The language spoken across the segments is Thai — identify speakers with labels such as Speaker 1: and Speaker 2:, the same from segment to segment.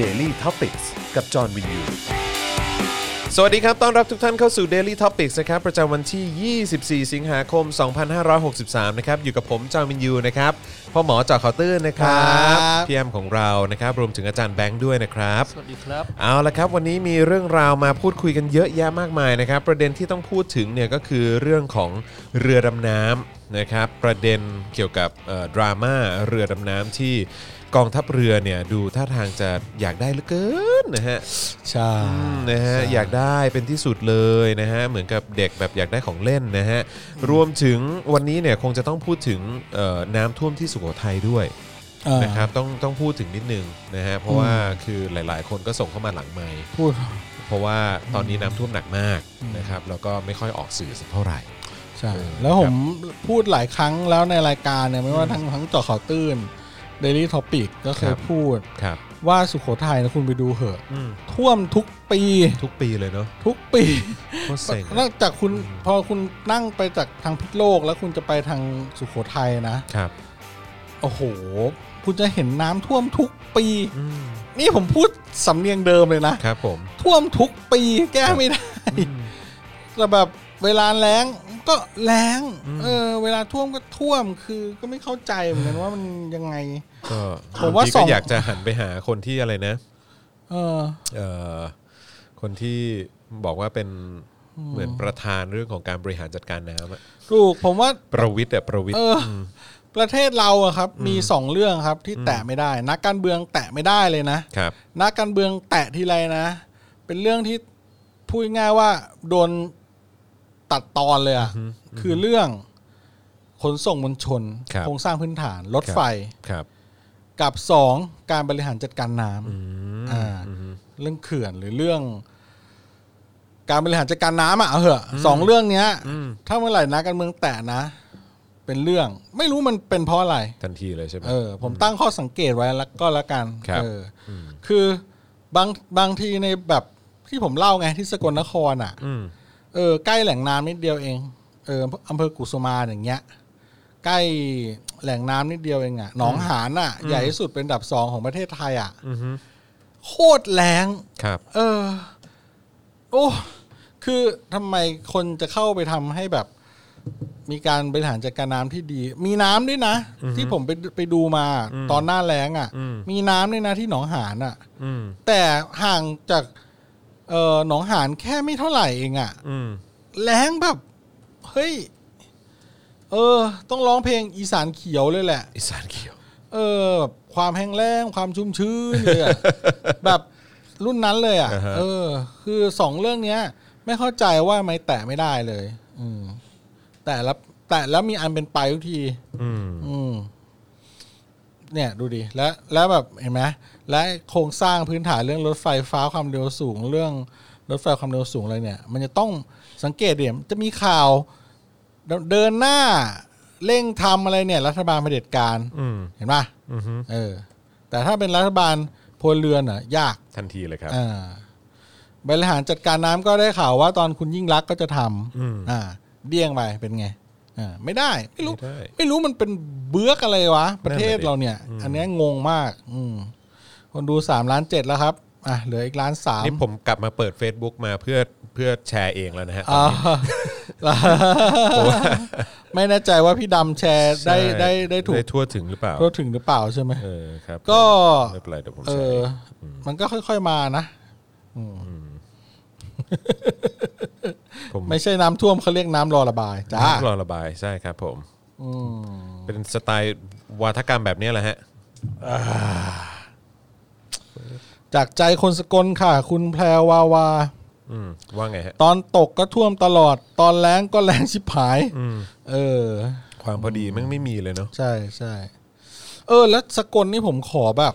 Speaker 1: Daily t o p i c กกับจอห์นวินยู
Speaker 2: สวัสดีครับ ต้อนรับทุกท่านเข้าสู่ Daily Topics นะครับ ประจำวันที่ 24 สิงหาคม 2563 นะครับ อยู่กับผมจามินยูนะครับ พ่อหมอจอเคาน์เตอร์นะครับ
Speaker 3: ครับ
Speaker 2: พี่แอมของเรา นะครับ รวมถึงอาจารย์แบงค์ด้วยนะครับ
Speaker 3: สวัสดีครับ
Speaker 2: เอาละครับ วันนี้มีเรื่องราวมาพูดคุยกันเยอะแยะมากมายนะครับ ประเด็นที่ต้องพูดถึงเนี่ยก็คือเรื่องของเรือดำน้ำนะครับ ประเด็นเกี่ยวกับเอ่อดราม่าเรือดำน้ำที่กองทัพเรือเนี่ยดูท่าทางจะอยากได้เหลือเกินนะฮะ
Speaker 3: ใช่
Speaker 2: อืมนะฮะอยากได้เป็นที่สุดเลยนะฮะเหมือนกับเด็กแบบอยากได้ของเล่นนะฮะรวมถึงวันนี้เนี่ยคงจะต้องพูดถึงเอ่อน้ำท่วมที่สุโขทัยด้วยนะครับต้องต้องพูดถึงนิดนึงนะฮะเพราะ
Speaker 3: อืม
Speaker 2: ว่าคือหลาย ๆ คนก็ส่งเข้ามาหลังไมค์
Speaker 3: พูด
Speaker 2: เพราะว่าตอนนี้น้ำท่วมหนักมาก
Speaker 3: อืม
Speaker 2: นะครับแล้วก็ไม่ค่อยออกสื่อสักเท่าไหร่
Speaker 3: ใช่
Speaker 2: เออ
Speaker 3: แล้วผมพูดหลายครั้งแล้วในรายการเนี่ยไม่ว่าทั้งทั้งเจาะข่าวตื้น Daily Topic ก็เคยพูด
Speaker 2: ครับ
Speaker 3: ว่าสุโขทัยนะคุณไปดูเหอะ
Speaker 2: อืม
Speaker 3: ท่วมทุกปี
Speaker 2: ทุกปีเลยเนาะ
Speaker 3: ทุกปี
Speaker 2: โคตรเซ็ง
Speaker 3: น
Speaker 2: อะ
Speaker 3: อกจากคุณพอคุณนั่งไปจากทางพิษโลกแล้วคุณจะไปทางสุโขทัยนะ
Speaker 2: ครับ
Speaker 3: โอ้โห คุณจะเห็นน้ำท่วมทุกปี
Speaker 2: อืม
Speaker 3: นี่ผมพูดสำเนียงเดิมเลยนะ
Speaker 2: ครับผม
Speaker 3: ท่วมทุกปีแก้ไม่ได้
Speaker 2: อืม
Speaker 3: แต่แบบเวลาแล้งก็แล้ง
Speaker 2: อืม
Speaker 3: เออ เวลาท่วมก็ท่วมคือก็ไม่เข้าใจเหมือนกันว่ามันยังไง
Speaker 2: ก็
Speaker 3: ผมว่า
Speaker 2: บงที
Speaker 3: ส
Speaker 2: ก็
Speaker 3: อง
Speaker 2: อยากจะหันไปหาคนที่อะไรนะ
Speaker 3: เออ
Speaker 2: เอ่อคนที่บอกว่าเป็นเหมือนประธานเรื่องของการบริหารจัดการน้ำอะ
Speaker 3: ถูกผมว่า
Speaker 2: ประวิทย์อะประวิท
Speaker 3: เอ
Speaker 2: ย์
Speaker 3: ออประเทศเราอะครับ มีสองเรื่องครับที่แตะไม่ได้ นักการเมืองแตะไม่ได้เลยนะ
Speaker 2: ครับ
Speaker 3: นักการเมืองแตะทีไรนะ เป็นเรื่องที่พูดง่ายว่าโดนตัดตอนเลยอะคือเรื่องขนส่งมวลชนโครงสร้างพื้นฐานรถไฟ
Speaker 2: ครับ
Speaker 3: กับ 2 การบริหารจัดการน้ำอ่าเรื่องเขื่อนหรือเรื่อง การบริหารจัดการน้ำอ่ะเอาเหอะสองเรื่องเนี้ย ถ้าเมื่อไหร่นะการเมืองแตะนะ เป็นเรื่อง ไม่รู้มันเป็นเพราะอะไร
Speaker 2: ทันทีเลยใช่ไหม
Speaker 3: เออ ผมตั้งข้อสังเกตไว้แล้วก็แล้วกัน
Speaker 2: ครับ
Speaker 3: เอออคือบางบางทีในแบบที่ผมเล่าไงที่สกลนครอ่ะ
Speaker 2: อืม
Speaker 3: เออใกล้แหล่งน้ำนิดเดียวเอง เอออำเภอกุสุมารอย่างเงี้ย ใกล้แหล่งน้ำนิดเดียวเองอ่ะหนองหานอ่ะ ใหญ่ที่สุดเป็นอันดับสองของประเทศไทยอ่ะโคตรแรง
Speaker 2: ครับ
Speaker 3: เออ โอ้คือทำไมคนจะเข้าไปทำให้แบบ มีการบริหารจัดการน้ำที่ดี มีน้ำด้วยนะ ที่ผมไปไปดูมาตอนหน้าแล้งอ่ะ มีน้ำด้วยนะที่หนองหานอ่ะ
Speaker 2: อืม
Speaker 3: แต่ห่างจาก เอ่อหนองหานแค่ไม่เท่าไหร่เองอ่ะ
Speaker 2: อืม
Speaker 3: แรงแบบ เฮ้ย เออ ต้องร้องเพลงอีสานเขียวเลยแหละ
Speaker 2: อีสานเขียว
Speaker 3: เออแบบความแห้งแล้ง ความชุ่มชื้นเลยอะ แบบรุ่นนั้นเลยอ่ะ
Speaker 2: อ่าฮะ
Speaker 3: เออ คือสองเรื่องเนี้ย ไม่เข้าใจว่าไม่แตะไม่ได้เลย อืม แต่แล้วแต่แล้วมีอันเป็นไปทุกที
Speaker 2: อืม
Speaker 3: อืม เนี่ยดูดิแล้วแล้วแบบเห็นไหมและโครงสร้างพื้นฐานเรื่องรถไฟฟ้าความเร็วสูง เรื่องรถไฟความเร็วสูงอะไรเนี่ย มันจะต้องสังเกตเดี๋ยวจะมีข่าว เดินเดินหน้าเร่งทำอะไรเนี่ย รัฐบาลเผด็จการ
Speaker 2: อืม
Speaker 3: เห็นป่ะ
Speaker 2: อือฮึ
Speaker 3: เออ แต่ถ้าเป็นรัฐบาลพลเรือนอ่ะ ยาก
Speaker 2: ทันทีเลยครับ
Speaker 3: อ่าบริหารจัดการน้ำก็ได้ข่าวว่าตอนคุณยิ่งรักษณ์ก็จะทำ
Speaker 2: อืม
Speaker 3: อ่า เดี่ยงไปเป็นไงอ่าไม่ได้ไม่รู้
Speaker 2: ไม่ได้
Speaker 3: ไม่รู้มันเป็นเบื้อกอะไรวะ ประเทศ
Speaker 2: นั่นแหละดิ
Speaker 3: เราเนี่ย อันเนี้ยงงมาก อืมคนดูสามล้านเจ็ดแล้วครับ อ่ะ เหลืออีกล้านสาม
Speaker 2: นี่ผมกลับมาเปิด Facebook มาเพื่อเพื่อแชร์เองแล้วนะฮะ
Speaker 3: อ่า ไม่แน่ใจว่าพี่ดำแชร์ได้
Speaker 2: ใช่
Speaker 3: ได้ได้ถูก
Speaker 2: ได้ทั่วถึงหรือเปล่า
Speaker 3: ทั่วถึงหรือเปล่าใช่ไหม
Speaker 2: เออครับ
Speaker 3: ก็
Speaker 2: ไม่เป็นไรเดี๋ยวผม
Speaker 3: เอ
Speaker 2: แชร์
Speaker 3: อ
Speaker 2: เอง
Speaker 3: มันก็ค่อยๆมานะ
Speaker 2: ผม
Speaker 3: ไม่ใช่น้ำท่วมเขาเรียกน้ำรอระบาย จ้า
Speaker 2: รอระบายใช่ครับผม
Speaker 3: อืม
Speaker 2: เป็นสไตล์วาทกรรมแบบเนี้ยแหละฮะ
Speaker 3: จากใจคนสกลค่ะ คุณแพรวาวา
Speaker 2: อืมว่าไงฮะ
Speaker 3: ตอนตกก็ท่วมตลอด ตอนแล้งก็แล้งชิบหาย
Speaker 2: อืม
Speaker 3: เออ
Speaker 2: ความพอดีแมันไม่มีเลยเนาะ
Speaker 3: ใช่ใช่เออ แล้วสกลนี่ผมขอแบบ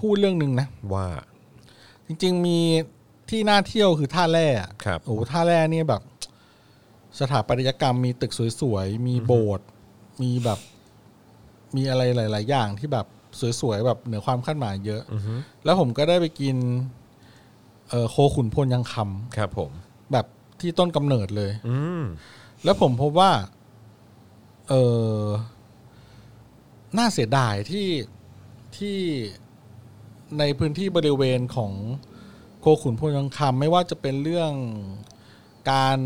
Speaker 3: พูดเรื่องหนึ่งนะ
Speaker 2: ว่า
Speaker 3: จริง ๆ มีที่น่าเที่ยวคือท่าแร่อะ
Speaker 2: ครับ
Speaker 3: โอ้โหท่าแร่นี่แบบ สถาปัตยกรรมมีตึกสวยๆ มีโบสถ์มีแบบ มีอะไรหลาย ๆ อย่างที่แบบสวยๆ แบบเหนือความคาดหมายเยอะ
Speaker 2: อือฮึ
Speaker 3: แล้วผมก็ได้ไปกิน เออโคขุนพลยังค
Speaker 2: ครับผม
Speaker 3: ำแบบที่ต้นกำเนิดเลย
Speaker 2: อืม
Speaker 3: แล้วผมพบว่า เออน่าเสียดายที่ที่ ในพื้นที่บริเวณของโคขุนพลทองคำไม่ว่าจะเป็นเรื่องการ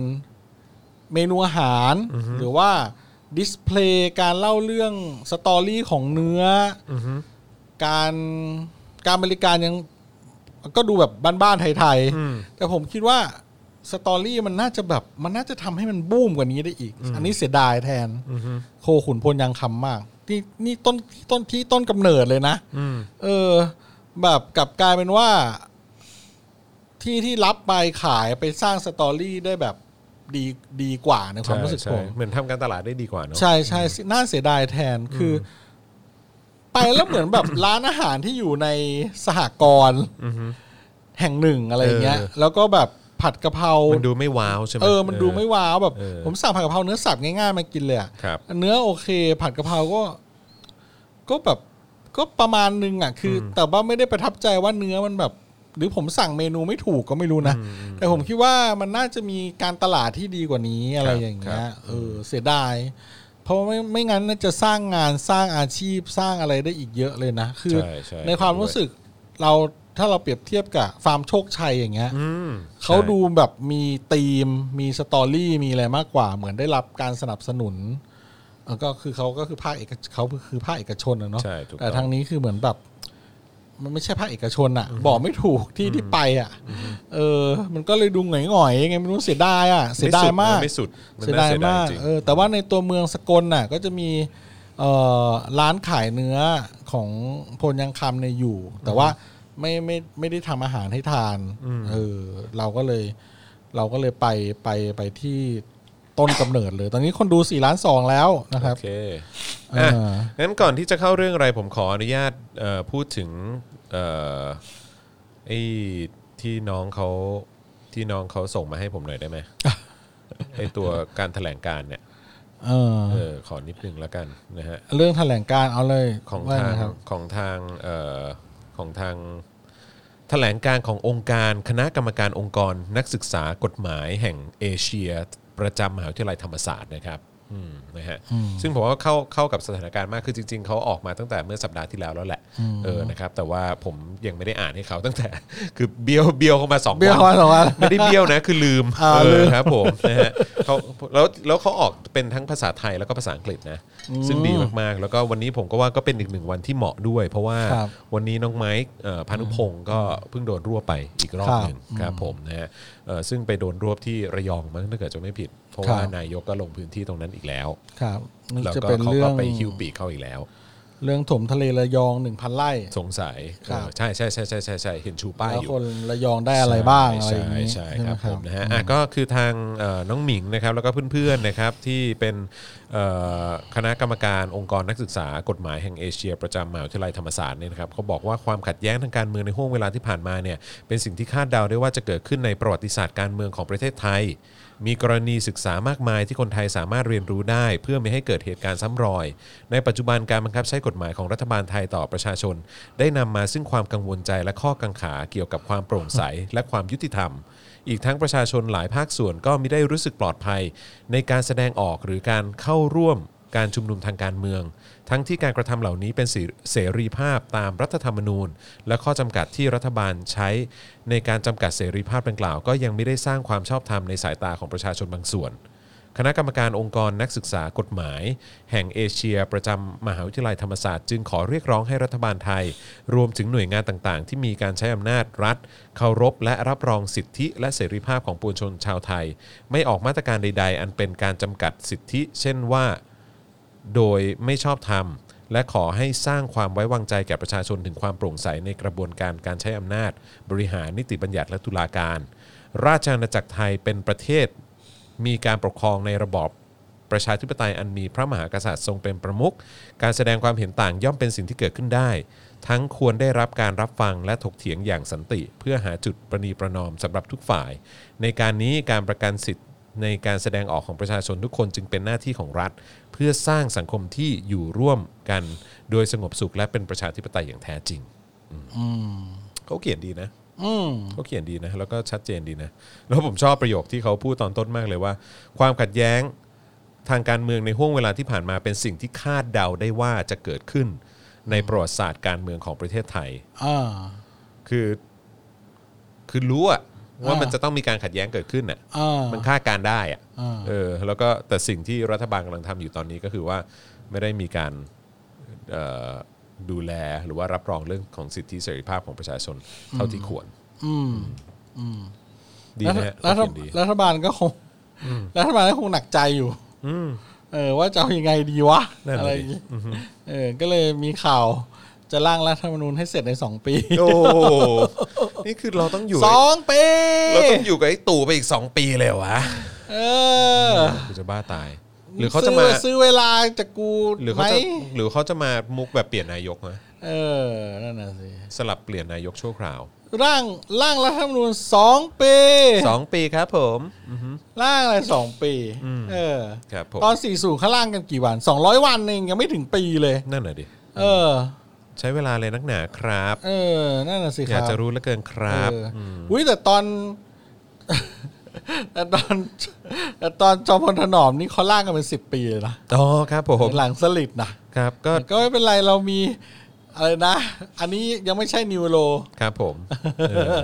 Speaker 3: เมนูอาหาร หรือว่าดิสเพลย์การเล่าเรื่องสตอรี่ของเนื้ออการการบริการยังก็ดูแบบบ้านๆไทยๆแต่ผมคิดว่าสตอรี่มันน่าจะแบบมันน่าจะทำให้มันบูมกว่านี้ได้อีก อันนี้เสียดายแทนโคขุนพลยังคำมากที่นี่ต้นต้นที่ต้นกำเนิดเลยนะ
Speaker 2: อืม
Speaker 3: เออ แบบกลับกลายเป็นว่า ที่ที่รับไปขายไปสร้างสตอรี่ได้แบบดีดีกว่าในความ
Speaker 2: ใช่
Speaker 3: รู้สึก
Speaker 2: ใช่
Speaker 3: ผม
Speaker 2: เหมือนทำการตลาดได้ดีกว่าเนอะ
Speaker 3: ใช่ใช่น่าเสียดายแทนคือ ไปแล้วเหมือนแบบ ร้านอาหารที่อยู่ในสหกรณ์
Speaker 2: อือฮึ
Speaker 3: แห่งหนึ่งอะไรอย่างเงี้ย
Speaker 2: เออ
Speaker 3: แล้วก็แบบผัดกะเพราม
Speaker 2: มันดูไม่ว้าวใช่ไหม
Speaker 3: เออ มันดูไม่ว้าวแบบ
Speaker 2: เออ
Speaker 3: ผมสั่งผัดกะเพราเนื้อสับง่ายๆมากินเลยอะ
Speaker 2: ครับ
Speaker 3: เนื้อโอเค ผัดกะเพราก็ ก็แบบก็ประมาณนึงอ่ะ คือ แต่ว่าไม่ได้ประทับใจว่าเนื้อมันแบบ หรือผมสั่งเมนูไม่ถูกก็ไม่รู้นะ แต่ผมคิดว่ามันน่าจะมีการตลาดที่ดีกว่านี้อะไร
Speaker 2: ครับ
Speaker 3: อย่างเงี้
Speaker 2: ครั
Speaker 3: ย
Speaker 2: บ
Speaker 3: เออเสียดาย เพราะไม่ไม่งั้นน่าจะสร้างงานสร้างอาชีพสร้างอะไรได้อีกเยอะเลยนะ คือ
Speaker 2: ใช่ช่
Speaker 3: ในความรู้สึกเราถ้าเราเปรียบเทียบกับฟาร์มโชคชัยอย่างเงี้ย
Speaker 2: อืม
Speaker 3: เขา
Speaker 2: ใช่
Speaker 3: ดูแบบมีธีม มีสตอรี่มีอะไรมากกว่า เหมือนได้รับการสนับสนุนเอ่อก็คือเขาก็คือภาคเอกชเขาคือภาคเอกชนนะเนาะ
Speaker 2: ใช่ถูก
Speaker 3: แต่
Speaker 2: อง
Speaker 3: ทางนี้คือเหมือนแบบ มันไม่ใช่ภาคเอกชนอะบอกไม่ถูกที่ที่ไปอะเออ มันก็เลยดูหง่อยๆยังไงไม่รู้เสียดายอะเสียดายมาก
Speaker 2: ไม่สุดนะ
Speaker 3: เสีย
Speaker 2: ไม่
Speaker 3: ดาย
Speaker 2: สุดนน่
Speaker 3: มาก
Speaker 2: จริง
Speaker 3: เออแต่ว่าในตัวเมืองสกลน่ะก็จะมีเอ่อร้านขายเนื้อของพลยังคำในยอยู่ แต่ว่าไม่ไม่ไม่ได้ทำอาหารให้ทานเออเราก็เลย เราก็เลยไปไปไปที่ต้นกำเนิดเลย ตอนนี้คนดู4ล้าน2แล้วนะครับ
Speaker 2: โอเค
Speaker 3: เอ
Speaker 2: อ่ะ
Speaker 3: อ
Speaker 2: งั้นก่อนที่จะเข้าเรื่องอะไรผมขออนุญาตเอ่อพูดถึงเอ่อไอ้ที่น้องเขาที่น้องเขาส่งมาให้ผมหน่อยได้ ไหมไอ้ตัวการแถลงการเนี่ย
Speaker 3: เออ
Speaker 2: เออขอนิดนึงแล้วกันนะฮะ
Speaker 3: เรื่องแถลงการเอาเลย
Speaker 2: ของ
Speaker 3: ว่า
Speaker 2: ทา
Speaker 3: ไง
Speaker 2: ง
Speaker 3: ครับ
Speaker 2: ของทางเอ่อของทางแถลงการขององค์การคณะกรรมการองค์กรนักศึกษากฎหมายแห่งเอเชีย ประจำมหาวิทยาลัยธรรมศาสตร์นะครับอืมนะฮะซึ่งผมว่าเข้าเข้ากับสถานการณ์มากคือจริง ๆเขาออกมาตั้งแต่เมื่อสัปดาห์ที่แล้วแล้วแหละเออนะครับแต่ว่าผมยังไม่ได้อ่านให้เขาตั้งแต่ คือเบี้ยวเบี้ยวเข้ามาสอง
Speaker 3: เบี้ยว
Speaker 2: วัน
Speaker 3: เข้ามาสองวัน
Speaker 2: ไม่ได้เบี้ยวนะ คือลืม
Speaker 3: อ่า
Speaker 2: เอ
Speaker 3: ลื
Speaker 2: อ
Speaker 3: ม
Speaker 2: ครับผม นะฮะเขาแล้วแล้วเขาออกเป็นทั้งภาษาไทยแล้วก็ภาษาอังกฤษนะ ซึ่งดีมากๆ แล้วก็วันนี้ผมก็ว่าก็เป็นอีกหนึ่งวันที่เหมาะด้วย เพราะว่า
Speaker 3: ครับ
Speaker 2: วันนี้น้องไมค์เอ่อพานุพงศ์ก็เพิ่งโดนรวบไปอีกรอบหนึ่งครับผมนะฮะเอ่อซึ่งไปโดนรวบที่ระยองมั้งถ้าเกิดจะไม่ผิด เพราะว่า
Speaker 3: ครับ
Speaker 2: นายกก็ลงพื้นที่ตรงนั้นอีกแล้ว
Speaker 3: ครับนี่
Speaker 2: แล้ว
Speaker 3: จะ
Speaker 2: ก็
Speaker 3: เป็น
Speaker 2: เขา
Speaker 3: เรื่อ
Speaker 2: ก็
Speaker 3: ง
Speaker 2: ไปฮิวปีกเข้าอีกแล้ว
Speaker 3: เรื่องถมทะเลระยอง1,000ไร่
Speaker 2: สงสัย
Speaker 3: ครับ
Speaker 2: เออใช่ใช่ใช่ใช่ใช่ใช่เห็นชูป้าย
Speaker 3: แล้ว
Speaker 2: อยู่
Speaker 3: คนระยองได้อะไรบ้างอะไรอย่างนี้
Speaker 2: ใช่ใช่ครับ
Speaker 3: ใช่
Speaker 2: ผม
Speaker 3: ไหม
Speaker 2: นะฮะอ่ะก็คือทางเอ่อน้องหมิงนะครับแล้วก็เพื่อนๆนะครับที่เป็นเอ่อคณะกรรมการองค์กรนักศึกษากฎหมายแห่งเอเชีย ประจำมหาวิทยาลัยธรรมศาสตร์เนี่ยนะครับเขาบอกว่าความขัดแย้งทางการเมืองในห่วงเวลาที่ผ่านมาเนี่ยเป็นสิ่งที่คาดเดาได้ว่าจะเกิดขึ้นในประวัติศาสตร์การเมืองของประเทศไทย มีกรณีศึกษามากมายที่คนไทยสามารถเรียนรู้ได้ เพื่อไม่ให้เกิดเหตุการณ์ซ้ำรอย ในปัจจุบันการบังคับใช้กฎหมายของรัฐบาลไทยต่อประชาชน ได้นำมาซึ่งความกังวลใจและข้อกังขาเกี่ยวกับความโปร่งใส และความยุติธรรม อีกทั้งประชาชนหลายภาคส่วนก็ไม่ได้รู้สึกปลอดภัย ในการแสดงออกหรือการเข้าร่วมการชุมนุมทางการเมือง ทั้งที่การกระทำเหล่านี้เป็นเสรีภาพตามรัฐธรรมนูญ และข้อจำกัดที่รัฐบาลใช้ ในการจำกัดเสรีภาพดังกล่าว ก็ยังไม่ได้สร้างความชอบธรรมในสายตาของประชาชนบางส่วน คณะกรรมการองค์กรนักศึกษากฎหมาย แห่งเอเชีย ประจำมหาวิทยาลัยธรรมศาสตร์จึงขอเรียกร้องให้รัฐบาลไทย รวมถึงหน่วยงานต่างๆ ที่มีการใช้อำนาจรัฐ เคารพและรับรองสิทธิและเสรีภาพของปวงชนชาวไทย ไม่ออกมาตรการใด ๆ อันเป็นการจำกัดสิทธิ เช่นว่า โดยไม่ชอบธรรม และขอให้สร้างความไว้วางใจแก่ประชาชนถึงความโปร่งใสในกระบวนการการใช้อำนาจ บริหารนิติบัญญัติและตุลาการ ราชอาณาจักรไทยเป็นประเทศ มีการปกครองในระบอบประชาธิปไตยอันมีพระมหากษัตริย์ทรงเป็นประมุข การแสดงความเห็นต่างย่อมเป็นสิ่งที่เกิดขึ้นได้ ทั้งควรได้รับการรับฟังและถกเถียงอย่างสันติ เพื่อหาจุดประนีประนอมสำหรับทุกฝ่าย ในการนี้การประกันสิทธิในการแสดงออกของประชาชนทุกคนจึงเป็นหน้าที่ของรัฐ เพื่อสร้างสังคมที่อยู่ร่วมกัน โดยสงบสุขและเป็นประชาธิปไตยอย่างแท้จริงอืมเขาเขียนดีนะ
Speaker 3: อืม
Speaker 2: เขาเขียนดีนะ แล้วก็ชัดเจนดีนะ แล้วผมชอบประโยคที่เขาพูดตอนต้นมากเลยว่า ความขัดแย้งทางการเมืองในห่วงเวลาที่ผ่านมาเป็นสิ่งที่คาดเดาได้ว่าจะเกิดขึ้น ในประวัติศาสตร์การเมืองของประเทศไทย
Speaker 3: อ่า
Speaker 2: คือคือรู้อะว่า
Speaker 3: อ่ามั
Speaker 2: มันจะต้องมีการขัดแย้งเกิดขึ้นน่ะ
Speaker 3: อ่า
Speaker 2: มันคาดการณ์ได้อะ
Speaker 3: อ่า
Speaker 2: เออ แล้วก็แต่สิ่งที่รัฐบาลกำลังทำอยู่ตอนนี้ก็คือว่าไม่ได้มีการเอ่อดูแลหรือว่ารับรองเรื่องของสิทธิเสรีภาพของประชาชนเท่าที่ควร
Speaker 3: อืม
Speaker 2: ดี
Speaker 3: รัฐ
Speaker 2: นะฮะ
Speaker 3: รัฐ
Speaker 2: ก็เขียนดี
Speaker 3: รัฐบาลก็คงรัฐบาลก็คงหนักใจอยู่
Speaker 2: อืม
Speaker 3: เออว่าจะเอายังไงดีวะ
Speaker 2: นั่นน่ะดิ
Speaker 3: อะไรอย่างงี้เออ ก็เลยมีข่าวจะร่างรัฐธรรมนูญให้เสร็จในสองปี
Speaker 2: โอ้โหนี่คือเราต้องอยู่
Speaker 3: สองปี
Speaker 2: เราต้องอยู่กับไอ้ตู่ไปอีก 2 ปีเลยเหรอวะ
Speaker 3: เออ
Speaker 2: กูจะบ้าตาย หรือเขาจะมา
Speaker 3: ซื้ซื้อเวลาจากกู
Speaker 2: หรือเขา
Speaker 3: ไม
Speaker 2: จะหรือเขาจะมามุกแบบเปลี่ยนนายกนะ
Speaker 3: เออนั่นน่ะสิ
Speaker 2: สลับเปลี่ยนนายกชั่วคราว
Speaker 3: ร่างร่างรัฐธรรมนูญสองปี
Speaker 2: 2 ปีครับผมอือฮึ
Speaker 3: ร่างอะไรสองปีเออ
Speaker 2: ครับผม
Speaker 3: ตอนสี่สูงข้างล่างกันกี่วันสองร้อยวันเองยังไม่ถึงปีเลย
Speaker 2: นั่นแหะดิ
Speaker 3: เออ
Speaker 2: ใช้เวลาเลยนักหนาครับ
Speaker 3: เออนั่นน่ะสิ
Speaker 2: อ
Speaker 3: ครั
Speaker 2: ยา
Speaker 3: บ
Speaker 2: กจะรู้เหลือเกินครับ
Speaker 3: เออออุ้ยแต่ตอน แต่ตอน แต่ตอนจอมพลถนอมนี่เขาร่างกันเป็นสิบปีเลยนะ
Speaker 2: อ๋อครับผม
Speaker 3: หลังสลิดนะ
Speaker 2: ครับก็
Speaker 3: ก็ไม่เป็นไรเรามีอะไรนะ อันนี้ยังไม่ใช่นิวโร
Speaker 2: ครับผมเออ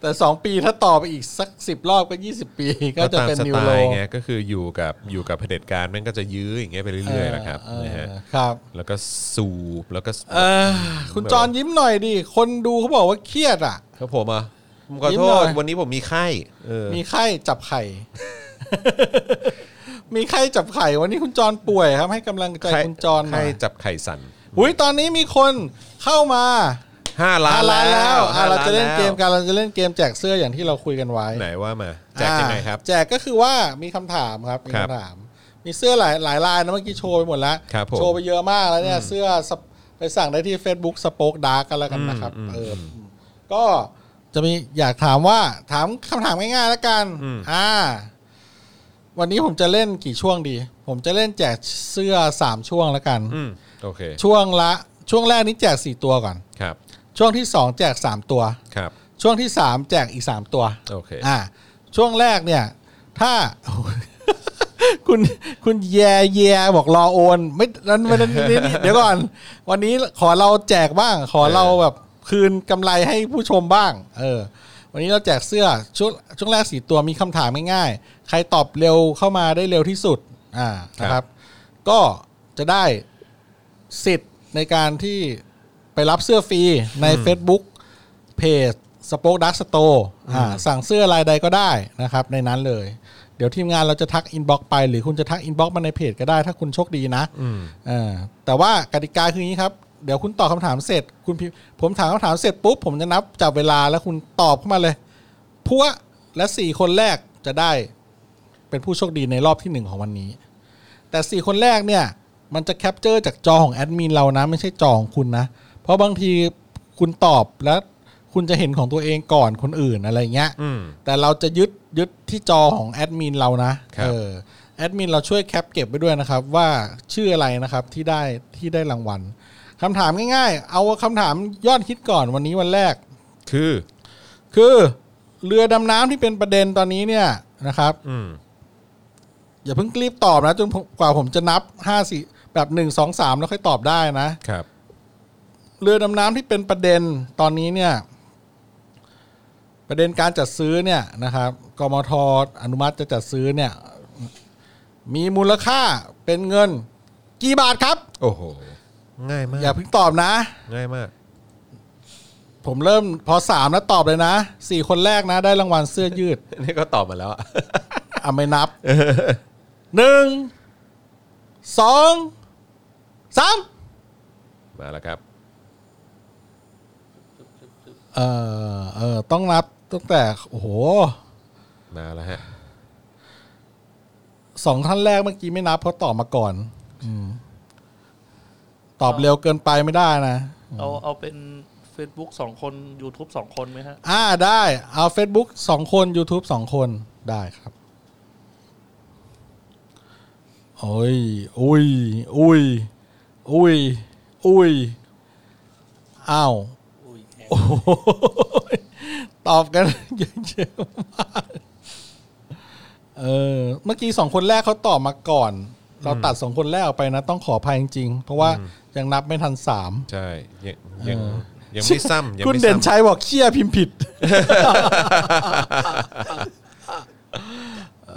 Speaker 3: แต่ 2 ปีถ้าต่อไปอีกสัก 10 รอบก็ 20 ปี ก็จะ
Speaker 2: ตาม
Speaker 3: เป็น
Speaker 2: ส
Speaker 3: นิว
Speaker 2: ไต
Speaker 3: โร
Speaker 2: ล์ไงก็คืออยู่กับอยู่กับเผด็จการแม่งก็จะยื้ออย่างเงี้ยไปเรื่อยๆนะครับ
Speaker 3: เออ
Speaker 2: นะฮะ
Speaker 3: ครับ
Speaker 2: แล้วก็สูบแล้วก็
Speaker 3: เออคุณจรยิ้มหน่อยดิ คนดูเขาบอกว่าเครียดอ่ะ
Speaker 2: ครับผมอ่ะผมขอ
Speaker 3: ยิ้ม
Speaker 2: โท
Speaker 3: หน่
Speaker 2: ษ
Speaker 3: อย
Speaker 2: วันนี้ผมมีไข้เออ
Speaker 3: มีไข้จับไข่ มีไข้จับไข่ วันนี้คุณจรป่วยครับ ให้กำลังใจคุณจรหน่
Speaker 2: ไข้
Speaker 3: อย
Speaker 2: จับไข่สั่น
Speaker 3: อุ้ยตอนนี้มีคนเข้ามา
Speaker 2: ห้าล้า
Speaker 3: ห้าน ล้านแล้วอ่ะเราจะเล่นเกม
Speaker 2: กัน
Speaker 3: กันเราจะเล่นเกมแจกเสื้ออย่างที่เราคุยกันไว้
Speaker 2: ไหนว่ามาแจกยังไงครับ
Speaker 3: อ่าแจกก็คือว่ามีคำถามครับมี
Speaker 2: ครับ
Speaker 3: คำถาม มีเสื้อหลายหลายลายนะเมื่อกี้โชว์ไปหมดแล้ว
Speaker 2: ครับผม
Speaker 3: โชว์ไปเยอะมากแล้วเนี่ยเสื้อสปไปสั่งได้ที่ Facebook สป็อกดาร์กกันแล้วกันนะครับเอออก็จะมีอยากถามว่าถามคำถามง่ายๆแล้วกัน
Speaker 2: อืม
Speaker 3: อ่า วันนี้ผมจะเล่นกี่ช่วงดี ผมจะเล่นแจกเสื้อสามช่วงแล้วกัน
Speaker 2: อืมโอเค
Speaker 3: ช่วงละ ช่วงแรกนี้แจกสี่ตัวก่อน
Speaker 2: ครับ
Speaker 3: ช่วงที่สองแจกสามตัว
Speaker 2: ครับ
Speaker 3: ช่วงที่สามแจกอีกสามตัว
Speaker 2: โอเค
Speaker 3: อ่าช่วงแรกเนี่ย ถ้า คุณคุณแย่แย่บอกรอโอน ไม่นั้นไม่นั้นนี่นี่เดี๋ยวก่อน วันนี้ขอเราแจกบ้าง ขอเราแบบคืนกำไรให้ผู้ชมบ้าง เออ วันนี้เราแจกเสื้อช่วงช่วงแรกสีตัวมีคำถามง่ายๆ ใครตอบเร็วเข้ามาได้เร็วที่สุด อ่านะครับ ก็จะได้สิทธิ์ในการที่ไปรับเสื้อฟรีใน Facebook เพจสป็อคดักสโตร์สั่งเสื้อลายใดก็ได้นะครับ ในนั้นเลย เดี๋ยวทีมงานเราจะทักอินบ็อกไป หรือคุณจะทักอินบ็อกมาในเพจก็ได้ ถ้าคุณโชคดีนะเออแต่ว่ากติกาคืออย่างนี้ครับ เดี๋ยวคุณตอบคำถามเสร็จ คุณพิมพ์ผมถามคำถามเสร็จปุ๊บ ผมจะนับจับเวลาแล้วคุณตอบเข้ามาเลยพัวและสี่คนแรกจะได้เป็นผู้โชคดีในรอบที่หนึ่งของวันนี้ แต่สี่คนแรกเนี่ย มันจะแคปเจอร์จากจอของแอดมินเรานะ ไม่ใช่จอของคุณนะ เพราะบางทีคุณตอบแล้ว คุณจะเห็นของตัวเองก่อนคนอื่นอะไรเงี้ย
Speaker 2: อืม
Speaker 3: แต่เราจะยึดยึดที่จอของแอดมินเรานะครับ เออแอดมินเราช่วยแคปเก็บไว้ด้วยนะครับ ว่าชื่ออะไรนะครับที่ได้ที่ได้รางวัลคำถามง่ายๆ เอาคำถามยอดฮิตก่อนวันนี้วันแรก
Speaker 2: คือ
Speaker 3: คือ เรือดำน้ำที่เป็นประเด็นตอนนี้เนี่ยนะครับ
Speaker 2: อืม
Speaker 3: อย่าเพิ่งรีบตอบนะจนผมกว่าผมจะนับห้าสี่แบบหนึ่งสองสามแล้วค่อยตอบได้นะ
Speaker 2: ครับ
Speaker 3: เรือดำน้ำที่เป็นประเด็นตอนนี้เนี่ย ประเด็นการจัดซื้อเนี่ยนะครับกมทอนุมัติจะจัดซื้อเนี่ย มีมูลค่าเป็นเงิน กี่บาทครับ
Speaker 2: โอ้โห ง่ายมาก
Speaker 3: อย่าเพิ่งตอบนะ
Speaker 2: ง่ายมาก
Speaker 3: ผมเริ่มพอสามแล้วตอบเลยนะสี่คนแรกนะ ได้รางวัลเสื้อยืด
Speaker 2: นี่ก็ตอบมาแล้วอะ
Speaker 3: อ่ะไม่นับหนึ่งสองสาม
Speaker 2: มาแล้วครับ
Speaker 3: เออเออต้องนับตั้งแต่โอ้โห
Speaker 2: มาแล้วฮะ
Speaker 3: สองท่านแรกเมื่อกี้ไม่นับเพราะตอบมาก่อนอมตอบเร็วเกินไปไม่ได้นะ
Speaker 4: เอาเอาเป็น Facebook สองคน YouTube สองคนไหมฮะ
Speaker 3: อ่าได้เอา Facebook สองคน YouTube สองคนได้ครับโอ้ยอุ้ยอุ้ยอุ้ยอุ้ยอ้าวโอ้ยตอบกัน เยอะๆมากเออเมื่อกี้สองคนแรกเขาตอบมาก่อน เราตัดสองคนแรกออกไปนะ ต้องขออภัยจริงๆ เพราะว่ายังนับไม่ทันสาม
Speaker 2: ใช่ยังยังยังไม่ซ้ำยัง
Speaker 3: คุณ
Speaker 2: ไม่
Speaker 3: เด่น
Speaker 2: ซ้
Speaker 3: ชัยบอกเชี่ยพิมพ์ผิด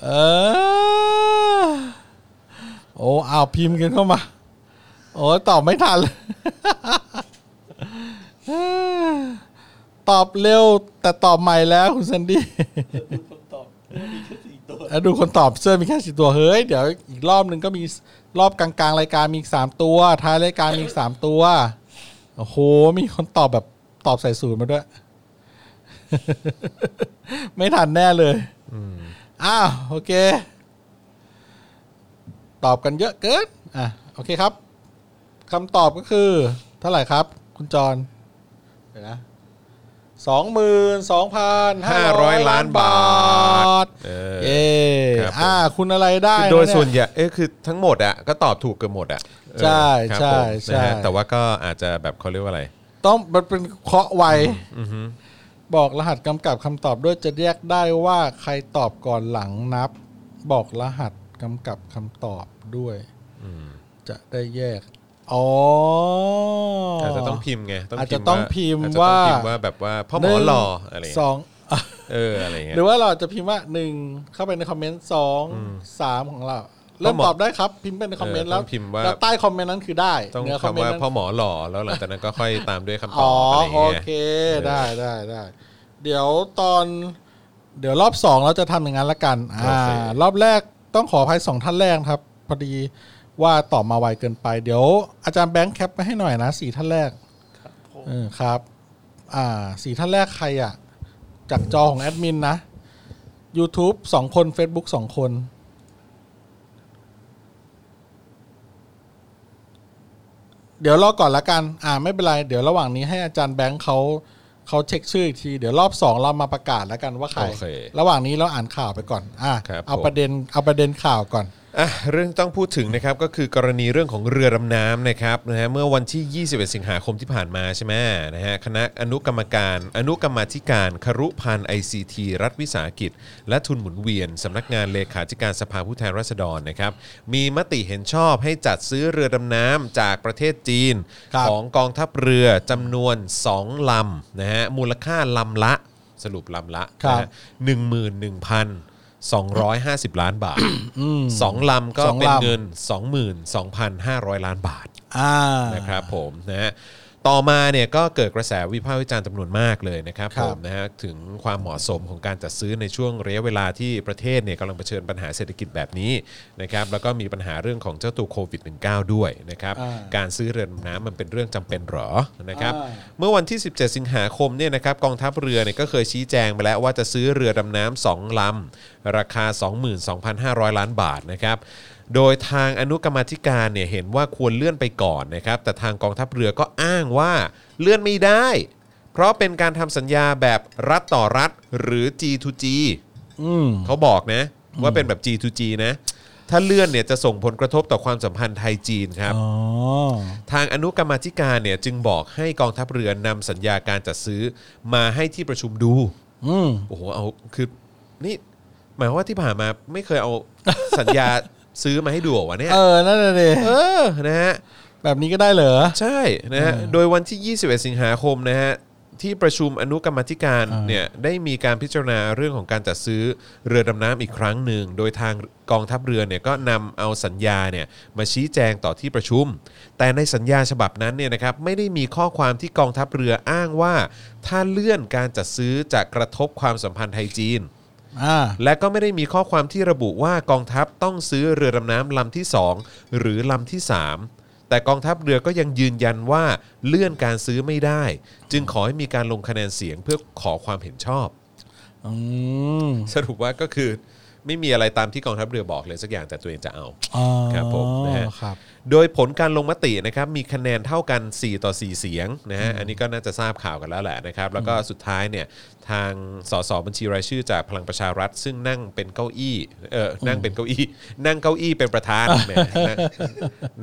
Speaker 3: เออโอ้เอาวพิมพ์กันเข้ามา โอ้ตอบไม่ทันเลยเออตอบเร็ว แต่ตอบใหม่แล้วคุณซันดี้
Speaker 4: ดูคำตอบว่ามีแค่สี่ตัว
Speaker 3: แล้วดูคนตอบเสื้อมีแค่สี่ตัวเฮ้ย เดี๋ยวอีกรอบหนึ่งก็มีรอบกลางๆ รายการมีอีกสามตัว ท้ายรายการมีอีกสามตัว โอ้โห มีคนตอบแบบตอบใส่สูตรมาด้วย ไม่ทันแน่เลยอ้าว โอเค ตอบกันเยอะเกินอ่ะ โอเคครับคำตอบก็คือ เท่าไหร่ครับ คุณจรเดี๋ยวนะสองหมื่นสองพัน
Speaker 2: ำ
Speaker 3: ห้า
Speaker 2: ห้า
Speaker 3: ร้
Speaker 2: ร้
Speaker 3: อ
Speaker 2: อยย
Speaker 3: ล้า
Speaker 2: ล้าน น
Speaker 3: บา
Speaker 2: บา
Speaker 3: ท
Speaker 2: ทเออ
Speaker 3: เย่
Speaker 2: ครับผม
Speaker 3: อ่า คุณอะไรได้
Speaker 2: คือโดย
Speaker 3: ะเ
Speaker 2: ส่วนใหญ่เอ้ยคือทั้งหมดอะก็ตอบถูกเกือบหมดอะเออ
Speaker 3: ใช่
Speaker 2: ครับ
Speaker 3: ใช่
Speaker 2: ผมนะ
Speaker 3: ใช่
Speaker 2: ฮะแต่ว่าก็อาจจะแบบเขาเรียกว่าอะไร
Speaker 3: ต้องมันเป็นเคาะไวบอกรหัสกำกับคำตอบด้วยจะแยกได้ว่าใครตอบก่อนหลังนับ บอกรหัสกำกับคำตอบด้วยจะได้แยก อ๋ออ
Speaker 2: อาจจะต้องพิมพ์ไง
Speaker 3: อาจจะต้องพิมพ์ว่า
Speaker 2: อาจจะต้องพิมพ์ว่าแบบว่าพ่อหมอหล่ออะไรอย่าง
Speaker 3: ส
Speaker 2: เงี้ย
Speaker 3: องอ่ะ
Speaker 2: เอออะไรอย่างเงี้ย
Speaker 3: หรือว่าเราจะพิมพ์ว่าหนึ่งเข้าไปในคอมเมนต์สองสามของเรา เริ่มตอบได้ครับ พิมพ์ไปในคอมเมนต์
Speaker 2: เออ
Speaker 3: แล้ว
Speaker 2: ต้องพิมพ์ว่า
Speaker 3: แล้วใต้คอมเมนต์นั้นคือได้
Speaker 2: ต้อง
Speaker 3: เนื้อคอม
Speaker 2: คำ
Speaker 3: เมน
Speaker 2: ว่า
Speaker 3: ต์นั้น
Speaker 2: พ่อหมอหล่อแล้วหลังจากนั้นก็ค่อยตามด้วยคำต
Speaker 3: อ๋
Speaker 2: อ
Speaker 3: อบ
Speaker 2: อะไรอย่าง
Speaker 3: โอ
Speaker 2: เงี้ย
Speaker 3: เคได้ได้ได้ เดี๋ยวตอนเดี๋ยวรอบสองเราจะทำอย่างนั้นละกัน
Speaker 2: โอ
Speaker 3: อ่า
Speaker 2: เค
Speaker 3: รอบแรกต้องขออภัยสองท่านแรกครับ พอดีว่าตอบมาไวเกินไป เดี๋ยวอาจารย์แบงค์แคปไปให้หน่อยนะสี่ท่านแรก
Speaker 4: ครับผม
Speaker 3: เออครับ อ่าสี่ท่านแรกใครอ่ะ จากจอของแอดมินนะ YouTube สองคน Facebook สองคน เดี๋ยวรอก่อนละกัน อ่าไม่เป็นไร เดี๋ยวระหว่างนี้ให้อาจารย์แบงค์เขาเขาเช็คชื่ออีกที เดี๋ยวรอบสองเรามาประกาศแล้วกันว่าใคร
Speaker 2: โอเค
Speaker 3: ระหว่างนี้เราอ่านข่าวไปก่อน อ่า
Speaker 2: ครับ
Speaker 3: เอา
Speaker 2: ผม
Speaker 3: ประเด็นเอาประเด็นข่าวก่อน
Speaker 2: อ่ะเรื่องที่ต้องพูดถึงนะครับก็คือกรณีเรื่องของเรือดำน้ำนะครับนะฮะเมื่อวันที่ 21 สิงหาคมที่ผ่านมาใช่ไหมนะฮะคณะอนุกรรมการอนุกรรมาธิการครุพันธ์ ICT รัฐวิสาหกิจ และทุนหมุนเวียนสำนักงานเลขาธิการสภาผู้แทนราษฎรนะครับมีมติเห็นชอบให้จัดซื้อเรือดำน้ำจากประเทศจีน
Speaker 3: ครับ
Speaker 2: ของกองทัพเรือจำนวน 2 ลำนะฮะมูลค่าลำละ สรุปลำละ
Speaker 3: ครับ
Speaker 2: นะฮะ11,250 ล้านบาท สองลำก็
Speaker 3: สองลำ
Speaker 2: เป็นเงิน 22,500 ล้านบาท
Speaker 3: อ่า
Speaker 2: นะครับผมนะฮะต่อมาเนี่ยก็เกิดกระแสวิพากษ์วิจารณ์จำนวนมากเลยนะครับ
Speaker 3: ครั
Speaker 2: ผ
Speaker 3: บ
Speaker 2: มนะฮะถึงความเหมาะสมของการจัดซื้อในช่วงระยะเวลาที่ประเทศเนี่ยกำลังเผชิญปัญหาเศรษฐกิจแบบนี้นะครับแล้วก็มีปัญหาเรื่องของเจ้าตัวโควิด -19 ด้วยนะครับ
Speaker 3: อ่า
Speaker 2: การซื้อเรือดำน้ำมันเป็นเรื่องจำเป็นหรอนะครับ
Speaker 3: อ่า
Speaker 2: เมื่อวันที่ 17 สิงหาคมเนี่ยนะครับกองทัพเรือเนี่ยก็เคยชี้แจงไปแล้วว่าจะซื้อเรือดำน้ำสองลำราคา 22,500 ล้านบาทนะครับ โดยทางอนุกรรมาธิการเนี่ยเห็นว่าควรเลื่อนไปก่อนนะครับ แต่ทางกองทัพเรือก็อ้างว่าเลื่อนไม่ได้ เพราะเป็นการทำสัญญาแบบรัฐต่อรัฐหรือ G2G
Speaker 3: อืม
Speaker 2: เขาบอกนะว่าเป็นแบบ G2G นะถ้าเลื่อนเนี่ยจะส่งผลกระทบต่อความสัมพันธ์ไทยจีนครับ
Speaker 3: อ๋อ
Speaker 2: ทางอนุกรรมาธิการเนี่ยจึงบอกให้กองทัพเรือนำสัญญาการจัดซื้อมาให้ที่ประชุมดู
Speaker 3: อืม
Speaker 2: โอ้โห เอาคือนี่หมายความว่าที่ผ่านมาไม่เคยเอา สัญญาซื้อมาให้ดูเหรอวะเนี่ย
Speaker 3: เออ นั่นน่ะดิ
Speaker 2: เออนะฮะ
Speaker 3: แบบนี้ก็ได้เหรอ
Speaker 2: ใช่นะฮะ โดยวันที่ 21 สิงหาคมนะฮะที่ประชุมอนุกรรมาธิการเนี่ยได้มีการพิจารณาเรื่องของการจัดซื้อเรือดำน้ำอีกครั้งหนึ่ง โดยทางกองทัพเรือเนี่ยก็นำเอาสัญญาเนี่ยมาชี้แจงต่อที่ประชุม แต่ในสัญญาฉบับนั้นเนี่ยนะครับไม่ได้มีข้อความที่กองทัพเรืออ้างว่า ถ้าเลื่อนการจัดซื้อจะกระทบความสัมพันธ์ไทยจีน
Speaker 3: อ่า
Speaker 2: และก็ไม่ได้มีข้อความที่ระบุว่ากองทัพต้องซื้อเรือดำน้ำลำที่ 2 หรือลำที่ 3 แต่กองทัพเรือก็ยังยืนยันว่าเลื่อนการซื้อไม่ได้ จึงขอให้มีการลงคะแนนเสียงเพื่อขอความเห็นชอบ
Speaker 3: อืม
Speaker 2: สรุปว่าก็คือไม่มีอะไรตามที่กองทัพเรือบอกเลยสักอย่างแต่ตัวเองจะเอา
Speaker 3: อ๋อ
Speaker 2: ครับผมนะฮะ
Speaker 3: ครับ
Speaker 2: โดยผลการลงมตินะครับมีคะแนนเท่ากัน 4 ต่อ 4 เสียงนะฮะอันนี้ก็น่าจะทราบข่าวกันแล้วแหละนะครับ แล้วก็สุดท้ายเนี่ยทางสสบัญชีรายชื่อจากพลังประชารัฐ ซึ่งนั่งเป็นเก้าอี้เออนั่งเป็นเก้าอี้ นั่งเก้าอี้เป็นประธานแหมนั่ง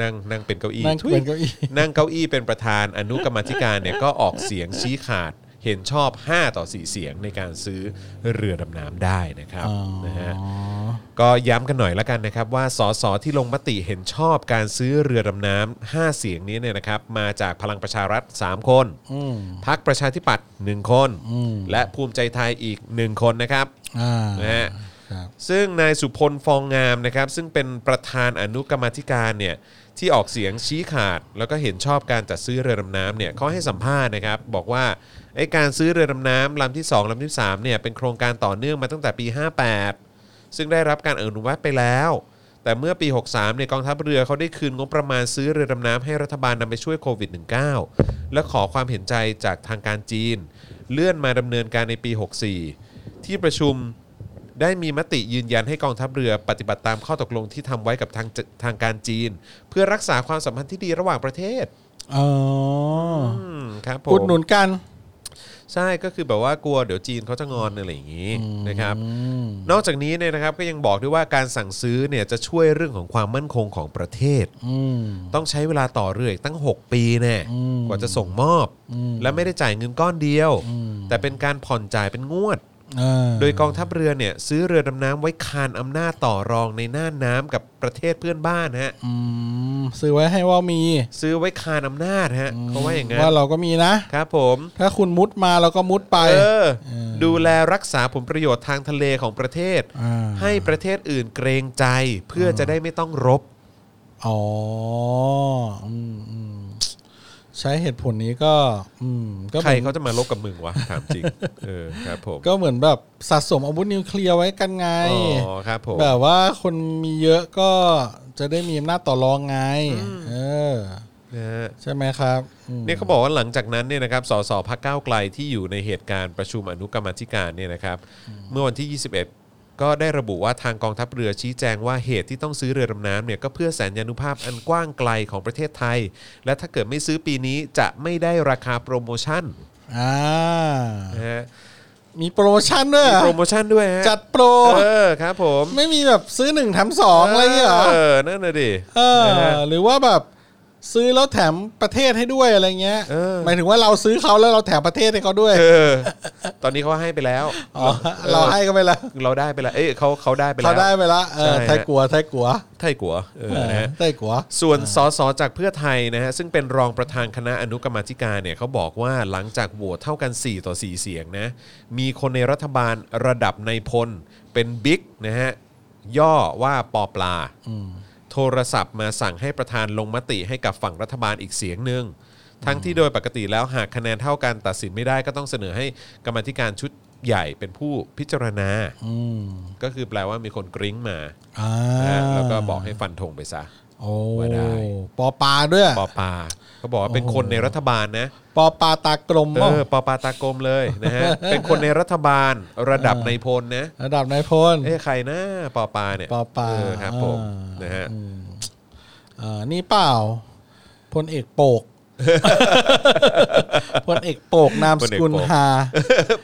Speaker 2: นั่งนั่งเป็นเก้าอี้
Speaker 3: นั่ง
Speaker 2: ทุย
Speaker 3: เป็นเก้าอี้
Speaker 2: นั่งเก้าอี้เป็นประธานอนุกรรมาธิการเนี่ยก็ออกเสียงชี้ขาดเห็นชอบ 5 ต่อ 4 เสียงในการซื้อเรือดำน้ำได้นะครับนะฮะ ก ก็ย้ำกันหน่อยละกันนะครับ ว่าสสที่ลงมติเห็นชอบการซื้อเรือดำน้ำ5เสียงนี้เนี่ยนะครับมาจากพลังประชารัฐ 3 คน
Speaker 3: อืม
Speaker 2: พักประชาธิปัตย์1คน
Speaker 3: อืม
Speaker 2: และภูมิใจไทยอีก 1 คนนะครับ
Speaker 3: อ่า
Speaker 2: นะฮะ
Speaker 3: ครับ
Speaker 2: ซึ่งนายสุพลฟองงามนะครับ ซึ่งเป็นประธานอนุกรรมาธิการเนี่ยที่ออกเสียงชี้ขาด แล้วก็เห็นชอบการจัดซื้อเรือดำน้ำเนี่ยเขาให้สัมภาษณ์นะครับ บอกว่าไอ้การซื้อเรือดำน้ำลำที่ 2ลำที่3เนี่ยเป็นโครงการต่อเนื่องมาตั้งแต่ปี 58 ซึ่งได้รับการอนุมัติไปแล้ว แต่เมื่อปี 63เนี่ยกองทัพเรือเขาได้คืนงบประมาณซื้อเรือดำน้ำให้รัฐบาลนำไปช่วยโควิด -19 และขอความเห็นใจจากทางการจีน เลื่อนมาดำเนินการในปี 64 ที่ประชุม ได้มีมติยืนยันให้กองทัพเรือปฏิบัติตามข้อตกลงที่ทำไว้กับทางจะทางการจีน เพื่อรักษาความสัมพันธ์ที่ดีระหว่างประเทศ
Speaker 3: อ๋อ
Speaker 2: อืมครับผ
Speaker 3: อุด
Speaker 2: ม
Speaker 3: หนุนกัน
Speaker 2: ใช่ก็คือแบบว่ากลัวเดี๋ยวจีนเขาจะงอนอะไรอย่างนี้นะครับ
Speaker 3: อืม
Speaker 2: นอกจากนี้เนี่ยนะครับก็ยังบอกด้วยว่าการสั่งซื้อเนี่ยจะช่วยเรื่องของความมั่นคงของประเทศ
Speaker 3: อืม
Speaker 2: ต้องใช้เวลาต่อเรืออีกตั้ง 6 ปีแน่
Speaker 3: อืม
Speaker 2: กว่าจะส่งมอบ
Speaker 3: อืม
Speaker 2: และไม่ได้จ่ายเงินก้อนเดียว
Speaker 3: อืม
Speaker 2: แต่เป็นการผ่อนจ่ายเป็นงวด
Speaker 3: อ่า
Speaker 2: โดยกองทัพเรือเนี่ยซื้อเรือดำน้ำไว้คานอำนาจต่อรองในน่านน้ำกับประเทศเพื่อนบ้านฮะ
Speaker 3: อืมซื้อไว้ให้ว่ามี
Speaker 2: ซื้อไว้คานอำนาจฮะเขาว่าอย่างนั้น
Speaker 3: ว่าเราก็มีนะ
Speaker 2: ครับผม
Speaker 3: ถ้าคุณมุดมาเราก็มุดไป
Speaker 2: เออ
Speaker 3: เออ
Speaker 2: ดูแลรักษาผลประโยชน์ทางทะเลของประเทศ
Speaker 3: อ่า
Speaker 2: ให้ประเทศอื่นเกรงใจเพื่อจะได้ไม่ต้องรบ
Speaker 3: อ๋ออืมอืมใช้เหตุผลนี้ก็อืมก็เห
Speaker 2: ใคร
Speaker 3: มือน
Speaker 2: เขาจะมาลบกับมึง วะ ถามจริงเออครับผม
Speaker 3: ก็เหมือนแบบสะสมอาวุธนิวเคลียร์ไว้กันไง
Speaker 2: อ๋อครับผม
Speaker 3: แบบว่าคนมีเยอะก็จะได้มีอำนาจต่อรองไง เออ
Speaker 2: นะฮะ
Speaker 3: ใช่ไหมครับอืม
Speaker 2: เนี่ยเขาบอกว่าหลังจากนั้นเนี่ยนะครับสสพักก้าวไกลที่อยู่ในเหตุการณ์ประชุมอนุกรรมาธิการเนี่ยนะครับ เมื่อวันที่ 21 ก็ได้ระบุว่าทางกองทัพเรือชี้แจงว่าเหตุที่ต้องซื้อเรือดำน้ำเนี่ยก็เพื่อแสนยานุภาพอันกว้างไกลของประเทศไทย และถ้าเกิดไม่ซื้อปีนี้จะไม่ได้ราคาโปรโมชั่น
Speaker 3: อ่า
Speaker 2: นะฮะ
Speaker 3: มีโปรโมชั่นด้วย
Speaker 2: มี
Speaker 3: เหรอ
Speaker 2: โปรโมชั่นด้วยฮะ
Speaker 3: จัดโปร
Speaker 2: เออครับผม
Speaker 3: ไม่มีแบบซื้อหนึ่งแถมสองอะไรอย่างเงี้ยเหรอ
Speaker 2: เออนั่นน่ะดิ
Speaker 3: เออ
Speaker 2: นะฮะ
Speaker 3: หรือว่าแบบซื้อแล้วแถมประเทศให้ด้วยอะไรเงี้ย
Speaker 2: เออ
Speaker 3: หมายถึงว่าเราซื้อเขาแล้วเราแถมประเทศให้เขาด้วย
Speaker 2: เออตอนนี้เขาให้ไปแล้ว
Speaker 3: อ๋อเราให้กันไปละ
Speaker 2: เราได้ไปแล้วเอ้ยเขาเขาได้ไปแล้ว
Speaker 3: เขาได้ไปละเออ
Speaker 2: ใช่ฮะ
Speaker 3: ไทยกัวไทยกัว
Speaker 2: ไทยกัวเออนะฮะ
Speaker 3: ไทยกัว
Speaker 2: ส่วนสสจากเพื่อไทยนะฮะซึ่งเป็นรองประธานคณะอนุกรรมาธิการเนี่ยเขาบอกว่าหลังจากโหวตเท่ากัน 4 ต่อ 4 เสียงนะมีคนในรัฐบาลระดับในพล เป็นบิ๊กนะฮะย่อว่าปอปลา โทรศัพท์มาสั่งให้ประธานลงมติให้กับฝั่งรัฐบาลอีกเสียงหนึ่งทั้งที่โดยปกติแล้วหากคะแนนเท่ากันตัดสินไม่ได้ก็ต้องเสนอให้กรรมาธิการชุดใหญ่เป็นผู้พิจารณา
Speaker 3: อืม
Speaker 2: ก็คือแปลว่ามีคนกริ้งมา
Speaker 3: อ่า
Speaker 2: นะฮะแล้วก็บอกให้ฟันธงไปซะ
Speaker 3: โอ้
Speaker 2: ว่าได้
Speaker 3: ปอปาด้วย
Speaker 2: ปอปาเขาบอกว่าเป็นคนในรัฐบาลนะ
Speaker 3: ปอปาตากลม
Speaker 2: เอ
Speaker 3: มั้ง
Speaker 2: อปอปาตากลมเลย นะฮะ เป็นคนในรัฐบาลระดับในพลนะ
Speaker 3: ระดับนายพล
Speaker 2: เอ้ใครนะปอปาเนี่ย
Speaker 3: ปอปา
Speaker 2: เอครับผม
Speaker 3: อ่าน
Speaker 2: นะฮะ
Speaker 3: เออนี่เปล่าพลเอกโป ก พลเอกโปกนามสกุลฮา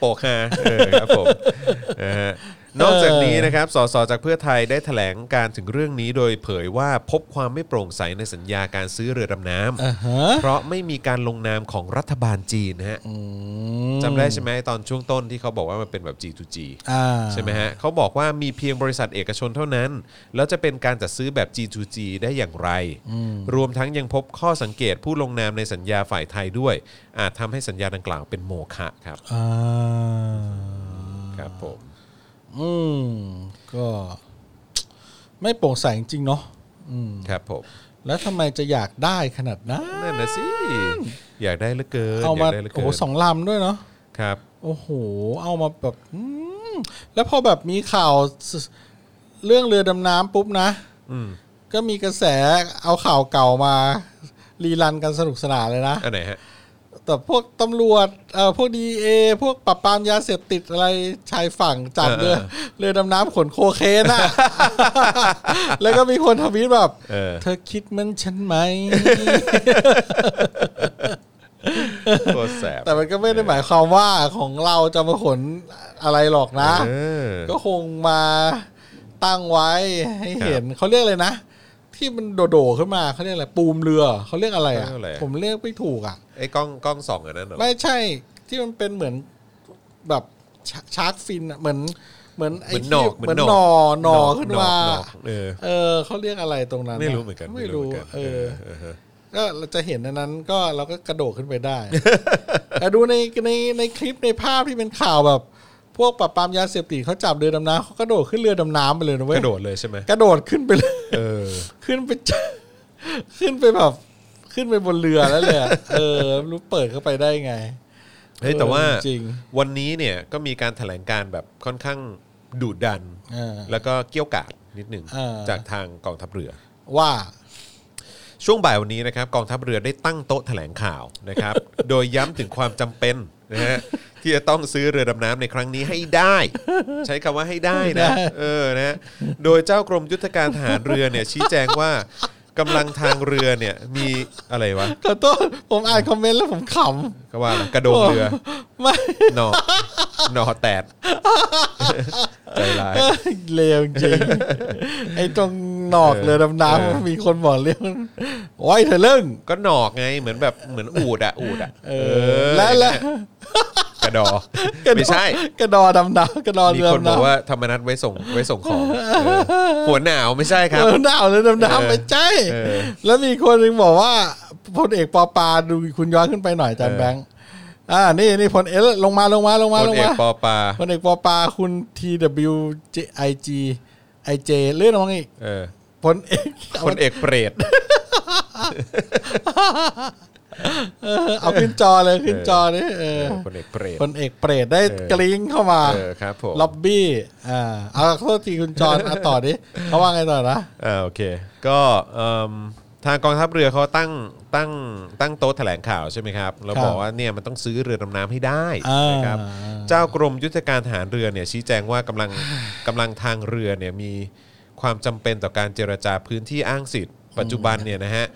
Speaker 2: โปกฮาเออครับผมนะฮะนอกจากนี้นะครับสสจากเพื่อไทยได้แถลงการถึงเรื่องนี้โดยเผยว่าพบความไม่โปร่งใสในสัญญาการซื้อเรือดำน้
Speaker 3: อ่าฮะ
Speaker 2: ำเพราะไม่มีการลงนามของรัฐบาลจีนนะฮะจำได้ใช่ไหมตอนช่วงต้นที่เขาบอกว่ามันเป็นแบบ G2G
Speaker 3: อ่า
Speaker 2: ใช่ไหมฮะเขาบอกว่ามีเพียงบริษัทเอกชนเท่านั้น แล้วจะเป็นการจัดซื้อแบบ G2G ได้อย่างไร รวมทั้งยังพบข้อสังเกตผู้ลงนามในสัญญาฝ่ายไทยด้วย อาจทำให้สัญญาดังกล่าวเป็นโมฆะครับ
Speaker 3: อ่า
Speaker 2: ครับผม
Speaker 3: อืมก็ ไม่โปร่งใสจริงๆเนาะอืม
Speaker 2: ครับผม
Speaker 3: แล้วทำไมจะอยากได้ขนาดนั้น
Speaker 2: นั่นนะสิอยากได้เหลือเกิน
Speaker 3: เอามา
Speaker 2: อยกได้เหลือ
Speaker 3: โอ้
Speaker 2: เกิ
Speaker 3: โหสองลำด้วยเนาะ
Speaker 2: ครับ
Speaker 3: โอ้โห เอามาแบบอืมแล้วพอแบบมีข่าวสเรื่องเรือดำน้ำปุ๊บนะ
Speaker 2: อืม
Speaker 3: ก็มีกระแสเอาข่าวเก่ามา รีรันกันสนุกสนานเลยนะ
Speaker 2: อันไหนฮะ
Speaker 3: แต่พวกตำรวจเอ่อพวกดีเอพวกปราบปรามยาเสพติดอะไรชายฝั่งจับเรือเรือดำน้ำขนโคเคนอะ แล้วก็มีคนทวีตแบบ
Speaker 2: เออ
Speaker 3: เธอคิดเหมันฉันไหม
Speaker 2: โคตรแสบ
Speaker 3: แต่มันก็ไม่ได้หมายความว่าของเราจะมาขนอะไรหรอกนะ
Speaker 2: เออ
Speaker 3: ก็คงมาตั้งไว้ให้เห็นเขาเรียกเลยนะ ที่มันโดดๆขึ้นมาเขาเรียกอะไรปูมเรือเขาเรียกอะไรอ่ะ
Speaker 2: เขาเรียกอะไรอะ
Speaker 3: ผมเรียกไม่ถูกอ่ะ
Speaker 2: ไอ้กล้องกล้องสองอันนั้นเหรอ
Speaker 3: ไม่ใช่ที่มันเป็นเหมือนแบบชาชาร์กฟินอะเหมือน เหมือน
Speaker 2: เห
Speaker 3: ไอ้
Speaker 2: มือน
Speaker 3: ที่
Speaker 2: หนอก
Speaker 3: เหมือนหนอหนอขึ้นมา
Speaker 2: หอกเออ
Speaker 3: เออเขาเรียกอะไรตรงนั้น
Speaker 2: ไม่รู้
Speaker 3: ะ
Speaker 2: เหมือนกัน
Speaker 3: ไม่รู้
Speaker 2: เหมืนกัน
Speaker 3: เออ
Speaker 2: เออเออ
Speaker 3: ก็เราจะเห็นอันนั้นก็เราก็กระโดดขึ้นไปได้ แต่ดูในในในคลิปในภาพที่เป็นข่าวแบบ พวกปราบปรามยาเสพติดเขาจับเรือดำน้ำเขากระโดดขึ้นเรือดำน้ำไปเลยนะเว้
Speaker 2: ก
Speaker 3: ย
Speaker 2: ระโดดเลยใช่ไหม
Speaker 3: กระโดดขึ้นไปเลย
Speaker 2: เออ
Speaker 3: ขึ้นไปเจอขึ้นไปแบบ ขึ้นไปบนเรือแล้วเลยอะเออไม่รู้เปิดเข้าไปได้ไง
Speaker 2: เฮ้ยแต่ว่า
Speaker 3: เออจริง
Speaker 2: วันนี้เนี่ยก็มีการแถลงการแบบค่อนข้างดุดัน
Speaker 3: เออ
Speaker 2: แล้วก็เกี้ยวกาดนิดหนึ่ง
Speaker 3: เออ
Speaker 2: จากทางกองทัพเรือ
Speaker 3: ว่า
Speaker 2: ช่วงบ่ายวันนี้นะครับกองทัพเรือได้ตั้งโต๊ะแถลงข่าว นะครับ โดยย้ำถึงความจำเป็นนะฮะที่จะต้องซื้อเรือดำน้ำในครั้งนี้ให้ได้ ใช้คำว่าให้ได้นะเออนะฮะโดยเจ้ากรมยุทธการทหารเรือเนี่ยชี้แจงว่ากำลังทางเรือเนี่ยมีอะไรวะ
Speaker 3: ขอโทษผมอ่านคอมเมนต์แล้วผมข
Speaker 2: ก็ว่าอะไรกระโด
Speaker 3: ำ
Speaker 2: งเรือ
Speaker 3: ไม่
Speaker 2: หนอหนอแตดใจร้าย
Speaker 3: เลวจริงไอ้ตรงหนอกเรือดำน้
Speaker 2: เออ
Speaker 3: ำมีคนบอกเรื่องโอ้ยเธอเรื่อง
Speaker 2: ก็หนอกไงเหมือนแบบเหมือนอูดอะอูดอะ
Speaker 3: เออและและ
Speaker 2: กระดอ
Speaker 3: กระดอ
Speaker 2: ไม่ใช่
Speaker 3: กระดอดำดำกระดอ
Speaker 2: มี
Speaker 3: เรือ
Speaker 2: คน
Speaker 3: ดำ
Speaker 2: บอก
Speaker 3: ดำ
Speaker 2: ว่าธรรมนัตไว้ส่งไว้ส่งของเออหัวหนาวไม่ใช่ ครับ
Speaker 3: เออหนาวเรือดำดำไม่ใช่
Speaker 2: เออ
Speaker 3: แล้วมีคนหนึงบอกว่าพลเอกปอปาดูคุณย้อนขึ้นไปหน่อยอาจานแบงค์อ่านี่นี่พลเอกลงมาลงมาลงมา
Speaker 2: คน
Speaker 3: ลง
Speaker 2: เอก
Speaker 3: มา
Speaker 2: ปอปา
Speaker 3: พลเอกปอปาคุณ T W J I G I J เลื่อนลงมาอีก
Speaker 2: เออ
Speaker 3: พลเอก
Speaker 2: คนเอกเปรต
Speaker 3: เออเอาขึ้นจอเลยขึ้นจอนี่เอ
Speaker 2: เอ
Speaker 3: อ
Speaker 2: อคนเอกเปรต
Speaker 3: พลเอกเปรตได้
Speaker 2: เออ
Speaker 3: กลิ้งเข้ามา
Speaker 2: เออครับผม
Speaker 3: ล็อบบี้อ่าเอาโทษทีคุณจ อนเอาต่อดิเขาว่าไงต่อนะ
Speaker 2: อ่าโอเค ก็เอิ่มทางกองทัพเรือเขาตั้งตั้งตั้งโต๊ะแถลงข่าวใช่ไหมครับแล้ว
Speaker 3: ครับ
Speaker 2: บอกว่าเนี่ยมันต้องซื้อเรือดำน้ำให้ได้
Speaker 3: อ่า
Speaker 2: นะครับ เจ้ากรมยุทธการทหารเรือเนี่ยชี้แจงว่ากำ ลัง กำลังทางเรือเนี่ยมีความจำเป็นต่อการเจรจาพื้นที่อ้างสิทธิ์ ปัจจุบันเนี่ยนะฮะ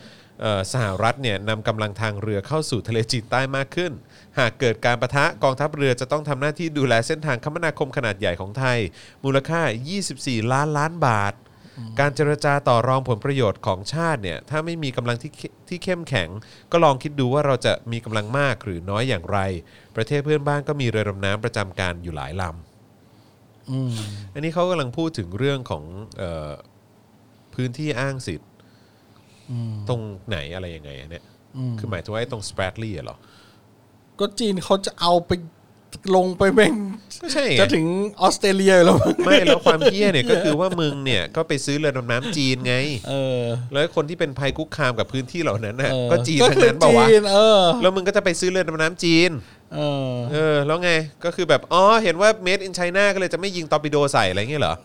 Speaker 2: เอ่อสหรัฐเนี่ยนำกำลังทางเรือเข้าสู่ทะเลจีนใต้มากขึ้น หากเกิดการประทะกองทัพเรือจะต้องทำหน้าที่ดูแลเส้นทางคมนาคมขนาดใหญ่ของไทย มูลค่า 24 ล้านล้านบาท การเจรจาต่อรองผลประโยชน์ของชาติเนี่ยถ้าไม่มีกำลังที่เข้ที่เข้มแข็ง ก็ลองคิดดูว่าเราจะมีกำลังมากหรือน้อยอย่างไร ประเทศเพื่อนบ้านก็มีเรือดำน้ำประจำการอยู่หลายลำ
Speaker 3: อืม
Speaker 2: อันนี้เขากำลังพูดถึงเรื่องของเออพื้นที่อ้างสิทธิ์
Speaker 3: อืม
Speaker 2: ตรงไหนอะไรยังไงอะเนี่ย
Speaker 3: อืม
Speaker 2: คือหมายถึงว่าไอ้ตรงสเปรดลี่เหรอ
Speaker 3: ก็จีนเขาจะเอาไปลงไปแม่ง
Speaker 2: ก็ใช่ไง
Speaker 3: จะถึงออสเตรเลียอยู่แล้วมั้ง
Speaker 2: ไม่แล้วความเหี้ยเนี่ยก็คือว่ามึงเนี่ย ก็ไปซื้อเรือดำน้ำจีนไง
Speaker 3: เออ
Speaker 2: แล้วคนที่เป็นภัยคุกคามกับพื้นที่เหล่านั้นน่ะ
Speaker 3: เออ
Speaker 2: ก็จีนทั้ง
Speaker 3: คือ
Speaker 2: นั้นเปล่าวะ
Speaker 3: จีนเออ
Speaker 2: แล้วมึงก็จะไปซื้อเรือดำน้ำจีน
Speaker 3: เออ
Speaker 2: เออ แล้วไงก็คือแบบอ๋อเห็นว่า made in China ก็เลยจะไม่ยิงตอร์ปิโดใส่อะไรเงี้ยเหรอ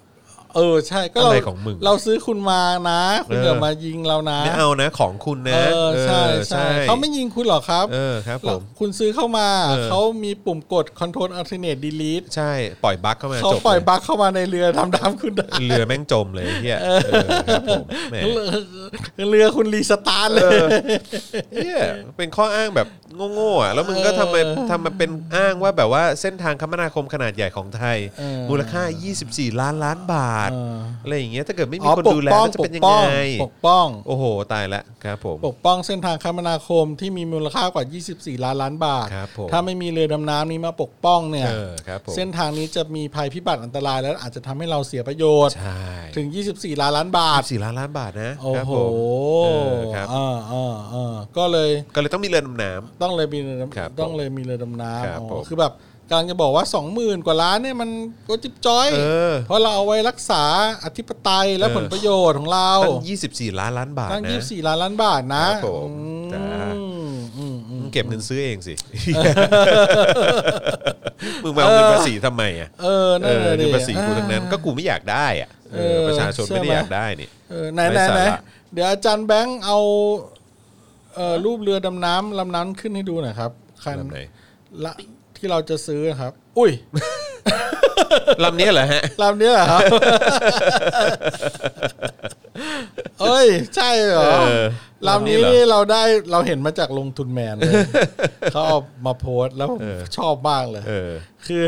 Speaker 3: เออใช่ก็เรา
Speaker 2: อะไรของมึง
Speaker 3: เราซื้อคุณมานะ คุณ
Speaker 2: เอออ
Speaker 3: อย่ามายิงเรานะ
Speaker 2: ไม่เอานะของคุณนะ
Speaker 3: เออใช่
Speaker 2: เออ
Speaker 3: ใช่เขาไม่ยิงคุณหรอกครับ
Speaker 2: เออครับผม
Speaker 3: คุณซื้อเข้ามา
Speaker 2: เออ
Speaker 3: เขามีปุ่มกด Control Alternate Delete
Speaker 2: ใช่ปล่อยบั๊กเข้ามา
Speaker 3: เขา
Speaker 2: จบ
Speaker 3: ปล่อย
Speaker 2: เลย
Speaker 3: บั๊กเข้ามาในเรือ ดำน้ำคุณได้
Speaker 2: เรือแม่งจมเลยไอ้เฮียเออครับผมแหม
Speaker 3: เรือคุณรีสตาร์ทเลย
Speaker 2: เฮียเป็นข้ออ้างแบบโง่ๆอ่ะแล้วมึงก็ทำไมทำมาเป็นอ้างว่าแบบว่าเส้นทางคมนาคมขนาดใหญ่ของไทย
Speaker 3: เออ
Speaker 2: มูลค่า 24 ล้านล้านบาท
Speaker 3: เออ
Speaker 2: อะไรอย่างเงี้ยถ้าเกิดไม่มี
Speaker 3: อ๋อ
Speaker 2: คน
Speaker 3: ปก
Speaker 2: ดูแล
Speaker 3: ป้อง
Speaker 2: แล้วจะเป็นยัง
Speaker 3: ปกป้อ
Speaker 2: ไง
Speaker 3: ปกป้อง
Speaker 2: โอ้โห ตายละครับผม
Speaker 3: ปกป้องเส้นทางคมนาคมที่มีมูลค่ากว่า 24 ล้านล้านบาท
Speaker 2: ครับผม
Speaker 3: ถ้าไม่มีเรือดำน้ำนี้มาปกป้องเนี่ย
Speaker 2: เออครับผม
Speaker 3: เส้นทางนี้จะมีภัยพิบัติอันตรายแล้วอาจจะทำให้เราเสียประโยชน์
Speaker 2: ใช่
Speaker 3: ถึง 24 ล้านล้านบาท
Speaker 2: สี่ล้านล้านบาทนะ
Speaker 3: โอ้
Speaker 2: ครับ
Speaker 3: โห
Speaker 2: ผมเออครับ
Speaker 3: เอ่าอ่าอ่าก็เลย
Speaker 2: ก็เลยต้องมีเรือดำน้
Speaker 3: ต้องเลยมีเรือ
Speaker 2: ครับ
Speaker 3: ดำต้องเลยมีเรือดำน้ำ
Speaker 2: ครับ
Speaker 3: อ๋อ
Speaker 2: ผม
Speaker 3: คือแบบกำลังจะบอกว่า 20,000 กว่าล้านเนี่ยมันก็จิบจ้อย
Speaker 2: ำเออ
Speaker 3: เพราะเราเอาไว้รักษาอธิปไตยและ
Speaker 2: เออ
Speaker 3: ผลประโยชน์ของเรา
Speaker 2: ตั้ง24 ล้านล้านบาท
Speaker 3: ตั้ง
Speaker 2: นะ
Speaker 3: 24 ล้านล้านบาทนะครับ
Speaker 2: ผม
Speaker 3: อื
Speaker 2: จ้า
Speaker 3: มอืมอืม
Speaker 2: มึงเก็บเงินซื้อเองสิ มึงมาเอาเงินภาษีทำไมอ่ะ
Speaker 3: เออ
Speaker 2: เอ
Speaker 3: นั่น
Speaker 2: อ
Speaker 3: เลย
Speaker 2: เงินภาษีกูทั้งนั้น ก็กูไม่อยากได้อ่ะเออประชาชนไม่ได้อยากได้นี่
Speaker 3: เออไหน
Speaker 2: ไร้
Speaker 3: ไหนไหน
Speaker 2: สาระ
Speaker 3: เดี๋ยวอาจารย์แบงค์เอาเอ่อรูปเรือดำน้ำลำน้ำขึ้นให้ดูหน่อยครับคัน
Speaker 2: ลำไหน
Speaker 3: ละที่เราจะซื้อนะครับ อุ้ย
Speaker 2: ลำนี้เหรอฮะ
Speaker 3: ลำนี้ เหรอครับ เอ้ย ใช่เหรอ
Speaker 2: เออ
Speaker 3: ลำนี้
Speaker 2: ลำนี้เหรอ
Speaker 3: นี่เราได้เราเห็นมาจากลงทุนแมนเลยเขาเอามาโพสต์แล้วผมชอบมากเลย
Speaker 2: เออ
Speaker 3: คือ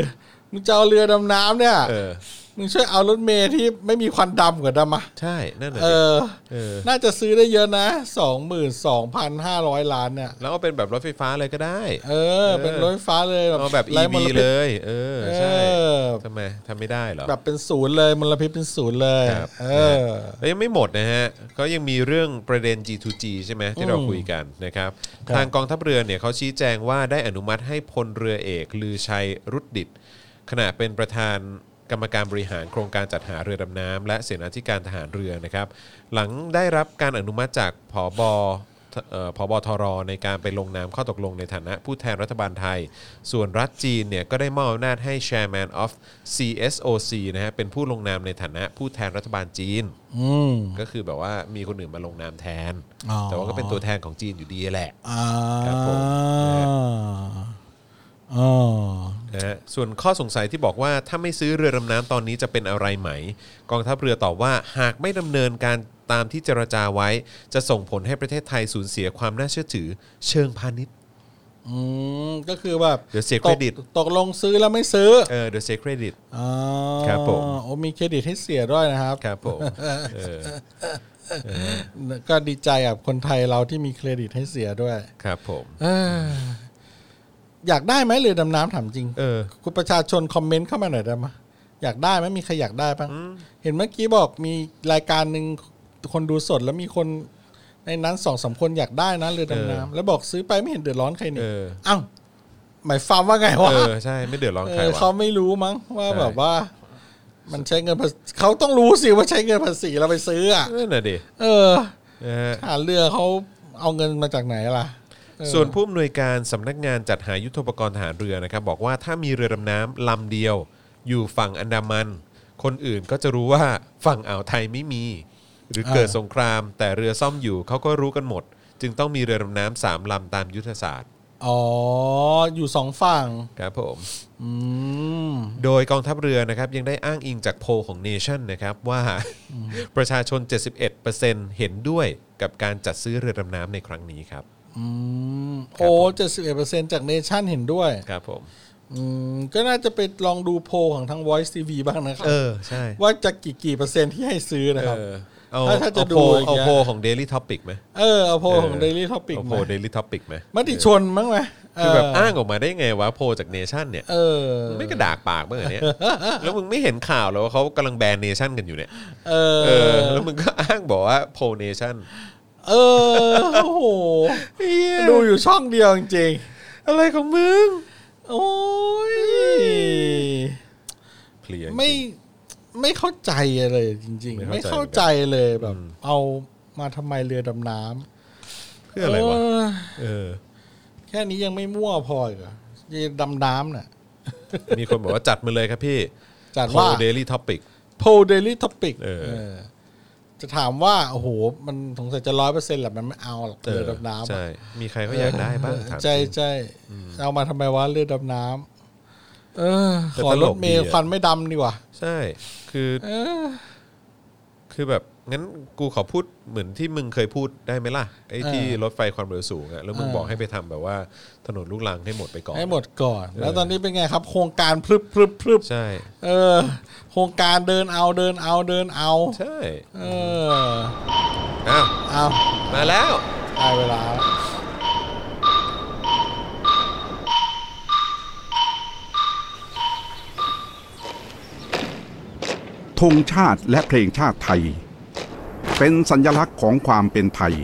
Speaker 3: มึงจะเอาเรือดำน้ำเนี่ย
Speaker 2: เออ
Speaker 3: มึงช่วยเอารถเมย์ที่ไม่มีควันดำกว่าดำมา
Speaker 2: ใช่ นั่นแหละ
Speaker 3: เอ
Speaker 2: ดิ
Speaker 3: อ
Speaker 2: เออ
Speaker 3: น่าจะซื้อได้เยอะนะสองหมื่นสองพันห้าร้อยล้านเนี่ย
Speaker 2: แล้วก็เป็นแบบรถไฟฟ้าเลยก็ได้
Speaker 3: เออ เป็นรถไฟฟ้าเลยแบบ
Speaker 2: เอาแบบ
Speaker 3: ไร้
Speaker 2: EV
Speaker 3: มลพิษ
Speaker 2: เลย เออ
Speaker 3: เอ
Speaker 2: ใช่
Speaker 3: อ
Speaker 2: ทำไมทำไม่ได้เหรอ
Speaker 3: แบบเป็นศูนย์เลยมลพิษเป็นศูนย์เลย
Speaker 2: ครับ
Speaker 3: เออ
Speaker 2: แล้วยังไม่หมดนะฮะก็ยังมีเรื่องประเด็น G2G ใช่ไหมที่เราคุยกันนะครับ
Speaker 3: ครับ
Speaker 2: ทางกองทัพเรือเนี่ยเขาชี้แจงว่าได้อนุมัติให้พลเรือเอก ลือชัยรุดดิตขณะเป็นประธานกรรมการบริหารโครงการจัดหาเรือดำน้ำและเสนาธิการทหารเรือนะครับ หลังได้รับการอนุมัติจากผอบเอ่อผบทรในการไปลงนามข้อตกลงในฐานะผู้แทนรัฐบาลไทย ส่วนรัฐจีนเนี่ยก็ได้มอบอำนาจให้ Chairman of CSOC นะฮะเป็นผู้ลงนามในฐานะผู้แทนรัฐบาลจีน
Speaker 3: อืม
Speaker 2: ก็คือแบบว่ามีคนอื่นมาลงนามแทน
Speaker 3: อ๋อ
Speaker 2: แต่ว่าก็เป็นตัวแทนของจีนอยู่ดีแหละ
Speaker 3: อ่า
Speaker 2: ครับผม
Speaker 3: อ๋อ
Speaker 2: นะฮะส่วนข้อสงสัยที่บอกว่าถ้าไม่ซื้อเรือดำน้ำตอนนี้จะเป็นอะไรไหม กองทัพเรือตอบว่าหากไม่ดำเนินการตามที่เจรจาไว้ จะส่งผลให้ประเทศไทยสูญเสียความน่าเชื่อถือ เชิงพาณิชย์
Speaker 3: อืมก็คือแบบ
Speaker 2: เดี๋ยวเสียเครดิต
Speaker 3: กตกลงซื้อแล้วไม่ซื้อ
Speaker 2: เออเดี๋ยวเสียเครดิต
Speaker 3: อ๋อ
Speaker 2: ครับผม
Speaker 3: โอ้มีเครดิตให้เสียด้วยนะครับ
Speaker 2: ครับผมเออ
Speaker 3: ก็ดีใจกับคนไทยเราที่มีเครดิตให้เสียด้วย
Speaker 2: ครับผม
Speaker 3: เอ้ยอยากได้ไหมเรือดำน้ำถามจริง
Speaker 2: เออ
Speaker 3: คุณประชาชนคอมเมนต์เข้ามาหน่อยได้ไหมอยากได้ไหมมีใครอยากได้บ้างเห็นเมื่อกี้บอกมีรายการหนึ่งคนดูสดแล้วมีคนในนั้นสองสามคนอยากได้นะเรือดำน้ำแล้วบอกซื้อไปไม่เห็นเดือดร้อนใคร
Speaker 2: เอ
Speaker 3: นี่
Speaker 2: อ
Speaker 3: เอ้าวหมายความว่าไงวะ
Speaker 2: เออใช่ไม่เดือดร้อนใคร
Speaker 3: เออ
Speaker 2: วะ
Speaker 3: เขาไม่รู้มั้งว่า
Speaker 2: ใช่
Speaker 3: แบบว่า มันใช้เงินภาษีเขาต้องรู้สิว่าใช้เงินภาษีเราไปซื้ออ่ะ
Speaker 2: นั่นน่ะดิ
Speaker 3: เออ
Speaker 2: นะฮะ
Speaker 3: หาเรือเขาเอาเงินมาจากไหนล่ะเออ
Speaker 2: ส่วนผู้อำนวยการสำนักงานจัดหายุทโธปกรณ์ทหารเรือนะครับ บอกว่าถ้ามีเรือดำน้ำลำเดียว อยู่ฝั่งอันดามัน คนอื่นก็จะรู้ว่าฝั่งอ่าวไทยไม่มี หรือ
Speaker 3: อ่า
Speaker 2: เกิดสงคราม แต่เรือซ่อมอยู่เขาก็รู้กันหมด จึงต้องมีเรือดำน้ำสามลำตามยุทธศาสตร์
Speaker 3: อ๋ออยู่สองฝั่ง
Speaker 2: ครับผม
Speaker 3: อืม
Speaker 2: โดยกองทัพเรือนะครับยังได้อ้างอิงจากโพลของเนชั่นนะครับว่า ประชาชน 71%เห็นด้วยกับการจัดซื้อเรือดำน้ำในครั้งนี้ครับ
Speaker 3: อืม
Speaker 2: ครับ
Speaker 3: โอ้
Speaker 2: ผม
Speaker 3: เจ็ดสิบเอ็ดเปอร์เซ็นจากเนชั่นเห็นด้วย
Speaker 2: ครับผม
Speaker 3: อืม ก็น่าจะไปลองดูโพลของทาง Voice TV บ้างนะครั
Speaker 2: เอบ อใช่
Speaker 3: ว่าจะกี่กี่เปอร์เซ็นต์ที่ให้ซื้อนะครับ
Speaker 2: เออเอา
Speaker 3: ถ้าถ้าจะ
Speaker 2: เอา
Speaker 3: ดู
Speaker 2: โพล
Speaker 3: อย่างเงี้
Speaker 2: เอา
Speaker 3: ย
Speaker 2: โพลของ Daily Topic ไหม
Speaker 3: เออเอาโพลของ
Speaker 2: เออ
Speaker 3: Daily Topic
Speaker 2: เอา
Speaker 3: ไห
Speaker 2: โพ
Speaker 3: ม
Speaker 2: ล Daily Topic ไหม
Speaker 3: มติชนมั้งไหมเ
Speaker 2: คือแบบอ้างออกมาได้ไงวะโพลจากเนชั่นเนี่ย
Speaker 3: เออ
Speaker 2: มึงไม่กระดากปากเมื่อเนี่ย แล้วมึงไม่เห็นข่าวเหรอว่าเขากำลังแบนเนชั่นกันอยู่เนี่ย
Speaker 3: เออ
Speaker 2: เออแล้วมึงก็อ้างบอกว่าโพลเนชั่น
Speaker 3: เออ โอ้โห ดูอยู่ช่องเดียวจริง
Speaker 2: อะไรของมึง
Speaker 3: ๆ โอ้ย
Speaker 2: เคลียร์จริง
Speaker 3: ไม่ไม่เข้าใจเลยจริง ๆ
Speaker 2: ไม่
Speaker 3: ไม่
Speaker 2: เข้า
Speaker 3: เข้า
Speaker 2: ใจ
Speaker 3: ใจเลยแบบ เอามาทำไมเรือดำน้ำ
Speaker 2: เพื่ออะไรวะ
Speaker 3: เอ
Speaker 2: เออ
Speaker 3: แค่นี้ยังไม่มั่วพออีกเหรอยีดำน้ำน่ะ
Speaker 2: มีคนบอกว่าจัดมาเลยครับพี่
Speaker 3: จัด
Speaker 2: โพล
Speaker 3: ว่า
Speaker 2: Daily Topic
Speaker 3: โพเดลิทอปิก
Speaker 2: เออ
Speaker 3: จะถามว่า โอ้โห มันสงสัยจะร้อยเปอร์เซ็นต์แหละมันไม่เอาหรอกเรือดำน้ำอะ
Speaker 2: ใช่ มีใครเขาอยากได้บ้างถามจริง
Speaker 3: ใช่ใช่เอามาทำไมวะเรือดำน้ำเออ
Speaker 2: แต่
Speaker 3: ขอ
Speaker 2: ตลก
Speaker 3: รถเมล์
Speaker 2: ดีอะ
Speaker 3: ควันไม่ดำดีกว่า
Speaker 2: ใช่ คือคือแบบ งั้นกูขอพูดเหมือนที่มึงเคยพูดได้ไหมล่ะ ไอ้ที่
Speaker 3: เออ
Speaker 2: รถไฟความเร็วสูงอะแล้วมึง
Speaker 3: เออ
Speaker 2: บอกให้ไปทำแบบว่าถนนลูกรังให้หมดไปก่อน
Speaker 3: ให้หมดก่อน แล้ว
Speaker 2: เออ
Speaker 3: ตอนนี้เป็นไงครับ โครงการพรึบพรึบพรึบ
Speaker 2: ใช่
Speaker 3: เออ โครงการเดินเอาเดินเอาเดินเอา
Speaker 2: ใช่
Speaker 3: เออ
Speaker 2: อ้าว
Speaker 3: เอา
Speaker 2: มาแล้ว
Speaker 3: ได้เวลาแล้ว
Speaker 5: ธงชาติและเพลงชาติไทย เป็นสัญลักษณ์ของความเป็นไทย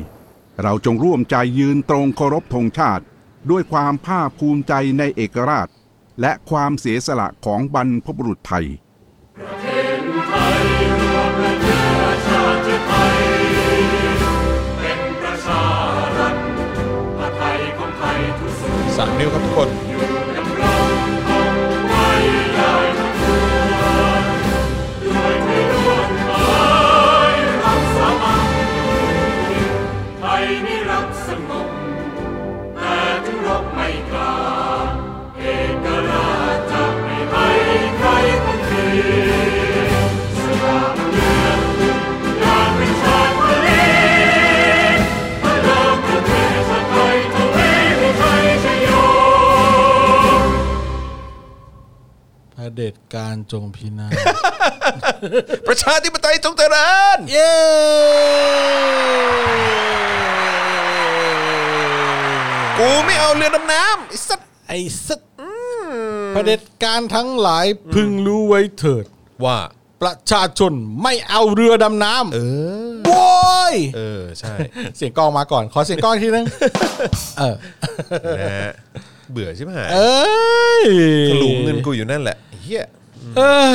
Speaker 5: เราจงร่วมใจยืนตรงเคารพธงชาติ ด้วยความภาคภูมิใจในเอกราช และความเสียสละของบรรพบุรุษไทย
Speaker 2: สามนิ้วครับทุกคน
Speaker 6: ไทยไม่รักสงบแต่ถึงรบไม่กล้า เอกราชจะไม่ให้ใครคนทีสลาบเลือดอยากเป็นชาติเลีพระเลิกประเทศไทยทะเลไม่ใช่ชโย
Speaker 3: อเด็จการจงพิ นาศ
Speaker 2: ประชาธิปไตยจงเจริญ
Speaker 3: เย้
Speaker 2: กูไม่เอาเรือดำน้ำไอ้สัตว์
Speaker 3: ไอ้สัตว์เผด็จการทั้งหลายพึงรู้ไว้เถิด
Speaker 2: ว่า
Speaker 3: ประชาชนไม่เอาเรือดำน้ำเออโว้ย
Speaker 2: เออ ใช่
Speaker 3: เสียงกลองมาก่อน ขอเสียงกลองอีกทีนึง เออ
Speaker 2: นะฮะเบื่อใช่ไหม
Speaker 3: เอ้ย
Speaker 2: ถลุงเงินกูอยู่นั่นแหละเฮีย
Speaker 3: เออ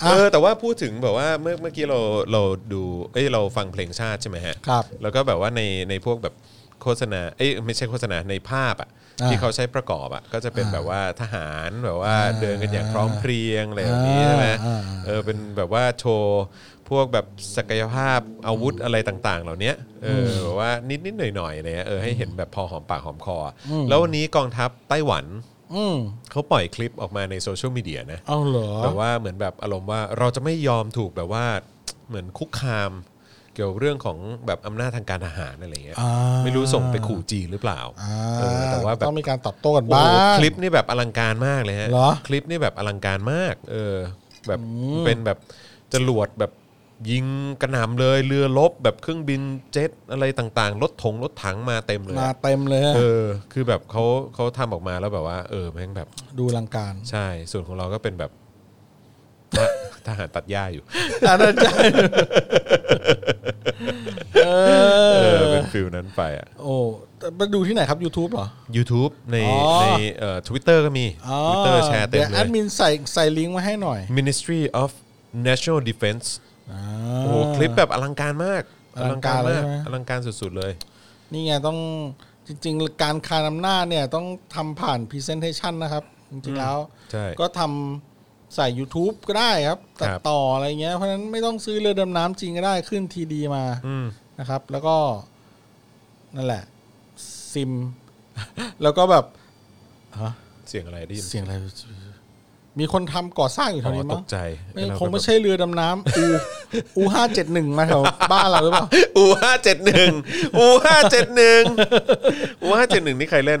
Speaker 2: เออ แต่ว่าพูดถึงแบบว่าเมื่อเมื่อกี้เราเราดูเอ้ยเราฟังเพลงชาติใช่ไหมฮะ
Speaker 3: ครับ
Speaker 2: แล้วก็แบบว่าในในพวกแบบโฆษณา เอ้ยไม่ใช่โฆษณาในภาพอ่ะ
Speaker 3: อ่า
Speaker 2: ที่เขาใช้ประกอบอ่ะก็จะเป็น
Speaker 3: อ่า
Speaker 2: แบบว่าทหารแบบว่า
Speaker 3: อ่า
Speaker 2: เดินกันอย่างพร้อมเพรียงอะไรแบบนี้
Speaker 3: อ่า
Speaker 2: ใช่ไหม
Speaker 3: อ่า
Speaker 2: เออเป็นแบบว่าโชว์พวกแบบศักยภาพอาวุธอะไรต่างๆ เหล่านี้เอออแบบว่านิดนิดๆหน่อยๆอะไรเงี้ยเออให้เห็นแบบพอหอมปากหอมคออ่ะ
Speaker 3: อืม
Speaker 2: แล้ววันนี้กองทัพไต้หวัน
Speaker 3: อืม
Speaker 2: เขาปล่อยคลิปออกมาในโซเชียลมีเดียนะ
Speaker 3: เอาเหรอ
Speaker 2: แบบว่าเหมือนแบบอารมณ์ว่าเราจะไม่ยอมถูกแบบว่าเหมือนคุกคาม เกี่ยวกับเรื่องของแบบอำนาจทางการทหารอะไรเงี้ย
Speaker 3: อ่า
Speaker 2: ไม่รู้ส่งไปขู่จีนหรือเปล่า
Speaker 3: อ่า
Speaker 2: เออแต่ว่าแบบ
Speaker 3: ต้องมีการตอบโต้กัน
Speaker 2: โอ้
Speaker 3: บ้าง
Speaker 2: โหคลิปนี่แบบอลังการมากเลยฮะ
Speaker 3: เหรอ
Speaker 2: คลิปนี่แบบอลังการมากเออแบบเป็นแบบจรวดแบบยิงกระหน่ำเลยเรือลบแบบเครื่องบินเจ็ตอะไรต่างๆรถถงรถถังมาเต็มเลย
Speaker 3: มาเต็มเลยฮะ
Speaker 2: เออคือแบบเขาเขาทำออกมาแล้วแบบว่า เออแม่งแบบ
Speaker 3: ดูอลังการ
Speaker 2: ใช่ ส่วนของเราก็เป็นแบบ ทหารตัดหญ้าอยู่
Speaker 3: อันนั้นใช่เอ
Speaker 2: เอ
Speaker 3: อ
Speaker 2: อ เป็นฟิลนั้นไปอ่ะ
Speaker 3: โอ้แต่มาดูที่ไหนครับ YouTube เหรอ
Speaker 2: YouTube ใน
Speaker 3: อ๋อ
Speaker 2: ในเอ่อ Twitter ก็มี
Speaker 3: อ๋อ
Speaker 2: Twitter แชร์เต็ม
Speaker 3: ดี๋ยว
Speaker 2: เล
Speaker 3: แอย ดมินใส่ใส่ลิงก์มาให้หน่อย
Speaker 2: Ministry of National Defense
Speaker 3: อ่า
Speaker 2: โอ้โหคลิปแบบอลังการมาก
Speaker 3: อลังการเลย
Speaker 2: มาก
Speaker 3: ใช่ไหม
Speaker 2: อลังการสุดๆเลย
Speaker 3: นี่ไงต้องจริง ๆ การคานอำนาจเนี่ยต้องทำผ่าน Presentation นะครับ จริง ๆ แล้ว
Speaker 2: ใช่
Speaker 3: ก็ทำใส่ YouTube ก็ได้ครับตัด
Speaker 2: ครับ
Speaker 3: ต่ออะไรเงี้ย เพราะฉะนั้นไม่ต้องซื้อเรือดำน้ำจริงก็ได้ขึ้นทีดีมา
Speaker 2: อืม
Speaker 3: นะครับ แล้วก็นั่นแหละ ซิม แล้วก็แบบฮะ
Speaker 2: เสียงอะไรได้ยิน
Speaker 3: เสียงอะไร มีคนทำก่อสร้างอยู่
Speaker 2: อ๋
Speaker 3: แถว
Speaker 2: อ
Speaker 3: นี้
Speaker 2: ต
Speaker 3: มั้ง
Speaker 2: กใจ
Speaker 3: ไม่คงไม่ใช่เรือดำน้ำอูอูห้าเจ็ดหนึ่งมา แถวบ้านเราหรือเปล่า
Speaker 2: อูห้าเจ็ดหนึ่งอูห้าเจ็ดหนึ่งอูห้าเจ็ดหนึ่งนี่ใครเล่น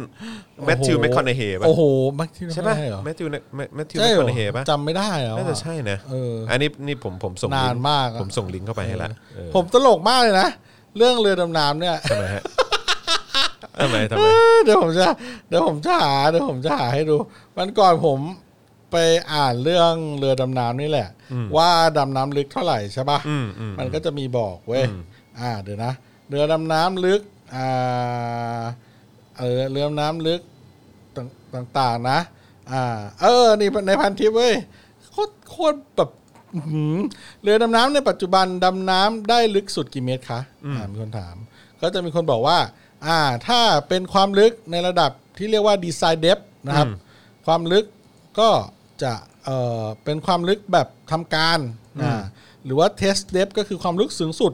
Speaker 2: แมทธิวแมคคอนเนเฮป่ะ
Speaker 3: โอ้โหแมทธิว
Speaker 2: ใช่ป่ะ
Speaker 3: เหรอ
Speaker 2: แมทธิวแมทธิวแม
Speaker 3: ใช่
Speaker 2: คค
Speaker 3: เหร
Speaker 2: อน
Speaker 3: อ
Speaker 2: เนเฮป่ะ
Speaker 3: จำไม่ได้แล้ว
Speaker 2: น่า
Speaker 3: อะ
Speaker 2: จะใช่นะ
Speaker 3: เอออั
Speaker 2: อันนี้นี่ผมผมส่งลิงก์
Speaker 3: นานมากอะ
Speaker 2: ผมส่งลิงก์เข้าไปให้ละเออ
Speaker 3: ผมตลกมากเลยนะ เรื่องเรือดำน้ำเนี่ย
Speaker 2: ทำไมฮะทำไมทำไม
Speaker 3: เดี๋ยวผมจะเดี๋ยวผมจะหาเดี๋ยวผมจะหาให้ดูวันก่อนผมไปอ่านเรื่องเรือดำน้ำนี่แหละ ว่าดำน้ำลึกเท่าไหร่ใช่ปะ
Speaker 2: อืมอืม
Speaker 3: มันก็จะมีบอกเว้ยอ่าเดี๋ยวนะ เรือดำน้ำลึกอ่าเออเรือดำน้ำลึกต่างต่างๆนะ อ่า เออนี่ในพันทิปเว้ยโคตรโคตรแบบอื้อหือเรือดำน้ำในปัจจุบันดำน้ำได้ลึกสุดกี่เมตรคะอ่ามีคนถาม ก็จะมีคนบอกว่า อ่า ถ้าเป็นความลึกในระดับที่เรียกว่าดีไซน์เดฟนะครับ ความลึกก็จะเอ่อเป็นความลึกแบบทำการอ่าหรือว่า test depth ก็คือความลึกสูงสุด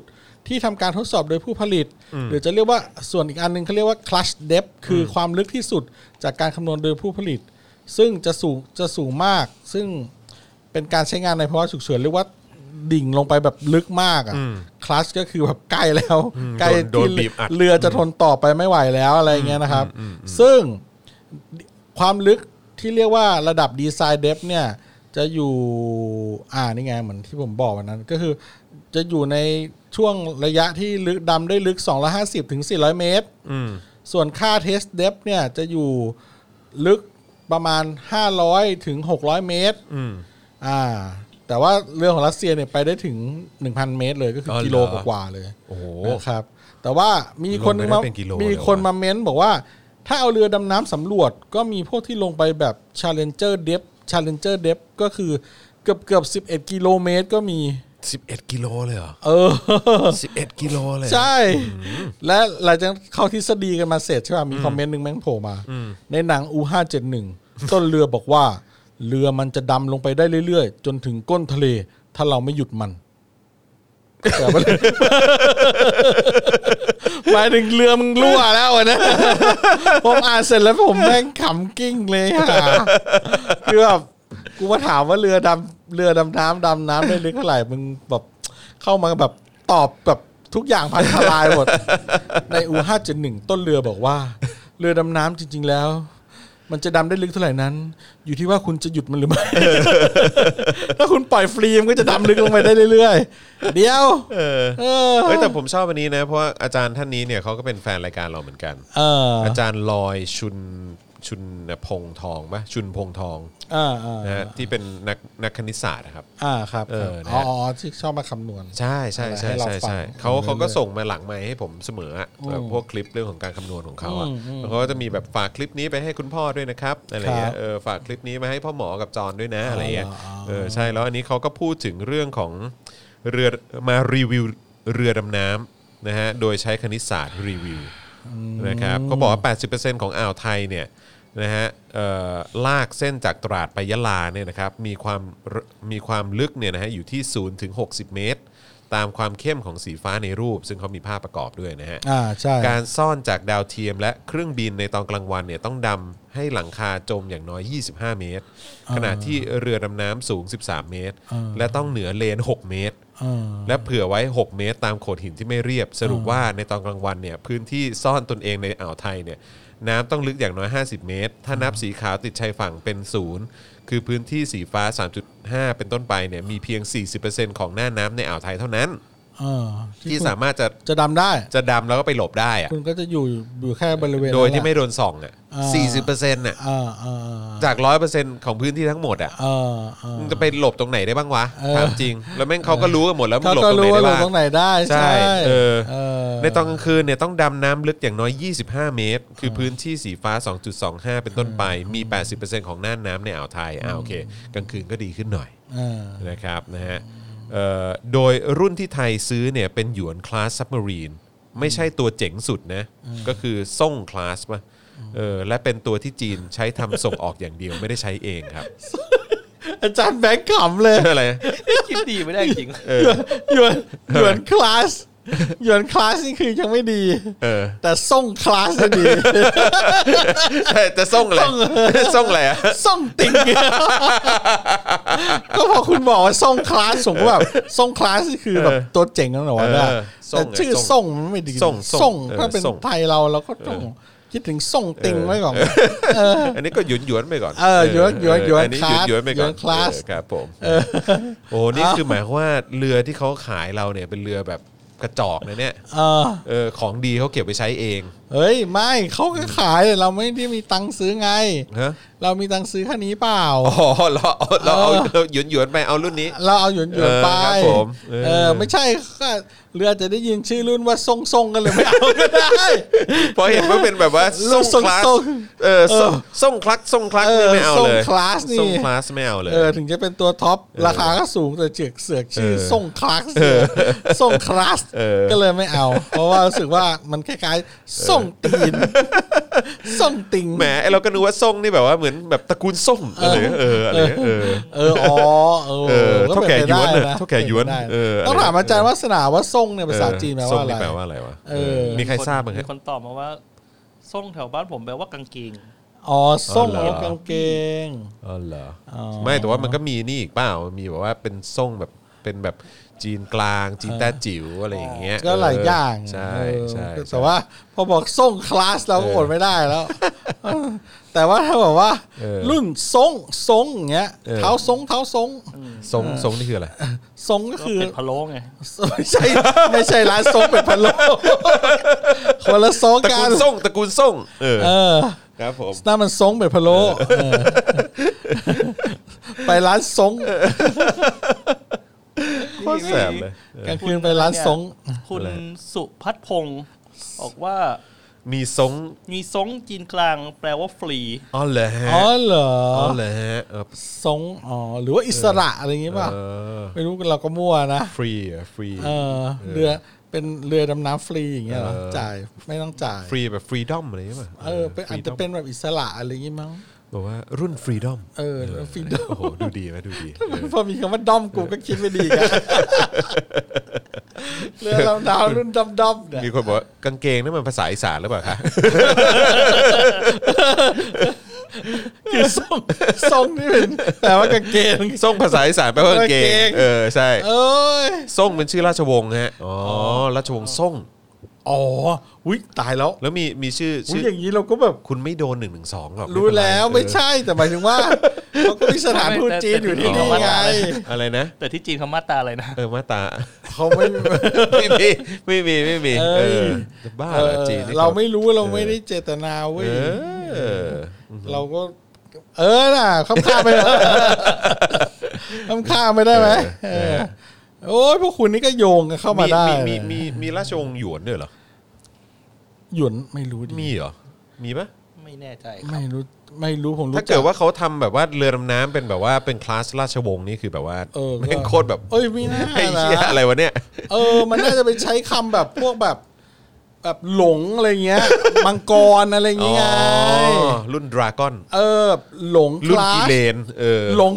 Speaker 3: ที่ทำการทดสอบโดยผู้ผลิต หรือจะเรียกว่าส่วนอีกอันหนึงเขาเรียกว่า clutch depth คือความลึกที่สุดจากการคำนวณโดยผู้ผลิต ซึ่งจะสูงจะสูงมาก ซึ่งเป็นการใช้งานในภาวะฉุกเฉินเรียกว่าดิ่งลงไปแบบลึกมากอะ่ะคลัชก็คือแบบใกล้แล้วใกล้
Speaker 2: โดน
Speaker 3: ที่
Speaker 2: บีบอัด
Speaker 3: เรือจะทนต่อไปไม่ไหวแล้วอะไรเงี้ยนะครับ ซึ่ง ความลึกที่เรียกว่าระดับดีไซน์เดฟเนี่ย จะอยู่อ่านี่ไงเหมือนที่ผมบอกวันนั้น ก็คือจะอยู่ในช่วงระยะที่ลึกดำได้ลึก 250 ถึง 400 เมตร
Speaker 2: อืม
Speaker 3: ส่วนค่าเทสเดฟเนี่ย จะอยู่ลึกประมาณ 500 ถึง 600 เมตร
Speaker 2: อืม
Speaker 3: อ่า แต่ว่าเรือของรัสเซียเนี่ยไปได้ถึง 1,000 เมตรเลยก็คือ
Speaker 2: อเหรอ
Speaker 3: กิโลกว่าๆเลย
Speaker 2: โอ้โห
Speaker 3: นะครับแต่ว่ามีคน
Speaker 2: ลงไปได้
Speaker 3: มา
Speaker 2: เป็นกิโล
Speaker 3: มี
Speaker 2: เลยเหรอ
Speaker 3: คน
Speaker 2: วะ
Speaker 3: มาเม้นบอกว่า ถ้าเอาเรือดำน้ำสำรวจ ก็มีพวกที่ลงไปแบบ Challenger Depth Challenger Depth ก็คือเกือบเกือบ11 กิโลเมตรก็มี
Speaker 2: สิบเอ็ดกิโลเลยเหรอ
Speaker 3: เออ
Speaker 2: สิบเอ็ดกิโลเลยเหรอ
Speaker 3: ใช่ และหลังจากเข้าทฤษฎีกันมาเสร็จใช่ป่ะ มีคอมเมนต์หนึ่งแม่งโผล่มา ในหนัง U571 ต้นเรือบอกว่า เรือมันจะดำลงไปได้เรื่อยๆ จนถึงก้นทะเล ถ้าเราไม่หยุดมันแต่ว่า หมายถึงเรือมึงรั่วแล้วอะนะ ผมอ่านเสร็จแล้วผมแม่งขำกิ้งเลยอะคือแบบกูมาถามว่าเรือดำเรือดำน้ำดำน้ำได้ลึกเท่าไหร่มึงแบบเข้ามาแบบตอบแบบทุกอย่างพังทลาย หมด ในอูห้าเจ็ดหนึ่งต้นเรือบอกว่า เรือดำน้ำจริง ๆ แล้ว มันจะดำได้ลึกเท่าไหร่นั้น อยู่ที่ว่าคุณจะหยุดมัน หรือไม่ ถ้าคุณปล่อยฟรีมันก็จะดำลึกลงไปได้เรื่อยๆ เดียว
Speaker 2: เออ
Speaker 3: เออ
Speaker 2: เฮ้ยแต่ผมชอบอันนี้นะ เพราะว่าอาจารย์ท่านนี้เนี่ยเขาก็เป็นแฟนรายการเราเหมือนกัน
Speaker 3: เออ
Speaker 2: อาจารย์ลอยชุนชุนพงทองปะชุนพงทอง
Speaker 3: อ่าอ่า
Speaker 2: นะฮะที่เป็นนักนักคณิตศาสตร์นะครับ
Speaker 3: อ่าครับ
Speaker 2: เออนะ
Speaker 3: อ๋ออ๋อที่ชอบมาคำนวณ
Speaker 2: ใช่ใช่ใช่
Speaker 3: ให้เรา
Speaker 2: ใช่
Speaker 3: ฟัง
Speaker 2: ใช่เขา
Speaker 3: เรื่อยๆ
Speaker 2: เขาก็ส่งมาหลังไมค์ให้ผมเสมออะแบบพวกคลิปเรื่องของการคำนวณของเขาอะแล้วเขาก็จะมีแบบฝากคลิปนี้ไปให้คุณพ่อด้วยนะครับอะไรเงี้
Speaker 3: ครั
Speaker 2: ย
Speaker 3: บ
Speaker 2: เออฝากคลิปนี้มาให้พ่อหมอกับจอนด้วยนะอะไรเงี้ย
Speaker 3: อ๋ออ๋อ
Speaker 2: เออใช่แล้วอันนี้เขาก็พูดถึงเรื่องของเรือมารีวิวเรือดำน้ำนะฮะโดยใช้คณิตศาสตร์รีวิวนะครับเขาบอกว่า 80%ของอ่าวไทยเนี่ยนะฮะเอ่อลากเส้นจากตราดไปยะลาเนี่ยนะครับมีความมีความลึกเนี่ยนะฮะอยู่ที่0ถึง60 เมตร ตามความเข้มของสีฟ้าในรูป ซึ่งเขามีภาพประกอบด้วยนะฮะ
Speaker 3: อ่าใช่
Speaker 2: การซ่อนจากดาวเทียมและเครื่องบินในตอนกลางวันเนี่ยต้องดำให้หลังคาจมอย่างน้อย 25 เมตร ขณะที่เรือดำน้ำสูง 13 เมตร และต้องเหนือเลน 6 เมตร
Speaker 3: เออ
Speaker 2: และเผื่อไว้ 6 เมตร ตามโขดหินที่ไม่เรียบ สรุปว่าในตอนกลางวันเนี่ยพื้นที่ซ่อนตนเองในอ่าวไทยเนี่ยน้ำต้องลึกอย่างน้อย 50 เมตร ถ้านับสีขาวติดชายฝั่งเป็นศูนย์คือพื้นที่สีฟ้า 3.5 เป็นต้นไปเนี่ยมีเพียง 40%ของหน้าน้ำในอ่าวไทยเท่านั้น
Speaker 3: เออ
Speaker 2: ที่สามารถจะ
Speaker 3: จะดำได้
Speaker 2: จะดำแล้วก็ไปหลบได้อะ
Speaker 3: คุณก็จะอยู่อยู่แค่บริเวณ
Speaker 2: โดยที่
Speaker 3: นั้นแหละ
Speaker 2: ไม่โดนส่องอ่ะ
Speaker 3: อ่า
Speaker 2: สี่สิบเปอร์เซ็นต์อ่ะ
Speaker 3: อ่าอ่า
Speaker 2: จากร้อยเปอร์เซ็นต์ของพื้นที่ทั้งหมดอ่ะ
Speaker 3: อ่าอ่า
Speaker 2: มึงจะไปหลบตรงไหนได้บ้างวะ
Speaker 3: เออ
Speaker 2: ถามจริง แล้วแม่งเขาก็รู้กันหมดแล้วมึ
Speaker 3: เขา
Speaker 2: งหลบ
Speaker 3: ก็
Speaker 2: ตรงไหน
Speaker 3: รู้ว่า
Speaker 2: ได้
Speaker 3: หลบ
Speaker 2: บ้าง
Speaker 3: ตรงไหนได้
Speaker 2: ใช่
Speaker 3: ใช่
Speaker 2: เออ
Speaker 3: เออ
Speaker 2: ในตอนกลางคืนเนี่ยต้องดำน้ำลึกอย่างน้อย 25 เมตร คือพื้นที่สีฟ้า 2.25 เป็นต้นไป มี 80%ของน่านน้ำในอ่าวไทยอ่าโอเค กลางคืนก็ดีขึ้นหน่อย
Speaker 3: เออ
Speaker 2: นะครับนะฮะเอ่อโดยรุ่นที่ไทยซื้อเนี่ยเป็นหยวนคลาสซับมารีนไม่ใช่ตัวเจ๋งสุดนะ ก็คือส่งคลาสป่ะเออและเป็นตัวที่จีน ใช้ทำส่งออกอย่างเดียวไม่ได้ใช้เองครับ
Speaker 3: อาจารย์แบงค์ขำเลย
Speaker 2: อะไร
Speaker 4: คิดดีไม่ได้จริง
Speaker 3: หยวนหยวนคลาสหยวนคลาสนี่คือยังไม่ดี
Speaker 2: เออ
Speaker 3: แต่ส่งคลาสนี่ดี
Speaker 2: แต่แต่ส่งอะไรส่งอะไรอะ
Speaker 3: ส่งติงก็พอคุณบอกว่าส่งคลาสผมก็แบบส่งคลาสนี่คือแบบตัวเจ๋งนั่นหรอวะเนี่ยแต่ชื่อส่งมันไม่ดีส่งถ้าเป็นไทยเราเราก็ต้องคิดถึงส่งติงไว้ก่อน
Speaker 2: อันนี้ก็หยวนหยวนๆไปก่อน
Speaker 3: เออหยวนๆหยว
Speaker 2: เออ
Speaker 3: นๆ
Speaker 2: อันนี้หยวนหยว
Speaker 3: class
Speaker 2: นๆไปก่อน
Speaker 3: หยวน class
Speaker 2: เออครับผมโอ้นี่คือหมายความว่าเรือที่เขาขายเราเนี่ยเป็นเรือแบบกระจอกนะเนี่ย
Speaker 3: เออ
Speaker 2: เออของดีเขาเก็บไว้ใช้เอง
Speaker 3: เฮ้ยไม่เขาก็ขายแต่เราไม่ได้มีตังค์ซื้อไง
Speaker 2: ฮะ
Speaker 3: เรามีตังค์ซื้อแค่นี้เปล่า
Speaker 2: อ๋อเราเอาเราเอาเราหยวนหยวนๆไปเอารุ่นนี้
Speaker 3: เราเอาหยวนหยวน
Speaker 2: เออ
Speaker 3: ๆไป
Speaker 2: ครับผมเออ
Speaker 3: เออไม่ใช่ค่ะเรือจะได้ยินชื่อรุ่นว่าทรงทรงๆกันเลยไม่เอาก็ได้
Speaker 2: เพราะเห็นว่าเป็นแบบว่า
Speaker 3: รุ่
Speaker 2: ส่ง
Speaker 3: นท
Speaker 2: ค
Speaker 3: รง
Speaker 2: ลาส
Speaker 3: ทรง
Speaker 2: เออส่ง
Speaker 3: เออ
Speaker 2: ส่งคลักส่งคลักนี่
Speaker 3: เออ
Speaker 2: ไม่เอาเลย
Speaker 3: ส่งคลาสนี่
Speaker 2: ส่งคลาสไม่เอาเลย
Speaker 3: เออถึงจะเป็นตัวท็อปราคาก็สูงแต่เจือกเสือกชื่อ
Speaker 2: เออ
Speaker 3: ทรงคลาสเสือกทรงคลาส
Speaker 2: เออ
Speaker 3: ก็เลยไม่เอา เพราะว่ารู้สึกว่ามันคล้ายๆทรงตีนทรงติง
Speaker 2: แหมไอ้เราก็นึกว่าส่งนี่แบบว่าเหมือนแบบตระกูลส่งอะไรเอออะไรเออ
Speaker 3: เอออ๋อเออ
Speaker 2: เออ
Speaker 3: ก็
Speaker 2: เท่าแก่
Speaker 3: ป็ไปได้
Speaker 2: หยวนน่ะ
Speaker 3: ะ
Speaker 2: เท่าแก่หยวน
Speaker 3: ป็ไปได้
Speaker 2: เอออะไร
Speaker 3: ต้องถามอาจารย์วาสนาว่าทรงเนี่ยภาษาจีนแปล
Speaker 2: ส่ง
Speaker 3: ว่าอะไร
Speaker 2: นี่แปลว่าอะไรวะ
Speaker 3: เออ
Speaker 2: มีใครทราบบ้าง
Speaker 4: มี
Speaker 2: ฮะ
Speaker 4: คนตอบมาว่าส่งแถวบ้านผมแปลว่ากางเกง
Speaker 3: อ๋อทรง
Speaker 2: อ๋อเหรอ
Speaker 3: กางเกง
Speaker 2: อ๋อเหรอ
Speaker 3: อ๋อ
Speaker 2: ไม่แต่ว่ามันก็มีนี่อีกเปล่ามีแบบว่าเป็นส่งแบบเป็นแบบจีนกลางจีนแต้จิ๋วอะไรอย่างเงี้ย
Speaker 3: ก็หลายอย่าง
Speaker 2: ใช่ใช่
Speaker 3: เออ
Speaker 2: ใช่
Speaker 3: แต่ว่าพอบอกส่งคลาสเราก็อดไม่ได้แล้วเออแต่ว่าถ้าบอกว่า
Speaker 2: เออ
Speaker 3: รุ่นทรงทรงอย่างเงี้ย
Speaker 2: เออ
Speaker 3: เท้าทรงเท้าทรง
Speaker 2: ส่งส่งนี่คืออะไร
Speaker 3: ทรงก็
Speaker 4: ก็
Speaker 3: คือ
Speaker 4: เป็ดพะโล้ไง
Speaker 3: ไม่ใช่ไม่ใช่ร้านทรงเป็ดพะโล้ คนละทรง
Speaker 2: ตระ
Speaker 3: กั
Speaker 2: กู
Speaker 3: น
Speaker 2: ลส่งตระกูลส่งเออ
Speaker 3: เออ
Speaker 2: ครับผม
Speaker 3: หน้ามันทรงเป็ดพะโล้เออไปร้านทรง
Speaker 2: โคตรแสบเลย
Speaker 3: กลางคืนไปร้านทรง
Speaker 4: คุณ
Speaker 2: อะไร
Speaker 4: สุพัฒน์พงศ์บอกว่า
Speaker 2: มีส่ง
Speaker 4: มีซงจีนกลางแปลว่าฟรี
Speaker 2: อ๋อเหรอฮะ
Speaker 3: อ๋อเหรอ
Speaker 2: อ๋
Speaker 3: อ
Speaker 2: อเหรอฮะเออ
Speaker 3: ทรงอ๋อหรือว่าอิสระอะไรอย่างงี้ป่ะ
Speaker 2: เออ
Speaker 3: ไม่รู้เราก็มั่วนะ
Speaker 2: ฟรีอ่ะฟรี
Speaker 3: เออเรือเป็นเรือดำน้ำฟรีอย่างเงี้ยเหรอจ่ายไม่ต้องจ่าย
Speaker 2: ฟรีแบบฟรีดอมอะไรใช่ป่ะ
Speaker 3: เออเป็นอาจจะเป็นแบบอิสระอะไรอย่างงี้มั้ง
Speaker 2: บอกว่ารุ่นฟรีดอม
Speaker 3: เออฟรีดอ
Speaker 2: โอ้
Speaker 3: ม
Speaker 2: โหดูดีไหมดู ดีเออ
Speaker 3: พอมีคำว่าด้อมกูก็คิดไม่ดีกันเรือดำน้ำรุ่นด้อมด้อมๆเนี่ย
Speaker 2: มีคนบอกว่ากางเกงนั่นมันภาษาอีสานหรือเปล่าคะ
Speaker 3: คือส่งส่งนี่เป็นแปลว่ากางเกง
Speaker 2: ส่งภาษาอีสานแปลว่ากางเก
Speaker 3: กางเก
Speaker 2: ง
Speaker 3: ง
Speaker 2: เออใช่
Speaker 3: เอ้ย
Speaker 2: ส่งเป็นชื่อราชวงศ์ฮะอ๋อราชวงศ์ส่ง
Speaker 3: อ๋ออุ้ยตายแล้ว
Speaker 2: แล้วมีมีชื่อ
Speaker 3: อุ้
Speaker 2: ชื่
Speaker 3: ย
Speaker 2: อ
Speaker 3: อย่างนี้เราก็แบบ
Speaker 2: คุณไม่โดนหนึ่งหนึ่งสองหรอก
Speaker 3: รู้
Speaker 2: เป็นไ
Speaker 3: แล้วไม่ใช่แต่หมายถึงว่าเขาก็มีสถานทูตจีนอยู่ที่นี่ไง
Speaker 2: เอออะไรนะ
Speaker 4: แต่ที่จีนเขามาตราอะไรนะ
Speaker 2: เออมาตรา
Speaker 3: เขาไม่
Speaker 2: ไม่มีไม่มีไม่มีเอ
Speaker 3: เอ้ย
Speaker 2: อจะบ้าเหรอจีนนี่
Speaker 3: เราไม่รู้เราไม่ได้เจตนาเว้ย
Speaker 2: เออ
Speaker 3: เราก็ เออน่ะข้ามข้ามไปเถอะ ข้ามข้ามไปได้ไหมเออโอ้ยพวกคุณนี่ก็โยงกันเข้ามาได้
Speaker 2: มีมีมีราชวงศ์หยวนด้วยเหรอ
Speaker 3: หยวนไม่รู้ดิ
Speaker 2: มีเหรอ มีปะ
Speaker 4: ไม่แน่ใจครับ
Speaker 3: ไม่รู้ไม่รู้ผมรู้
Speaker 2: ถ้าเกิดว่าเขาทำแบบว่าเรือดำน้ำเป็นแบบว่าเป็นคลาสราชวงศ์นี่คือแบบว่า
Speaker 3: เออ
Speaker 2: แม่งโคตรแบบ
Speaker 3: เอ้ยไม่น่า
Speaker 2: ไอ้
Speaker 3: นะ
Speaker 2: เหี้ยอะไรวะเนี่ย
Speaker 3: เออ มันน่าจะไปใช้คำแบบพวกแบบ แบบหลงอะไรเงี้ยมังกรอะไรอย่าง
Speaker 2: อ๋อ
Speaker 3: เงี้ย
Speaker 2: รุ่นดราก้อน
Speaker 3: เออหลงค
Speaker 2: รุ่น
Speaker 3: ลา
Speaker 2: กิ
Speaker 3: ส
Speaker 2: เลน เออ
Speaker 3: หลง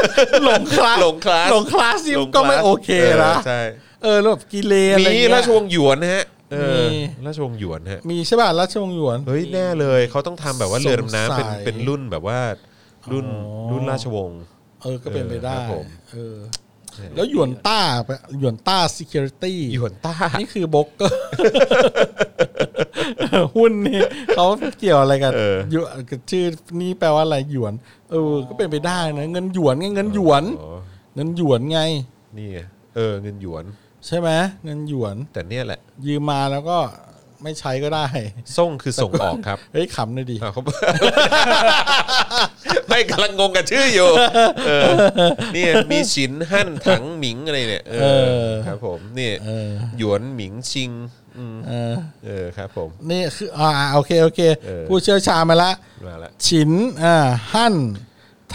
Speaker 3: หลงคลาส
Speaker 2: หลงคลาส
Speaker 3: หลงคลาสนี่
Speaker 2: หลงคลาส
Speaker 3: ก็ไม่โอเคนะ
Speaker 2: เออใช่
Speaker 3: เออแล้วแบบกิเลนอะไร
Speaker 2: มี
Speaker 3: เงี้ย
Speaker 2: ราชวงศ์หยวนนะฮะ เออ
Speaker 3: มี
Speaker 2: ราชวงศ์หยวนฮะ
Speaker 3: มีใช่ป่ะราชวงศ์หยวน
Speaker 2: เฮ้ยแน่เลยเขาต้องทำแบบว่าเรือดำน้ำเป็น
Speaker 3: สงสัย
Speaker 2: เป็นรุ่นแบบว่ารุ่นรุ่นราชวงศ์
Speaker 3: เออก็เป็นไปได้
Speaker 2: เออครับผม
Speaker 3: เออแล้วหยวนต้าปะหยวนต้า security
Speaker 2: หยวนต้า
Speaker 3: นี่คือโบล็อกเกอร์ หุ้นนี่เขาเกี่ยวอะไรกัน
Speaker 2: เออ
Speaker 3: หยวนกับชื่อนี่แปลว่าอะไรหยวน เออ ก็เป็นไปได้นะเงินหยวนไงเงินหยวน
Speaker 2: อ๋อ
Speaker 3: เงินหยวนไง
Speaker 2: นี่ไงเออเงินหยวน
Speaker 3: ใช่ไหมเงินหยวน
Speaker 2: แต่เนี่ยแหละ
Speaker 3: ยืมมาแล้วก็ไม่ใช้ก็ได้
Speaker 2: ส่งคือส่งออก ครับ
Speaker 3: เฮ้ยขำหน่อยดิ
Speaker 2: อ่ะเขา ไม่กำลังงงกับชื่ออยู่เออนี่มีฉินหั่นถังหมิงอะไรเนี่ยเออ
Speaker 3: อ
Speaker 2: ครับผมนี่
Speaker 3: เออ
Speaker 2: หยวนหมิงชิงอืม
Speaker 3: เออ
Speaker 2: เออครับผม
Speaker 3: นี่คืออ่าโอเคโอเค
Speaker 2: เออ
Speaker 3: ผู้เชี่ยวชาญมาละ
Speaker 2: มาละ
Speaker 3: ฉินอ่าหั่น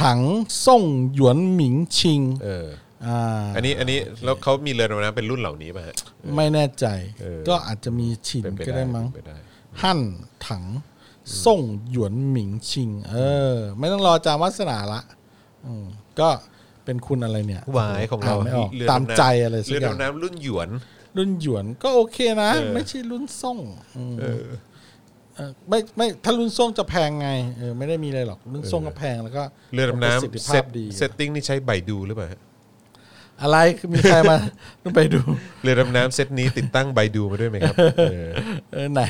Speaker 3: ถังส่งหยวนหมิงชิง
Speaker 2: เออ
Speaker 3: อ่า
Speaker 2: อันนี้อันนี้แล้วเขามีเรือดำน้ำเป็นรุ่นเหล่านี้ป่ะฮะ
Speaker 3: ไม่แน่ใจ
Speaker 2: เออ
Speaker 3: ก็อาจจะมีฉิน
Speaker 2: เป็นไป
Speaker 3: ก็
Speaker 2: ได้
Speaker 3: ได้มั้ง
Speaker 2: เป็นไปได้
Speaker 3: หั่นถังส่งหยวนหมิงชิง เออ ไม่ต้องรออาจามวัสนาละอืมก็เป็นคุณอะไรเนี่ย
Speaker 2: หวายของเรา
Speaker 3: อ่านไม่ออก
Speaker 2: เรือ
Speaker 3: ตาม
Speaker 2: ดำน้ำ
Speaker 3: ใจอะไรสัก
Speaker 2: เรือ
Speaker 3: อย่าง
Speaker 2: ดำน้ำรุ่นหยวน
Speaker 3: รุ่นหยวนก็โอเคนะ
Speaker 2: เออ
Speaker 3: ไม่ใช่รุ่นส่งอืมเออไม่ไม่ถ้ารุ่นส่งจะแพงไงเออไม่ได้มีอะไรหรอกรุ่นส่งก็แพงแล้วก็
Speaker 2: เรือดำ
Speaker 3: ประสิทธิ
Speaker 2: น้ำ
Speaker 3: ภาพดี
Speaker 2: เซตติ้งนี่ใช้ใบดูหรือเปล่าฮะ
Speaker 3: อะไรคือมีใครมา ต้องไปดู
Speaker 2: เรือดำน้ำเซตนี้ติดตั้งใบดูมาด้วยไหมครับเออ
Speaker 3: เออไหน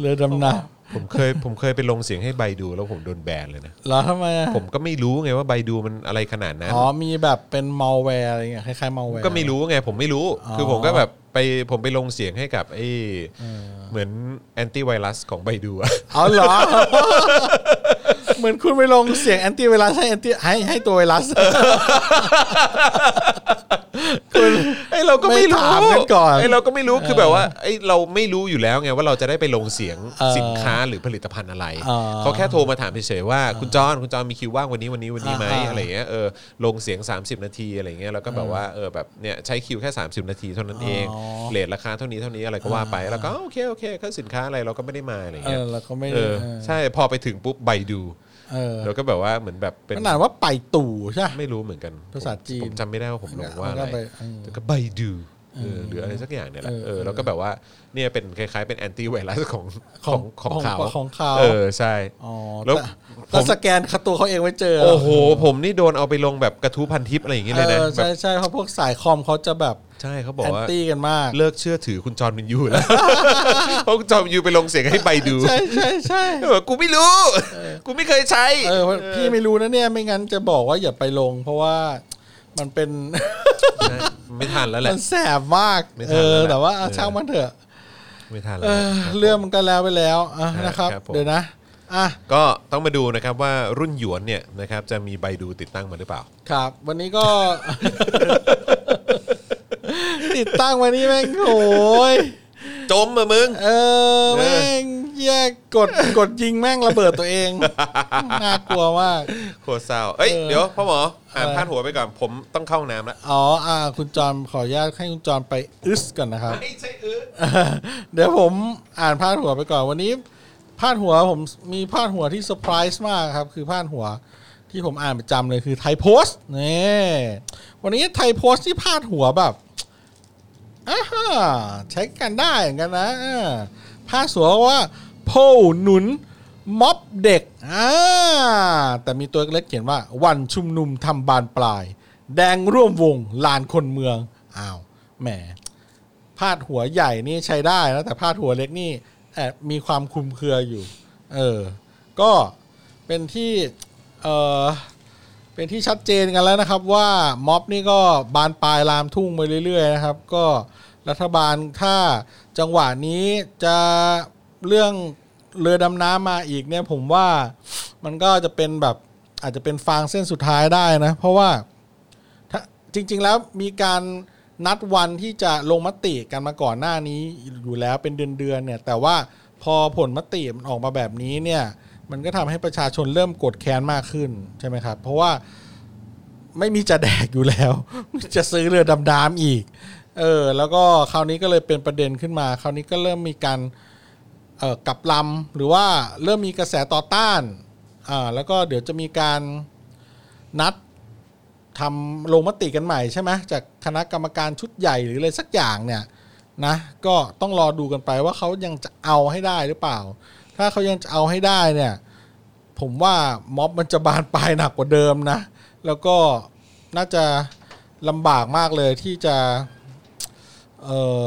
Speaker 3: เรือดำน้
Speaker 2: ผมเคยผมเคยไปลงเสียงให้ใบดูแล้วผมโดนแบนเลยนะ
Speaker 3: ำเหรอทำไมอะ
Speaker 2: ผมก็ไม่รู้ไงว่าใบดูมันอะไรขนาดนั้น
Speaker 3: อ๋อมีแบบเป็นมัลแวร์อะไรเงี้ยคล้ายๆมัลแวร์
Speaker 2: ก็ไม่รู้ไงผมไม่รู้
Speaker 3: อ๋อ
Speaker 2: คือผมก็แบบไปผมไปลงเสียงให้กับไอ้เหมือนแอนตี้ไวรัสของใบดูอะ
Speaker 3: เอา เหรอ เหมือนคุณไปลงเสียงแอนตี้ไวรัสให้แอนตี้ให้ให้ตัวไวรัส
Speaker 2: ไอ้เราก็ไม่รู้
Speaker 3: ไม่ถามกันก่อน
Speaker 2: ไอ้เราก็ไม่รู้คือแบบว่าไอ้เราไม่รู้อยู่แล้วไงว่าเราจะได้ไปลงเสียง
Speaker 3: เออ
Speaker 2: สินค้าหรือผลิตภัณฑ์อะไร
Speaker 3: อ๋อ
Speaker 2: เขาแค่โทรมาถามเฉยๆว่าคุณจอนคุณจอนมีคิวว่างวันนี้วันนี้วันนี้ไหม
Speaker 3: อ่าๆ
Speaker 2: อะไรเงี้ยเออลงเสียง 30 นาทีอะไรเงี้ยแล้วก็แบบว่าเออแบบเนี่ยใช้คิวแค่ 30 นาทีเท่านั้นเอง
Speaker 3: อ๋อ
Speaker 2: เลทราคาเท่านี้เท่านี้อะไรก็ว่าไปแล้วก็โอเคโอเคก็สินค้าอะไรเราก็ไม่ได้มาอะไร
Speaker 3: เอ
Speaker 2: เงี้ย
Speaker 3: อแล้วก็ไม่
Speaker 2: เอ
Speaker 3: ได้
Speaker 2: อ
Speaker 3: เออ
Speaker 2: ใช่พอไปถึงปุ๊บใบดู
Speaker 3: เออ
Speaker 2: แล้วก็แบบว่าเหมือนแบบเป็น
Speaker 3: ขนาดว่าไปตู่ใช่
Speaker 2: ไม่รู้เหมือนกัน
Speaker 3: ภาษาจีน
Speaker 2: ผมจำไม่ได้ว่าผมลงว่าอะ
Speaker 3: ก็
Speaker 2: ไร
Speaker 3: ปเออ
Speaker 2: แต่ก็ใบดูเออหรืออะไรสักอย่างเนี่ยแหละ
Speaker 3: เออ
Speaker 2: เออแล้วก็แบบว่าเนี่ยเป็นคล้ายๆเป็นแอนตี้ไวรัสของข
Speaker 3: ข
Speaker 2: อ
Speaker 3: อง ง
Speaker 2: ของเขา
Speaker 3: ของของเขา
Speaker 2: เออใช่
Speaker 3: อ๋อ
Speaker 2: แล้ว
Speaker 3: แต่ก็สแกนคัตัวเขาเองไว้เจอ
Speaker 2: โอ้โห ผมนี่โดนเอาไปลงแบบกระทู้พันทิปอะไรอย่างเงี้ยเลยนะ
Speaker 3: เออ
Speaker 2: แบ
Speaker 3: ใช่
Speaker 2: บ
Speaker 3: ใช่เพราะพวกสายคอมเขาจะแบบ
Speaker 2: ใช่เขาบอก
Speaker 3: แอน
Speaker 2: ว่า
Speaker 3: ตี้กันมาก
Speaker 2: เลิกเชื่อถือคุณจอห์นวินยูแล้ว เพราะคุณจอห์นวินยูไปลงเสียงให้ใบดู
Speaker 3: ใช่ใช่ใช่
Speaker 2: เออกูไม่รู้ กูไม่เคยใช้
Speaker 3: เออพี่ไม่รู้นะเนี่ยไม่งั้นจะบอกว่าอย่าไปลง เพราะว่ามันเป็น
Speaker 2: ไม่ทันแล้วแหละ
Speaker 3: มันแสบมาก
Speaker 2: ไม่ทัน
Speaker 3: เออ
Speaker 2: แล้วแหละ
Speaker 3: แต่ว่าอ่ะ
Speaker 2: เออ
Speaker 3: ช่างมันเถอะ
Speaker 2: ไม่ทันแล้ว
Speaker 3: เอ
Speaker 2: นะ
Speaker 3: อ
Speaker 2: ครับ
Speaker 3: เรื่องมันก็แล้วไปแล้วอ่ะ
Speaker 2: ครับ
Speaker 3: นะครับ
Speaker 2: ครับผม
Speaker 3: เดี๋ยวนะอ่ะ
Speaker 2: ก็ต้องมาดูนะครับว่ารุ่นหยวนเนี่ยนะครับจะมีใบดูติดตั้งมาหรือเปล่า
Speaker 3: ครับ วันนี้ก็ ติดตั้งวันนี้แม่งโอ้ย
Speaker 2: จมมามึง
Speaker 3: เอ
Speaker 2: เออ
Speaker 3: อแม่งแยกกดกดยิงแม่งระเบิดตัวเอง น่ากลัวมาก
Speaker 2: โคตรเศร้าเอ้ย
Speaker 3: เออ
Speaker 2: เดี๋ยวพ่อหมออ่าน
Speaker 3: เออ
Speaker 2: พาดหัวไปก่อน ผมต้องเข้าห้องน้ำแล้ว
Speaker 3: อ๋ออ่าคุณจอมขออนุญาตให้คุณจอมไปอึสก่อนนะครับ
Speaker 2: ไม่ใช่เออ
Speaker 3: เดี๋ยวผมอ่านพาดหัวไปก่อนวันนี้พาดหัวผมมีพาดหัวที่เซอร์ไพรส์มากครับ คือพาดหัวที่ผมอ่านประจำเลยคือไทยโพสต์นี่วันนี้ไทยโพสต์ที่พาดหัวแบบอ้าฮะใช้กันได้เหมือนกันนะอ่าพาดหัวว่าโพลหนุนม็อบเด็กอ่าแต่มีตัวเล็กเขียนว่า วันชุมนุมทำบานปลาย แดงร่วมวงลานคนเมืองอ้าวแหม พาดหัวใหญ่นี่ใช้ได้นะแต่พาดหัวเล็กนี่แอบมีความคลุมเครืออยู่ เออ ก็เป็นที่เออเป็นที่ชัดเจนกันแล้วนะครับ ว่าม็อบนี่ก็บานปลายลามทุ่งไปเรื่อยๆนะครับ ก็รัฐบาลถ้าจังหวะนี้จะเรื่องเรือดำน้ำมาอีกเนี่ยผมว่ามันก็จะเป็นแบบอาจจะเป็นฟางเส้นสุดท้ายได้นะ เพราะว่า ถ้าจริงๆแล้วมีการนัดวันที่จะลงมติกันมาก่อนหน้านี้อยู่แล้วเป็นเดือนๆเนี่ย แต่ว่าพอผลมติมันออกมาแบบนี้เนี่ย มันก็ทำให้ประชาชนเริ่มโกดแค้นมากขึ้นใช่ไหมครับ เพราะว่าไม่มีจะแดกอยู่แล้ว จะซื้อเรือดำน้ำอีก เออ แล้วก็คราวนี้ก็เลยเป็นประเด็นขึ้นมา คราวนี้ก็เริ่มมีการ เอ่อกลับลำหรือว่าเริ่มมีกระแสต่อต้านอ่าแล้วก็เดี๋ยวจะมีการนัดทำลงมติกันใหม่ใช่ไหมจากคณะกรรมการชุดใหญ่หรืออะไรสักอย่างเนี่ยนะก็ต้องรอดูกันไปว่าเขายังจะเอาให้ได้หรือเปล่า ถ้าเขายังจะเอาให้ได้เนี่ยผมว่าม็อบมันจะบานปลายหนักกว่าเดิมนะ แล้วก็น่าจะลำบากมากเลยที่จะเออ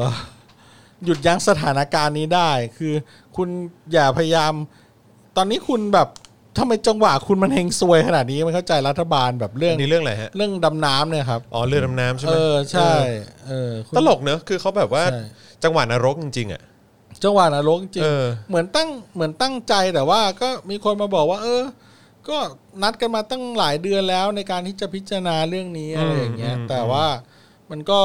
Speaker 3: หยุดยั้งสถานการณ์นี้ได้ คือคุณอย่าพยายาม ตอนนี้คุณแบบทำไมจังหวะคุณมันเฮงซวยขนาดนี้ไม่เข้าใจรัฐบาลแบบเรื่อง
Speaker 2: อันนี้เรื่องอะไรฮะ
Speaker 3: เรื่องดำน้ำเนี่ยครับ
Speaker 2: อ๋อเรือดำน้ำใช่ไห
Speaker 3: เอ
Speaker 2: ม
Speaker 3: อใช่
Speaker 2: เออ
Speaker 3: เออคุณ
Speaker 2: ตลกเนอะคือเขาแบบว่า
Speaker 3: ใช่
Speaker 2: จังหวะนรกจริงๆอ่ะ
Speaker 3: จังหวะนรกจริง
Speaker 2: เออ
Speaker 3: เหมือนตั้งเหมือนตั้งใจแต่ว่าก็มีคนมาบอกว่า เออ ก็นัดกันมาตั้งหลายเดือนแล้วในการที่จะพิจารณาเรื่องนี้อะไรอย่างเงี้ยแต่ว่ามันก็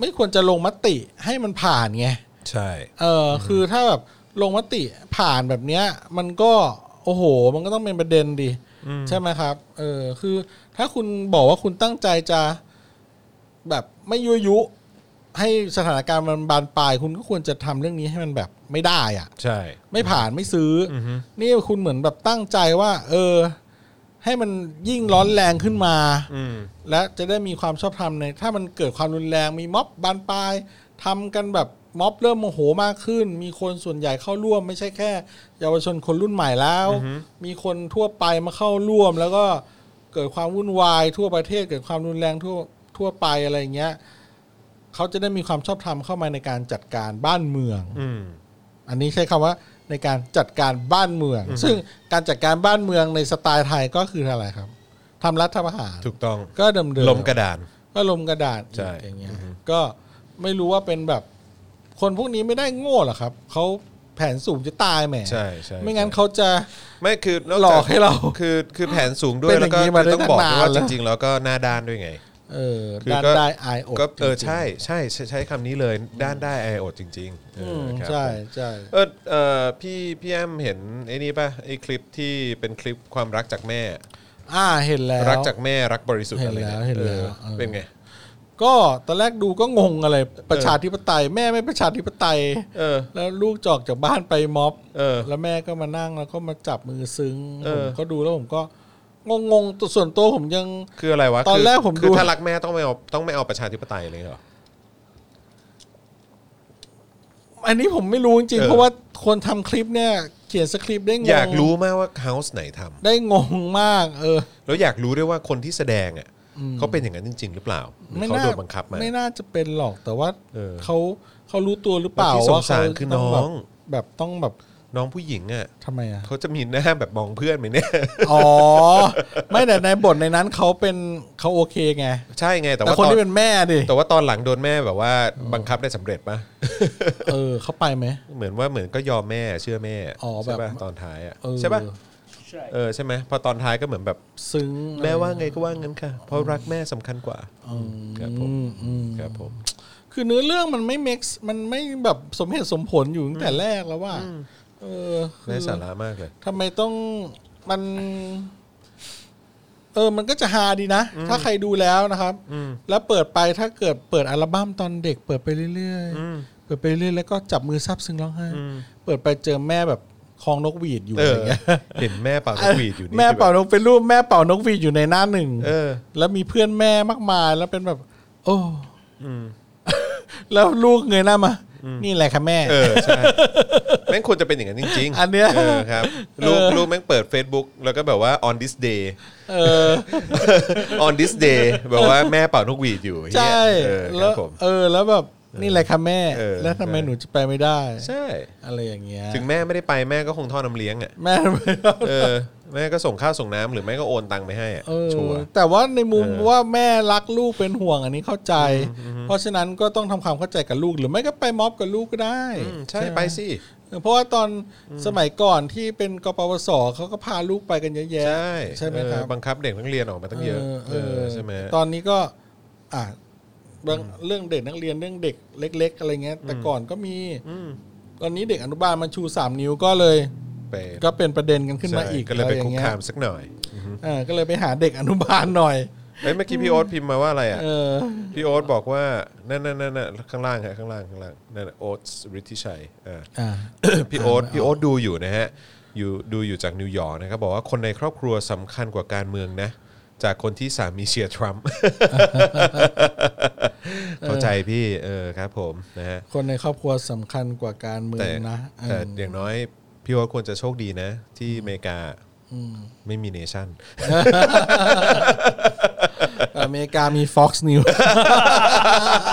Speaker 3: ไม่ควรจะลงมติให้มันผ่านไง
Speaker 2: ใช่
Speaker 3: เออคือถ้าแบบลงมติผ่านแบบเนี้ย มันก็โอ้โห มันก็ต้องเป็นประเด็นดิใช่ไหมครับเออคือถ้าคุณบอกว่าคุณตั้งใจจะแบบไม่ยุยุ ให้สถานการณ์มันบานปลาย คุณก็ควรจะทำเรื่องนี้ให้มันแบบไม่ได้อ่ะ
Speaker 2: ใช่
Speaker 3: ไม่ผ่านไม่ซื้ออนี่คุณเหมือนแบบตั้งใจว่า เออ ให้มันยิ่งร้อนแรงขึ้นมา
Speaker 2: อืม
Speaker 3: และจะได้มีความชอบธรรมใน ถ้ามันเกิดความรุนแรงมีม็อบบานปลายทำกันแบบม็อบเริ่มโมโหมากขึ้น มีคนส่วนใหญ่เข้าร่วม ไม่ใช่แค่ เยาวชนคนรุ่นใหม่แล้ว มีคนทั่วไปมาเข้าร่วม แล้วก็เกิดความวุ่นวาย ทั่วประเทศเกิดความรุนแรงทั่วทั่วไปอะไรอย่างเงี้ยเขาจะได้มีความชอบธรรมเข้ามาในการจัดการบ้านเมือง
Speaker 2: อืม
Speaker 3: อันนี้ใช้คำว่าในการจัดการบ้านเมือง ซึ่งการจัดการบ้านเมืองในสไตล์ไทยก็คืออะไรครับทำรัฐประหาร
Speaker 2: ถูกต้อง
Speaker 3: ก็เดิมเดิม
Speaker 2: ลมกระดาน
Speaker 3: ก็ลมกระดาษอีก
Speaker 2: ใช่
Speaker 3: อย่างเงี้ยก็ไม่รู้ว่าเป็นแบบ คนพวกนี้ไม่ได้โง่หรอครับเขาแผนสูงจะตายแหม
Speaker 2: ใช่ใช่
Speaker 3: ไม่งั้นเขาจะ
Speaker 2: ไม่คือนจ
Speaker 3: หลอกให้เรา
Speaker 2: คือคือแผนสูงด้ว
Speaker 3: เป็
Speaker 2: ย
Speaker 3: นอ
Speaker 2: แล้วก็
Speaker 3: ย่างนี้มา
Speaker 2: คือต้องบอก
Speaker 3: ตั้ง
Speaker 2: ด้วย
Speaker 3: นาน
Speaker 2: ว่า
Speaker 3: แล้
Speaker 2: จ
Speaker 3: ว
Speaker 2: ริง ๆ แล้วก็หน้าด้านด้วยไง
Speaker 3: เออ
Speaker 2: คือ
Speaker 3: ด้าน
Speaker 2: ก็
Speaker 3: ได้อายอก
Speaker 2: ก็เออ
Speaker 3: จริงๆ
Speaker 2: ใช่ใช่ใช้ใช้คำนี้เลยด้านได้ไอโอดจริงๆเอ
Speaker 3: อื
Speaker 2: อ
Speaker 3: ม
Speaker 2: ครับ
Speaker 3: ใช่
Speaker 2: ผม
Speaker 3: ใช่
Speaker 2: เออเออพี่พี่แอมเห็นไอ้นี่ป่ะไอ้คลิปที่เป็นคลิปความรักจากแม่
Speaker 3: อ่าเห็นแล้ว
Speaker 2: รักจากแม่รักบริสุทธิ์
Speaker 3: เห็
Speaker 2: อะ
Speaker 3: น
Speaker 2: ไร
Speaker 3: แล้ว
Speaker 2: เงี้ย
Speaker 3: เห็นแล้ว
Speaker 2: ออ
Speaker 3: เออ
Speaker 2: เป็นไง
Speaker 3: ก็ตอนแรกดูก็งงอะไร ประชาธิปไตย แม่ไม่ประชาธิปไตย
Speaker 2: เออ
Speaker 3: แล้วลูกจะออกจากบ้านไปม็อบ
Speaker 2: เออ
Speaker 3: แล้วแม่ก็มานั่งแล้วก็มาจับมือซึ้ง
Speaker 2: เอ
Speaker 3: ผม
Speaker 2: อ
Speaker 3: ก็ดูแล้วผมก็งงๆตัวส่วนตัวผมยัง
Speaker 2: คืออะไรวะ
Speaker 3: ตอน
Speaker 2: คื
Speaker 3: แรกผม
Speaker 2: คื
Speaker 3: ดู
Speaker 2: อถ้ารักแม่ต้องไม่เอาต้องไม่เอาประชาธิปไตยเลยเหรอ
Speaker 3: อันนี้ผมไม่รู้จริงๆ
Speaker 2: เออ
Speaker 3: เพราะว่าคนทำคลิปเนี่ย เขียนสคริปต์ได้งง
Speaker 2: อยากรู้มากว่าเฮาส์ไหนทำ
Speaker 3: ได้งงมาก เออ
Speaker 2: แล้วอยากรู้ด้วยว่าคนที่แสดงอ่ะเขาเป็นอย่างนั้นจริง ๆ หรือเปล่าหรือเขาโดนบังคับมา
Speaker 3: ไม่น่าจะเป็นหรอกแต่ว่า
Speaker 2: เออ
Speaker 3: เขาเขารู้ตัวหรือเปล่า
Speaker 2: แล้วที่
Speaker 3: ว่า
Speaker 2: สงสาร
Speaker 3: เข
Speaker 2: คือ
Speaker 3: ต้
Speaker 2: น้
Speaker 3: แบบ
Speaker 2: อง
Speaker 3: แบบต้องแบบ
Speaker 2: น้องผู้หญิงอ่ะ
Speaker 3: ทำไมอ่ะ
Speaker 2: เขาจะมีหน้าแบบมองเพื่อนไหมเนี่ย
Speaker 3: อ๋อ ไม่แต่ในบทในนั้นเขาเป็นเขาโอเคไง
Speaker 2: ใช่ไง แต่
Speaker 3: แต่
Speaker 2: ว่า
Speaker 3: คน
Speaker 2: ตอน
Speaker 3: ที่เป็นแม่ดิ
Speaker 2: แต่ว่าตอนหลังโดนแม่แบบว่าบังคับได้สำเร็จปะ
Speaker 3: เออเขาไปไหม
Speaker 2: เหมือนว่าเหมือนก็ยอมแม่เชื่อแม่
Speaker 3: อ๋อแบบ
Speaker 2: ใช่ปะตอนท้ายอ่ะ
Speaker 3: เออ
Speaker 2: ใช่ปะ
Speaker 4: ใช่
Speaker 2: เออใช่ไหมพอตอนท้ายก็เหมือนแบบ
Speaker 3: ซึ้ง
Speaker 2: แม่ว่าไงก็ว่างั้นค่ะ เพราะรักแม่สำคัญกว่า
Speaker 3: อืม
Speaker 2: ครับผม
Speaker 3: อืม
Speaker 2: ครับผม
Speaker 3: คือเนื้อเรื่องมันไม่เม็กซ์มันไม่แบบสมเหตุสมผลอยู่ตั้งแต่แรกแล้วว่าเออคือ
Speaker 2: ไร้สาระมากเลย
Speaker 3: ทำไมต้องมัน เออ มันก็จะฮาดีนะ ถ้าใครดูแล้วนะครับ แล้วเปิดไปถ้าเกิดเปิดอัลบั้มตอนเด็ก เปิดไปเรื่อยๆเปิดไปเรื่อยๆแล้วก็จับมือซาบซึ้งร้องไห้เปิดไปเจอแม่แบบคลองนกหวีดอยู่
Speaker 2: เอ
Speaker 3: อะ
Speaker 2: อ
Speaker 3: ไรอย่างเงี้ย
Speaker 2: เห็นแม่เป่านกหวีดอยู่นี่
Speaker 3: แม่เป่า
Speaker 2: คือน
Speaker 3: กเป็นรูปแม่เป่านกหวีดอยู่ในหน้าหนึ่ง
Speaker 2: แบบเออ
Speaker 3: แล้วมีเพื่อนแม่มากมาย แล้วเป็นแบบ โอ้แล้วลูกเงยหน้ามา นี่แหละค่ะแม่
Speaker 2: เออใช่แม่งควรจะเป็นอย่างนั้นจริงๆ
Speaker 3: อันเนี้ย
Speaker 2: ออครับลูกลูกแม่งเปิด Facebook แล้วก็แบบว่า on this day
Speaker 3: เออ
Speaker 2: on this day แบบว่าแม่เป่านกหวีดอยู่เหี้ย
Speaker 3: ใช่
Speaker 2: เออค
Speaker 3: แล้
Speaker 2: รั
Speaker 3: ว
Speaker 2: บผม
Speaker 3: เออแล้วแบบ นี่แหละค่ะแม่
Speaker 2: เออ
Speaker 3: แล้วทำไมหนูจะไปไม่ได้
Speaker 2: ใช่
Speaker 3: อะไรอย่างเงี้ย
Speaker 2: ถึงแม่ไม่ได้ไปแม่ก็คงท่อน้ำเลี้ยงอ่ะ
Speaker 3: แม่ไม่ได้
Speaker 2: เออแม่ก็ส่งข้าวส่งน้ำหรือแม่ก็โอนตังค์ไปให้อ่ะ
Speaker 3: เออ
Speaker 2: ชัวร์
Speaker 3: แต่ว่าในมุม
Speaker 2: เออ
Speaker 3: ว่าแม่รักลูกเป็นห่วงอันนี้เข้าใจ เพราะฉะนั้นก็ต้องทำความเข้าใจกับลูกหรือไม่ก็ไปม็อบกับลูกก็ได้
Speaker 2: อืมใช่
Speaker 3: หม
Speaker 2: ไปสิ
Speaker 3: เพราะว่าตอนสมัยก่อนที่เป็นกปปสเขาก็พาลูกไปกันเยอะแยะ
Speaker 2: ใช่
Speaker 3: ใช่ไหมครับ
Speaker 2: เออบังคับเด็กนักเรียนออกมาตั้งเยอะ
Speaker 3: เออ
Speaker 2: เอ
Speaker 3: เอ
Speaker 2: อ
Speaker 3: อ
Speaker 2: ใช่ไหม
Speaker 3: ตอนนี้ก็อ่ะเรื่องเรื่องเด็กนักเรียนเรื่องเด็กเล็ก ๆ อะไรเงี้ย แต่ก่อนก็มี
Speaker 2: อืม
Speaker 3: ตอนนี้เด็กอนุบาลมันชูสามนิ้วก็เลย
Speaker 2: ไป
Speaker 3: ก็เป็นประเด็นกันขึ้นมา
Speaker 2: ใช่
Speaker 3: อีก
Speaker 2: ก็เลย
Speaker 3: อะ
Speaker 2: ไป
Speaker 3: รอ
Speaker 2: คุก
Speaker 3: ย่างเงี้ย
Speaker 2: คามสักหน่อย
Speaker 3: เออก็เลยไปหาเด็กอนุบาลหน่อย
Speaker 2: เอ้ยเมื่อกี้พี่โอ๊ตพิมพ์มาว่าอะไรอ่ะ
Speaker 3: เออ
Speaker 2: พี่โอ๊ตบอกว่านั่นนั่นนั่นนั่นข้างล่างฮะข้างล่างข้างล่างนั่นน่ะโอ๊ตฤทธิชัยอ่า
Speaker 3: อ่ะ
Speaker 2: พี่โอ๊ตพี่โอ๊ตดูอยู่นะฮะอยู่ดูอยู่จากนิวยอร์กนะครับบอกว่าคนในครอบครัวสำคัญกว่าการเมืองนะ จากคนที่สามีเชียร์ทรัมป์ เข้าใจพี่เออครับผมนะฮะ
Speaker 3: คนในครอบครัวสำคัญกว่าการเมือง
Speaker 2: แต่
Speaker 3: นะ
Speaker 2: แต่
Speaker 3: เออ
Speaker 2: อย่างน้อย พี่โอ๊ตควรจะโชคดีนะ ที่อเมริกาไม่มีเนชั่น
Speaker 3: อเมริกามี Fox News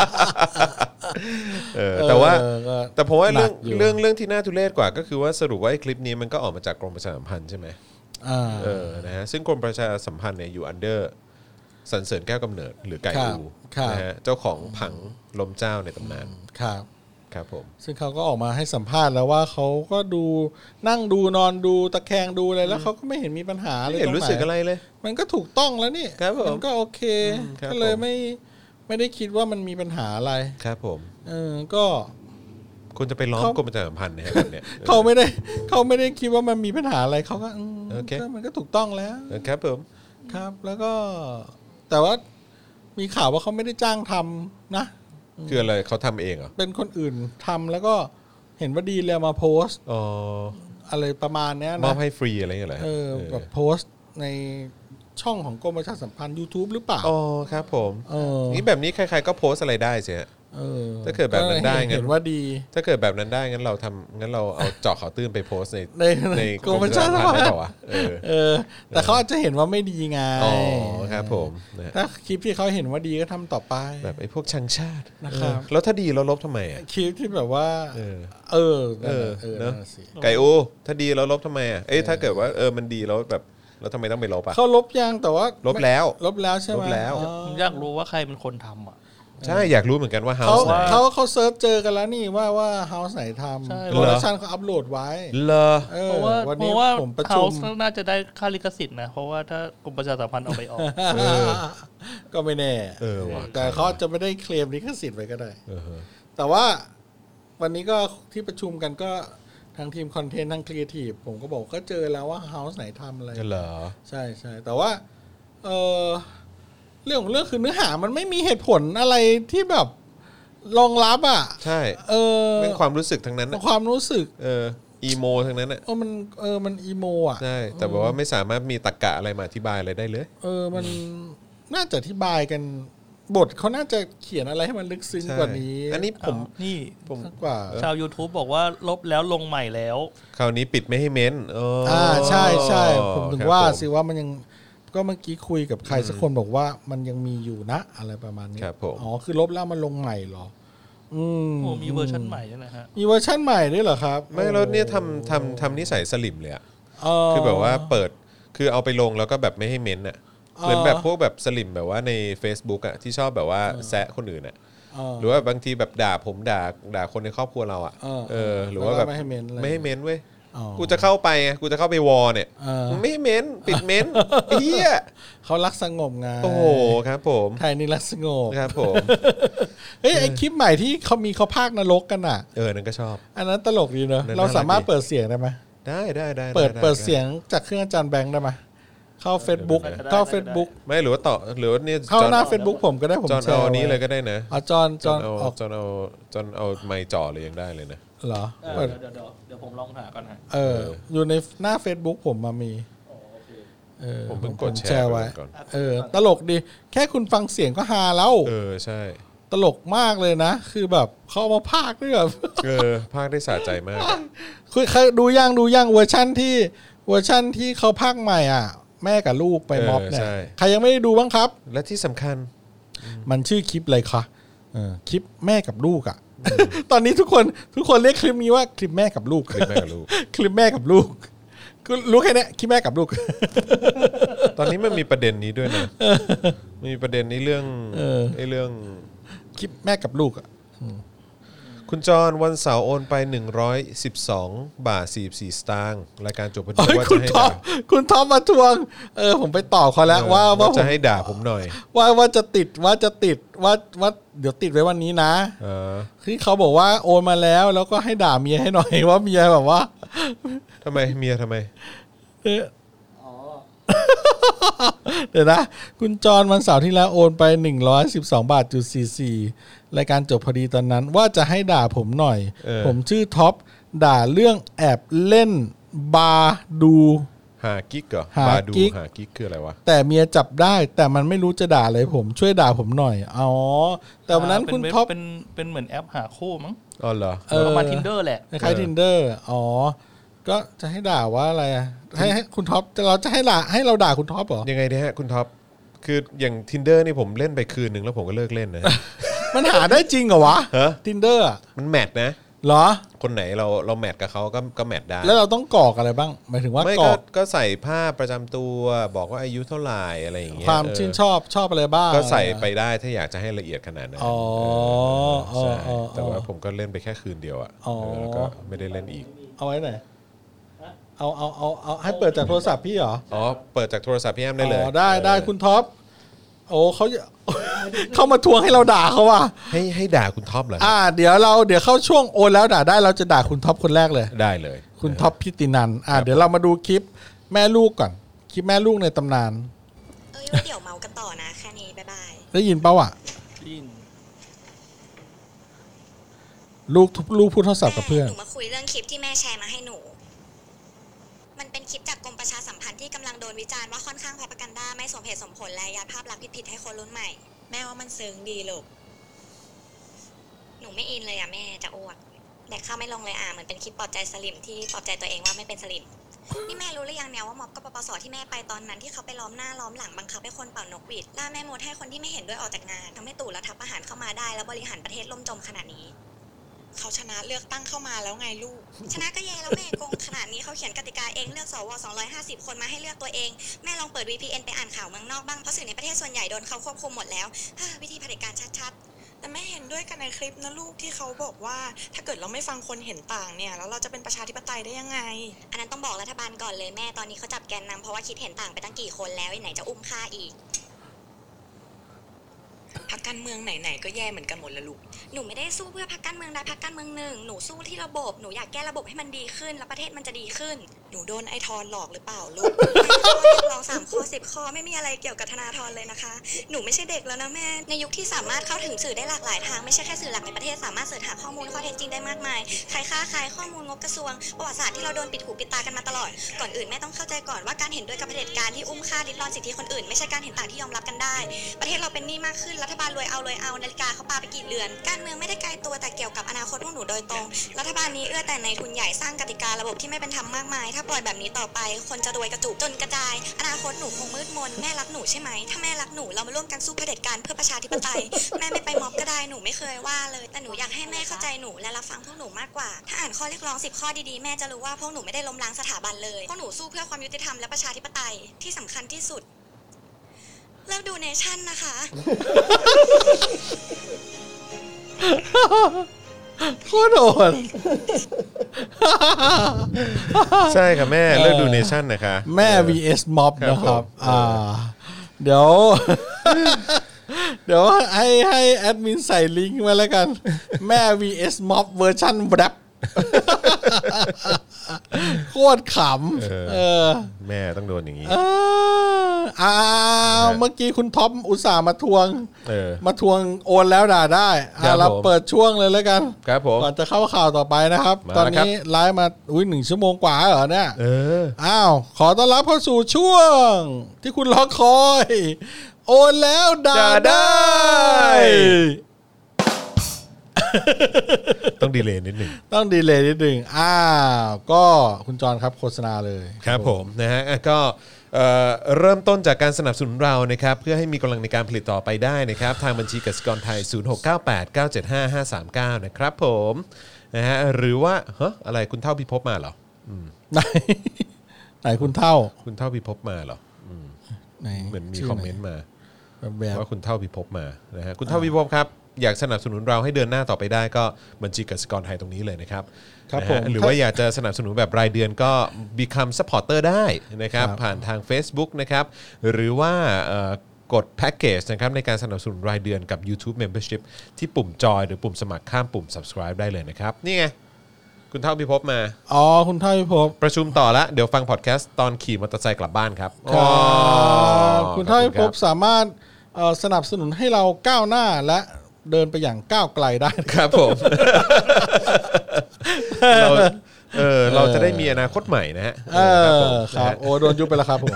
Speaker 2: เออแต่ว่า
Speaker 3: เออก็
Speaker 2: แต่ผมว่าเรื่อง
Speaker 3: หนักอยู่
Speaker 2: เรื่องเรื่องที่น่าทุเรศกว่า ก็คือว่าสรุปว่าไอ้คลิปนี้มันก็ออกมาจากกรมประชาสัมพันธ์ใช่ไหม
Speaker 3: อ่า
Speaker 2: เออ นะฮะ ซึ่งกรมประชาสัมพันธ์เนี่ยอยู่อันเดอร์สันเสริญแก้วกำเนิด หรือไก่
Speaker 3: ครับ
Speaker 2: อู
Speaker 3: ครับ
Speaker 2: นะฮะ เจ้าของผังลมเจ้าในตำนาน
Speaker 3: ครับ
Speaker 2: ครับผม
Speaker 3: ซึ่งเขาก็ออกมาให้สัมภาษณ์แล้วว่าเขาก็ดูนั่งดูนอนดูตะแคงดูอะไรแล้วเขาก็ไม่เห็นมีปัญหาเลย
Speaker 2: ไม่เห็น
Speaker 3: ตง
Speaker 2: รู้สึกอะไรเลย
Speaker 3: มันก็ถูกต้องแล้วนี่
Speaker 2: ครับผม
Speaker 3: นก็โอเค
Speaker 2: อืมครับ
Speaker 3: ก็เลย
Speaker 2: ผม
Speaker 3: ไม่ไม่ได้คิดว่ามันมีปัญหาอะไร
Speaker 2: ครับผม
Speaker 3: เออก็
Speaker 2: คุณจะไปล้อม
Speaker 3: เขา
Speaker 2: กรมประชาสัมพัน ธ์นะฮะแบบเนี่ย
Speaker 3: เขาไม่ได้เขาไม่ได้คิดว่ามันมีปัญหาอะไรเขาก็อืม
Speaker 2: โอเค
Speaker 3: ก็มันก็ถูกต้องแล้ว
Speaker 2: เออครับผม
Speaker 3: ครับ แล้วก็ แต่ว่ามีข่าวว่าเขาไม่ได้จ้างทำนะ
Speaker 2: คืออะไรเขาทำเองเหรอ
Speaker 3: เป็นคนอื่นทำแล้วก็เห็นว่าดีเลยเอามาโพสต์
Speaker 2: อ๋อ
Speaker 3: อะไรประมาณเนี้ย
Speaker 2: มอ
Speaker 3: นะ
Speaker 2: บให้ฟรีอะไรอย่างเงี้ยเหรอฮะ
Speaker 3: เออ
Speaker 2: เออ
Speaker 3: แบบโพสต์ในช่องของกรมประชาสัมพันธ์ YouTube หรือเปล่า
Speaker 2: อ๋อ ครับผม
Speaker 3: เออ
Speaker 2: นี่แบบนี้ใครๆก็โพสต์อะไรได้สิฮะ
Speaker 3: เออ
Speaker 2: ถ้าเกิดแบบนั้นได้งั้น
Speaker 3: เห็นว่าดี
Speaker 2: ถ้าเกิดแบบนั้นได้งั้นเราทำงั้นเราเอาเจาะข่าวตื้นไปโพสต์ใน
Speaker 3: ใน
Speaker 2: ใน
Speaker 3: กรมประชาสัมพันธ์
Speaker 2: ได้เหรอวะเออ
Speaker 3: เออ แต่เขาอาจจะเห็นว่าไม่ดีไง
Speaker 2: อ๋อครับผมนะฮะ
Speaker 3: ถ้าคลิปที่เขาเห็นว่าดีก็ทำต่อไป
Speaker 2: แบบไอ้พวกชังชาติ
Speaker 3: นะครับ
Speaker 2: เออแล้วถ้าดีเราลบทำไมอ่ะ
Speaker 3: คลิปที่แบบว่า
Speaker 2: เออ
Speaker 3: เออ
Speaker 2: เออ
Speaker 3: เออ
Speaker 2: เน
Speaker 3: นั่
Speaker 2: อะ
Speaker 3: นน่ะสิ
Speaker 2: ไก่โอถ้าดีเราลบทำไมอ่ะ เอ้ยถ้าเกิดว่าเออมันดีแล้วแบบแล้วทำไมต้องไปลบอ่ะ
Speaker 3: เขาลบยังแต่ว่า
Speaker 2: ลบแล้ว
Speaker 3: ลบแล้วใช่ไหม
Speaker 2: ลบแล้ว
Speaker 3: อ๋อ
Speaker 4: ผมอยากรู้ว่าใครเป็นคนทำอ่ะ
Speaker 2: ใช่อยากรู้เหมือนกันว่าเฮา
Speaker 3: เขา
Speaker 2: ส์ไหน
Speaker 3: เขาเขาเซิร์ชเจอกันแล้วนี่ว่าว่าเฮาส์ไหนทำ
Speaker 4: ใช่
Speaker 3: โปรดักชันเขาอัปโหลดไว้
Speaker 2: เลอ
Speaker 3: ออ
Speaker 4: เพราะว่า
Speaker 3: วัน
Speaker 4: เพ
Speaker 3: นี้
Speaker 4: ราะว่า
Speaker 3: ผมประ
Speaker 4: เฮา
Speaker 3: ชุม
Speaker 4: ส์น่าจะได้ค่าลิขสิทธิ์นะ เพราะว่าถ้ากรมประชาสัมพันธ์เอาไปออก
Speaker 3: ก็ไม่แน่
Speaker 2: เออว่ะ
Speaker 3: แต่เขาจะไม่ได้เคลมลิขสิทธิ์ไว้ก็ได้
Speaker 2: เออฮะ
Speaker 3: แต่ว่าวันนี้ก็ที่ประชุมกันก็ทางทีมคอนเทนต์ทางครีเอทีฟผมก็บอกก็เจอแล้วว่าเฮาส์ไหนทำอะไร
Speaker 2: เหรอ
Speaker 3: ใช่ใช่แต่ว่าเออเรื่องของเรื่องคือเนื้อหามันไม่มีเหตุผลอะไรที่แบบรองรับอ่ะ
Speaker 2: ใช่
Speaker 3: เออ
Speaker 2: เป็นความรู้สึกทั้งนั้นน่ะ
Speaker 3: ความรู้สึก
Speaker 2: เอออีโมทั้งนั้นอ่ะ
Speaker 3: เออมันเออมันอีโมอ่ะ
Speaker 2: ใช่แต่บอกว่าไม่สามารถมีตรรกะอะไรมาอธิบายอะไรได้เลย
Speaker 3: เออ มันน่าจะอธิบายกันบทเขาน่าจะเขียนอะไรให้มันลึกซึ้ง
Speaker 2: ใช่
Speaker 3: กว่านี้
Speaker 2: อันนี้ผม
Speaker 4: นี่
Speaker 2: ผม
Speaker 3: มากกว่า
Speaker 4: ชาว YouTube บอกว่าลบแล้วลงใหม่แล้ว
Speaker 2: คราวนี้ปิดไม่ให้เม้นอ๋ออ
Speaker 3: อ่าใช่ใช่ผมถึ
Speaker 2: ค
Speaker 3: ง
Speaker 2: รับ
Speaker 3: ว่า
Speaker 2: ผม
Speaker 3: สิว่ามันยังก็เมื่อกี้คุยกับใครสักคนบอกว่ามันยังมีอยู่นะ อะไรประมาณนี้
Speaker 2: ครับผม
Speaker 3: อ๋อคือลบแล้วมันลงใหม่เหรอ อืม
Speaker 4: โอ้มีเวอร์ชันใหม่ด้วยนะฮะ
Speaker 3: มีเวอร์ชันใหม่ด้วยเหรอครับ
Speaker 2: ไม่แล้วเนี่ยทำทำทำนิสัยสลิมเลยอ่ะ
Speaker 3: เอ่อ
Speaker 2: คือแบบว่าเปิดคือเอาไปลงแล้วก็แบบไม่ให้เม้นต์อ่ะ
Speaker 3: อ๋อ
Speaker 2: เหมือนแบบพวกแบบสลิมแบบว่าใน Facebook อ่ะที่ชอบแบบว่าแซะคนอื่นอ่ะ
Speaker 3: เออ
Speaker 2: หรือว่าบางทีแบบด่าผมด่าด่าคนในครอบครัวเราอ่ะ
Speaker 3: เออ
Speaker 2: เออหรือว่าแบบ
Speaker 3: แล้วก็ไม่ให้เม้นต์เลย
Speaker 2: ไม่ให้เม้นต์เว้ย
Speaker 3: อ๋อ
Speaker 2: กูจะเข้าไปไงกูจะเข้าไปวอลเนี่ย
Speaker 3: เออ
Speaker 2: มึงไม่ให้เม้นต์ปิดเม้นต์เฮีย
Speaker 3: เขารักสงบไง
Speaker 2: โอ้โหครับผม
Speaker 3: ไทยนี่รักสงบ
Speaker 2: ครับผม
Speaker 3: เฮ้ยไอคลิปใหม่ที่เขามีเขาพากย์นรกกันอ่ะ
Speaker 2: เออนั่นก็ชอบ
Speaker 3: อันนั้นตลกดีเนอะ
Speaker 2: นั่นน่ารักดี
Speaker 3: เราสามารถเปิดเสียงได้ไหม
Speaker 2: ได้ได้ได้ไ
Speaker 3: เปิด
Speaker 2: ไ
Speaker 3: เปิดเสียงจากเครื่องอาจารย์แบงค์ได้ไหมเข้า Facebook
Speaker 4: ได้ได้ได้
Speaker 3: เข้า Facebook
Speaker 2: ไม่หรือว่าต่อหรือว่าเนี่ย
Speaker 3: เข้าหน้า
Speaker 2: จอ
Speaker 3: Facebook ผมก็ได้ผม
Speaker 2: จอน
Speaker 3: แช
Speaker 2: เอา
Speaker 3: ร์
Speaker 2: อันนี้
Speaker 3: ไว้
Speaker 2: เลยก็ได้นะ
Speaker 3: อ๋อจอนจ
Speaker 2: จอ
Speaker 3: อน น
Speaker 2: เอา
Speaker 3: ออก
Speaker 2: จอนเอาจอนเอาไมค์จ่อเลยยังได้เลยนะ
Speaker 3: เหรอ
Speaker 4: เออ
Speaker 3: เปิด
Speaker 4: เดี๋ยวเดี๋ยวเดี๋ยวผมลองหาก่อนฮะ
Speaker 3: เออ อยู่ในหน้า Facebook ผมมามีเออ
Speaker 2: ผมเพิ่งกด
Speaker 3: ผ
Speaker 2: แชร์
Speaker 3: ไว้
Speaker 2: ไปก่อน
Speaker 3: เออ ตลกดี แค่คุณฟังเสียงก็ฮาแล้ว
Speaker 2: เออใช่
Speaker 3: ตลกมากเลยนะ คือแบบเขาเอามาพากย์ด้วยแบบ
Speaker 2: เออภาคได้สะใจมาก
Speaker 3: คือเคยดูย่างดูย่างเวอร์ชั่นที่เวอร์ชั่นที่เขาพากย์ใหม่อ่ะ แม่กับลูกไปม็อบเนี่ย
Speaker 2: เออใช่
Speaker 3: ใครยังไม่ได้ดูบ้างครับ
Speaker 2: และที่สำคัญ
Speaker 3: มันชื่อคลิปอะไรคะ เออคลิปแม่กับลูกอ่ะ ตอนนี้ทุกคนทุกคนเรียกคลิปนี้ว่าคลิปแม่กับลูก
Speaker 2: คลิปแม่กับลูก
Speaker 3: คลิปแม่กับลูกคือรู้แค่เนี้ยคลิปแม่กับ ลูก
Speaker 2: ตอนนี้มันมีประเด็นนี้ด้วยนะมีประเด็นในเรื่องไอ้เรื่อง
Speaker 3: คลิปแม่กับลูกอ่ะ
Speaker 2: คุณจรวันเสาร์โอนไป 112 บาท 44 สตางค์รายการจบพอดี
Speaker 3: เอ้ย
Speaker 2: ว่า
Speaker 3: คุณ
Speaker 2: จะให้
Speaker 3: ท็อ
Speaker 2: ด่า
Speaker 3: ปคุณท็อปมาทวง เออ ผมไปต่อเขาแล้วว่าว่า
Speaker 2: ว่า
Speaker 3: ผ
Speaker 2: จะ
Speaker 3: ม
Speaker 2: ให้ด่าผมหน่อย
Speaker 3: ว่าว่าจะติดว่าจะติดว่าว่าเดี๋ยวติดไว้วันนี้นะ
Speaker 2: เออ
Speaker 3: คือเขาบอกว่าโอนมาแล้วแล้วก็ให้ด่าเมียให้หน่อย ว่าเมียแบบว่า
Speaker 2: ทำไมเมียทำไม
Speaker 3: เออเดี๋ยวนะ คุณจรวันเสาร์ที่แล้วโอนไป 112บาทจุด44รายการจบพอดีตอนนั้น ว่าจะให้ด่าผมหน่อย
Speaker 2: เออ
Speaker 3: ผมชื่อท็อปด่าเรื่องแอบเล่นบาร์ดู
Speaker 2: หากิ๊กเหรอ
Speaker 3: หา
Speaker 2: บาดู
Speaker 3: กิ๊ก
Speaker 2: หากิ๊กคืออะไรวะ
Speaker 3: แต่เมียจับได้แต่มันไม่รู้จะด่าอะไรผมช่วยด่าผมหน่อยอ๋อแต่วันนั้น
Speaker 4: เป็
Speaker 3: คุณ
Speaker 4: เว็บ
Speaker 3: ท็อป
Speaker 4: เป็นเป็นเหมือนแอปหาคู่มั้ง
Speaker 2: อ๋อเหรอ
Speaker 3: เออ
Speaker 4: ประมาณทินเดอร์แหละ
Speaker 3: คล้าย
Speaker 2: เออ
Speaker 3: ทินเดอร์อ๋อ ก็จะให้ด่าว่าอะไรอ่ะให้ให้คุณท็อปจะเราจะให้ด่าให้เราด่าคุณท็อปเหรอ
Speaker 2: ยังไงเนี่ยฮะคุณท็อป คืออย่าง tinder นี่ผมเล่นไปคืนหนึ่งแล้วผมก็เลิกเล่นนะ
Speaker 3: มันหาได้จริงเหรอวะ
Speaker 2: ฮะ
Speaker 3: ทินเดอร์
Speaker 2: มันแมทนะ
Speaker 3: เหรอ
Speaker 2: คนไหนเราเราแมทกับเขาก็ก็แมทได้
Speaker 3: แล้วเราต้องกรอกอะไรบ้าง หมายถึงว่า
Speaker 2: ไม่
Speaker 3: กร
Speaker 2: ก็
Speaker 3: อก
Speaker 2: ก็ใส่ภาพประจำตัวบอกว่าอายุเท่าไหร่อะไรอย่างเงี้ย
Speaker 3: ความ
Speaker 2: เออ
Speaker 3: ชื่นชอบชอบอะไรบ้าง
Speaker 2: ก็ใส่ไป
Speaker 3: อะร
Speaker 2: ได้ถ้าอยากจะให้ละเอียดขนาดนั้น
Speaker 3: อ๋อ
Speaker 2: เออใช่
Speaker 3: อ๋ออ๋ออ๋อ
Speaker 2: แต่ว่าผมก็เล่นไปแค่คืนเดียวอ่ะ
Speaker 3: อ๋อ
Speaker 2: เออแล้วก็ไม่ได้เล่นอีก
Speaker 3: อะเอาไว้ไหนเอาเอาเอาเอาให้เปิดจากโทรศัพท์พี่เหรอ
Speaker 2: อ๋อ เปิดจากโทรศัพท์พี่แอมได้เลย
Speaker 3: อ๋อได้ได้
Speaker 2: เออ
Speaker 3: คุณท็อปโอ้เขาจะ เขามาทวงให้เราด่าเขาว่ะ
Speaker 2: ให้ให้ด่าคุณท็อปเหรอ
Speaker 3: อ่า เดี๋ยวเราเดี๋ยวเข้าช่วงโอนแล้วด่าได้เราจะด่าคุณท็อปคนแรกเลย
Speaker 2: ได้เลย
Speaker 3: คุณท็อปพิตินันอ่าเดี๋ยวเรามาดูคลิปแม่ลูกก่อน คลิปแม่ลูกในตำนาน
Speaker 7: เอ้ยไว้เดี๋ยวเมากันต่อนะ แค่นี้ บ๊ายบาย
Speaker 3: ได้ยินเปล่าวะ
Speaker 4: ดิ้น
Speaker 3: ลูกลูกพูดโทรศัพท์กับเพื่อน
Speaker 7: แม่หนูมาคุยเรื่องคลิปที่แม่แชร์มาให้หนู มันเป็นคลิปจากกรมประชาสัมพันธ์ที่กำลังโดนวิจารณ์ว่าค่อนข้างพอประกันด้าไม่สมเหตุสมผลและยัดภาพลักษณ์ผิดๆให้คนรุ่นใหม่ แม่ว่ามันซึ้งดีลูก หนูไม่อินเลยอะแม่จะอ้วกแดกข้าวไม่ลงเลยอะเหมือนเป็นคลิปปลอบใจสลิมที่ปลอบใจตัวเองว่าไม่เป็นสลิม นี่แม่รู้หรือยังเนี่ยว่าม็อบกปปสที่แม่ไปตอนนั้นที่เขาไปล้อมหน้าล้อมหลังบังคับให้คนเป่านกหวีดล่าแม่มดให้คนที่ไม่เห็นด้วยออกจากงานทำให้ตู่รัฐประหารเข้ามาได้ แล้วบริหารประเทศล่มจมขนาดนี้ เขาชนะเลือกตั้งเข้ามาแล้วไงลูก ชนะก็แย่แล้วแม่โกง ขนาดนี้เขาเขียนกติกาเองเลือกสว250 คนมาให้เลือกตัวเอง แม่ลองเปิด VPN ไปอ่านข่าวเมืองนอกบ้าง เพราะสื่อในประเทศส่วนใหญ่โดนเขาควบคุมหมดแล้วฮ่าวิธีเผด็จการชัดๆ แต่แม่เห็นด้วยกันในคลิปนะลูกที่เขาบอกว่า ถ้าเกิดเราไม่ฟังคนเห็นต่างเนี่ยแล้วเราจะเป็นประชาธิปไตยได้ยังไง อันนั้นต้องบอกรัฐบาลก่อนเลยแม่ตอนนี้เขาจับแกนนำเพราะว่าคิดเห็นต่างไปตั้งกี่คนแล้วไหนจะอุ้มฆ่าอีก พักการเมืองไหนๆก็แย่เหมือนกันหมดละลูก หนูไม่ได้สู้เพื่อพักการเมืองใดพักการเมืองหนึ่ง หนูสู้ที่ระบบ หนูอยากแก้ระบบให้มันดีขึ้น แล้วประเทศมันจะดีขึ้น หนูโดนไอทอนหลอกหรือเปล่าลูก ไอทอนเรียกร้องสามข้อสิบข้อไม่มีอะไรเกี่ยวกับธนาธรเลยนะคะ หนูไม่ใช่เด็กแล้วนะแม่ ในยุคที่สามารถเข้าถึงสื่อได้หลากหลายทาง ไม่ใช่แค่สื่อหลักในประเทศสามารถเสิร์ชหาข้อมูลข้อเท็จจริงได้มากมาย ใครฆ่าใครข้อมูลงบกระทรวง ประวัติศาสตร์ที่เราโดนปิดหูปิดตากันมาตลอด ก่อนอื่นแม่ต้องเข้าใจก่อนว่าการเห็นด้วยกับเผด็จการที่อุ้มฆ่าลิดรอนสิทธิคนอื่นไม่ใช่การเห็นต่างที่ยอมรับกันได้ ประเทศเราเป็นหนี้มากขึ้น รัฐบาลรวยเอารวยเอานาฬิกาเขาปาไปกี่เรือน การเมืองไม่ได้ไกลตัวแต่เกี่ยวกับอนาคตพวกหนูโดยตรง รัฐบาลนี้เอื้อแต่ในทุนใหญ่สร้างกติการะบบที่ไม่เป็นธรรมมากมาย ถ้าปล่อยแบบนี้ต่อไป คนจะรวยกระจุกจนกระจาย อนาคตหนูคงมืดมน แม่รักหนูใช่ไหม ถ้าแม่รักหนูเรามาร่วมกันสู้เผด็จการเพื่อประชาธิปไตย แม่ไม่ไปม็อบก็ได้หนูไม่เคยว่าเลย แต่หนูอยากให้แม่เข้าใจหนูและรับฟังพวกหนูมากกว่า ถ้าอ่านข้อเรียกร้องสิบข้อดีๆแม่จะรู้ว่าพวกหนูไม่ได้ล้มล้างสถาบันเลยพวกหนูสู้เพื่อความยุติธรรมและประชาธิปไตยที่สำคัญที่สุด เลิกดูเนชั่นนะคะ
Speaker 3: โคตรโดน
Speaker 2: ใช่ค่ะแม่
Speaker 3: เออ
Speaker 2: เลิกดูเนชั่นนะคะ
Speaker 3: แม่
Speaker 2: เออ
Speaker 3: vs mob
Speaker 2: ครับ
Speaker 3: นะครั
Speaker 2: ผม
Speaker 3: บอ่า เดี๋ยว เดี๋ยวให้ให้แอดมินใส่ลิงก์มาแล้วกัน แม่ vs mob เวอร์ชันแรป โคตรขำเออ
Speaker 2: แม่ต้องโดนอย่างนี้
Speaker 3: เอออ้าวเมื่อกี้คุณท็อปอุตส่าห์มาทวง
Speaker 2: เออ
Speaker 3: มาทวงโอนแล้วด่าได้
Speaker 2: ครั
Speaker 3: อ่ะ
Speaker 2: บ
Speaker 3: เรา
Speaker 2: ผม
Speaker 3: เปิดช่วงเลยแล้วกัน
Speaker 2: ครับผม
Speaker 3: ก่อนจะเข้าข่าวต่อไปนะครับ
Speaker 2: มา
Speaker 3: ตอน
Speaker 2: ครับ
Speaker 3: นี้ไลฟ์มาอุ้ยหนึ่งชั่วโมงกว่าเหรอเนี่ย
Speaker 2: เออ
Speaker 3: อ้าว ขอต้อนรับเข้าสู่ช่วง ที่คุณรอคอย โอนแล้วด่า
Speaker 2: ด่าได้
Speaker 3: ได้
Speaker 2: ต้องดีเลย์นิดหนึ่ง
Speaker 3: ต้องดีเลยนิดหนึ่งอ้าว ก็คุณจรครับโฆษณาเลย
Speaker 2: ครับผมนะฮะอ่ะก็ เอ่อเริ่มต้นจากการสนับสนุนเรานะครับ เพื่อให้มีกำลังในการผลิตต่อไปได้นะครับ ทางบัญชีกสิกรไทย 0698975539 นะครับผมนะฮะหรือว่าฮะอะไรคุณเท่าพิภพมาเหรอ
Speaker 3: ไหน ไหนคุณเท่า
Speaker 2: คุณเท่าพิภพมาเหรอ
Speaker 3: ไหน
Speaker 2: เหมือนมี
Speaker 3: ชื่
Speaker 2: คอมเมนต์มา
Speaker 3: ไหนแบบแบบ
Speaker 2: ว่าคุณเท่าพิภพมานะฮะคุณเท่าพิภพครับ อยากสนับสนุนเราให้เดินหน้าต่อไปได้ก็บัญชีกสิกรไทยตรงนี้เลยนะครับ
Speaker 3: ครับ
Speaker 2: นะ
Speaker 3: ผ
Speaker 2: ฮะ
Speaker 3: ม
Speaker 2: หรือว่าอยากจะสนับสนุนแบบรายเดือนก็ become supporter ได้นะครับ
Speaker 3: ครับ
Speaker 2: ผ่านทาง Facebook นะครับ หรือว่าเอ่อกดแพ็กเกจนะครับในการสนับสนุนรายเดือนกับ YouTube Membership ที่ปุ่มจอยหรือปุ่มสมัครข้ามปุ่ม subscribe ได้เลยนะครับ นี่ไง คุณเท่าพิภพมา
Speaker 3: อ๋อคุณเท่าพิภพ
Speaker 2: ประชุมต่อละเดี๋ยวฟังพอดแคสต์ตอนขี่มอเตอร์ไซค์กลับบ้านครับ
Speaker 3: ค
Speaker 2: อ๋
Speaker 3: รับ
Speaker 2: อ
Speaker 3: คุณเท่า
Speaker 2: ขอ
Speaker 3: พิ
Speaker 2: บ
Speaker 3: ภ
Speaker 2: รั
Speaker 3: พสามารถเอ่อสนับสนุนให้เราก้าวหน้าและเดินไปอย่างก้าวไกลได้
Speaker 2: ครับผม เราเออเราจะได้มีอนาคตใหม่นะฮะ
Speaker 3: เออ
Speaker 2: ค
Speaker 3: ครั
Speaker 2: รัผมนะ
Speaker 3: บบ
Speaker 2: ฮะ
Speaker 3: โอ้โดนยุบไปแล้วครับผม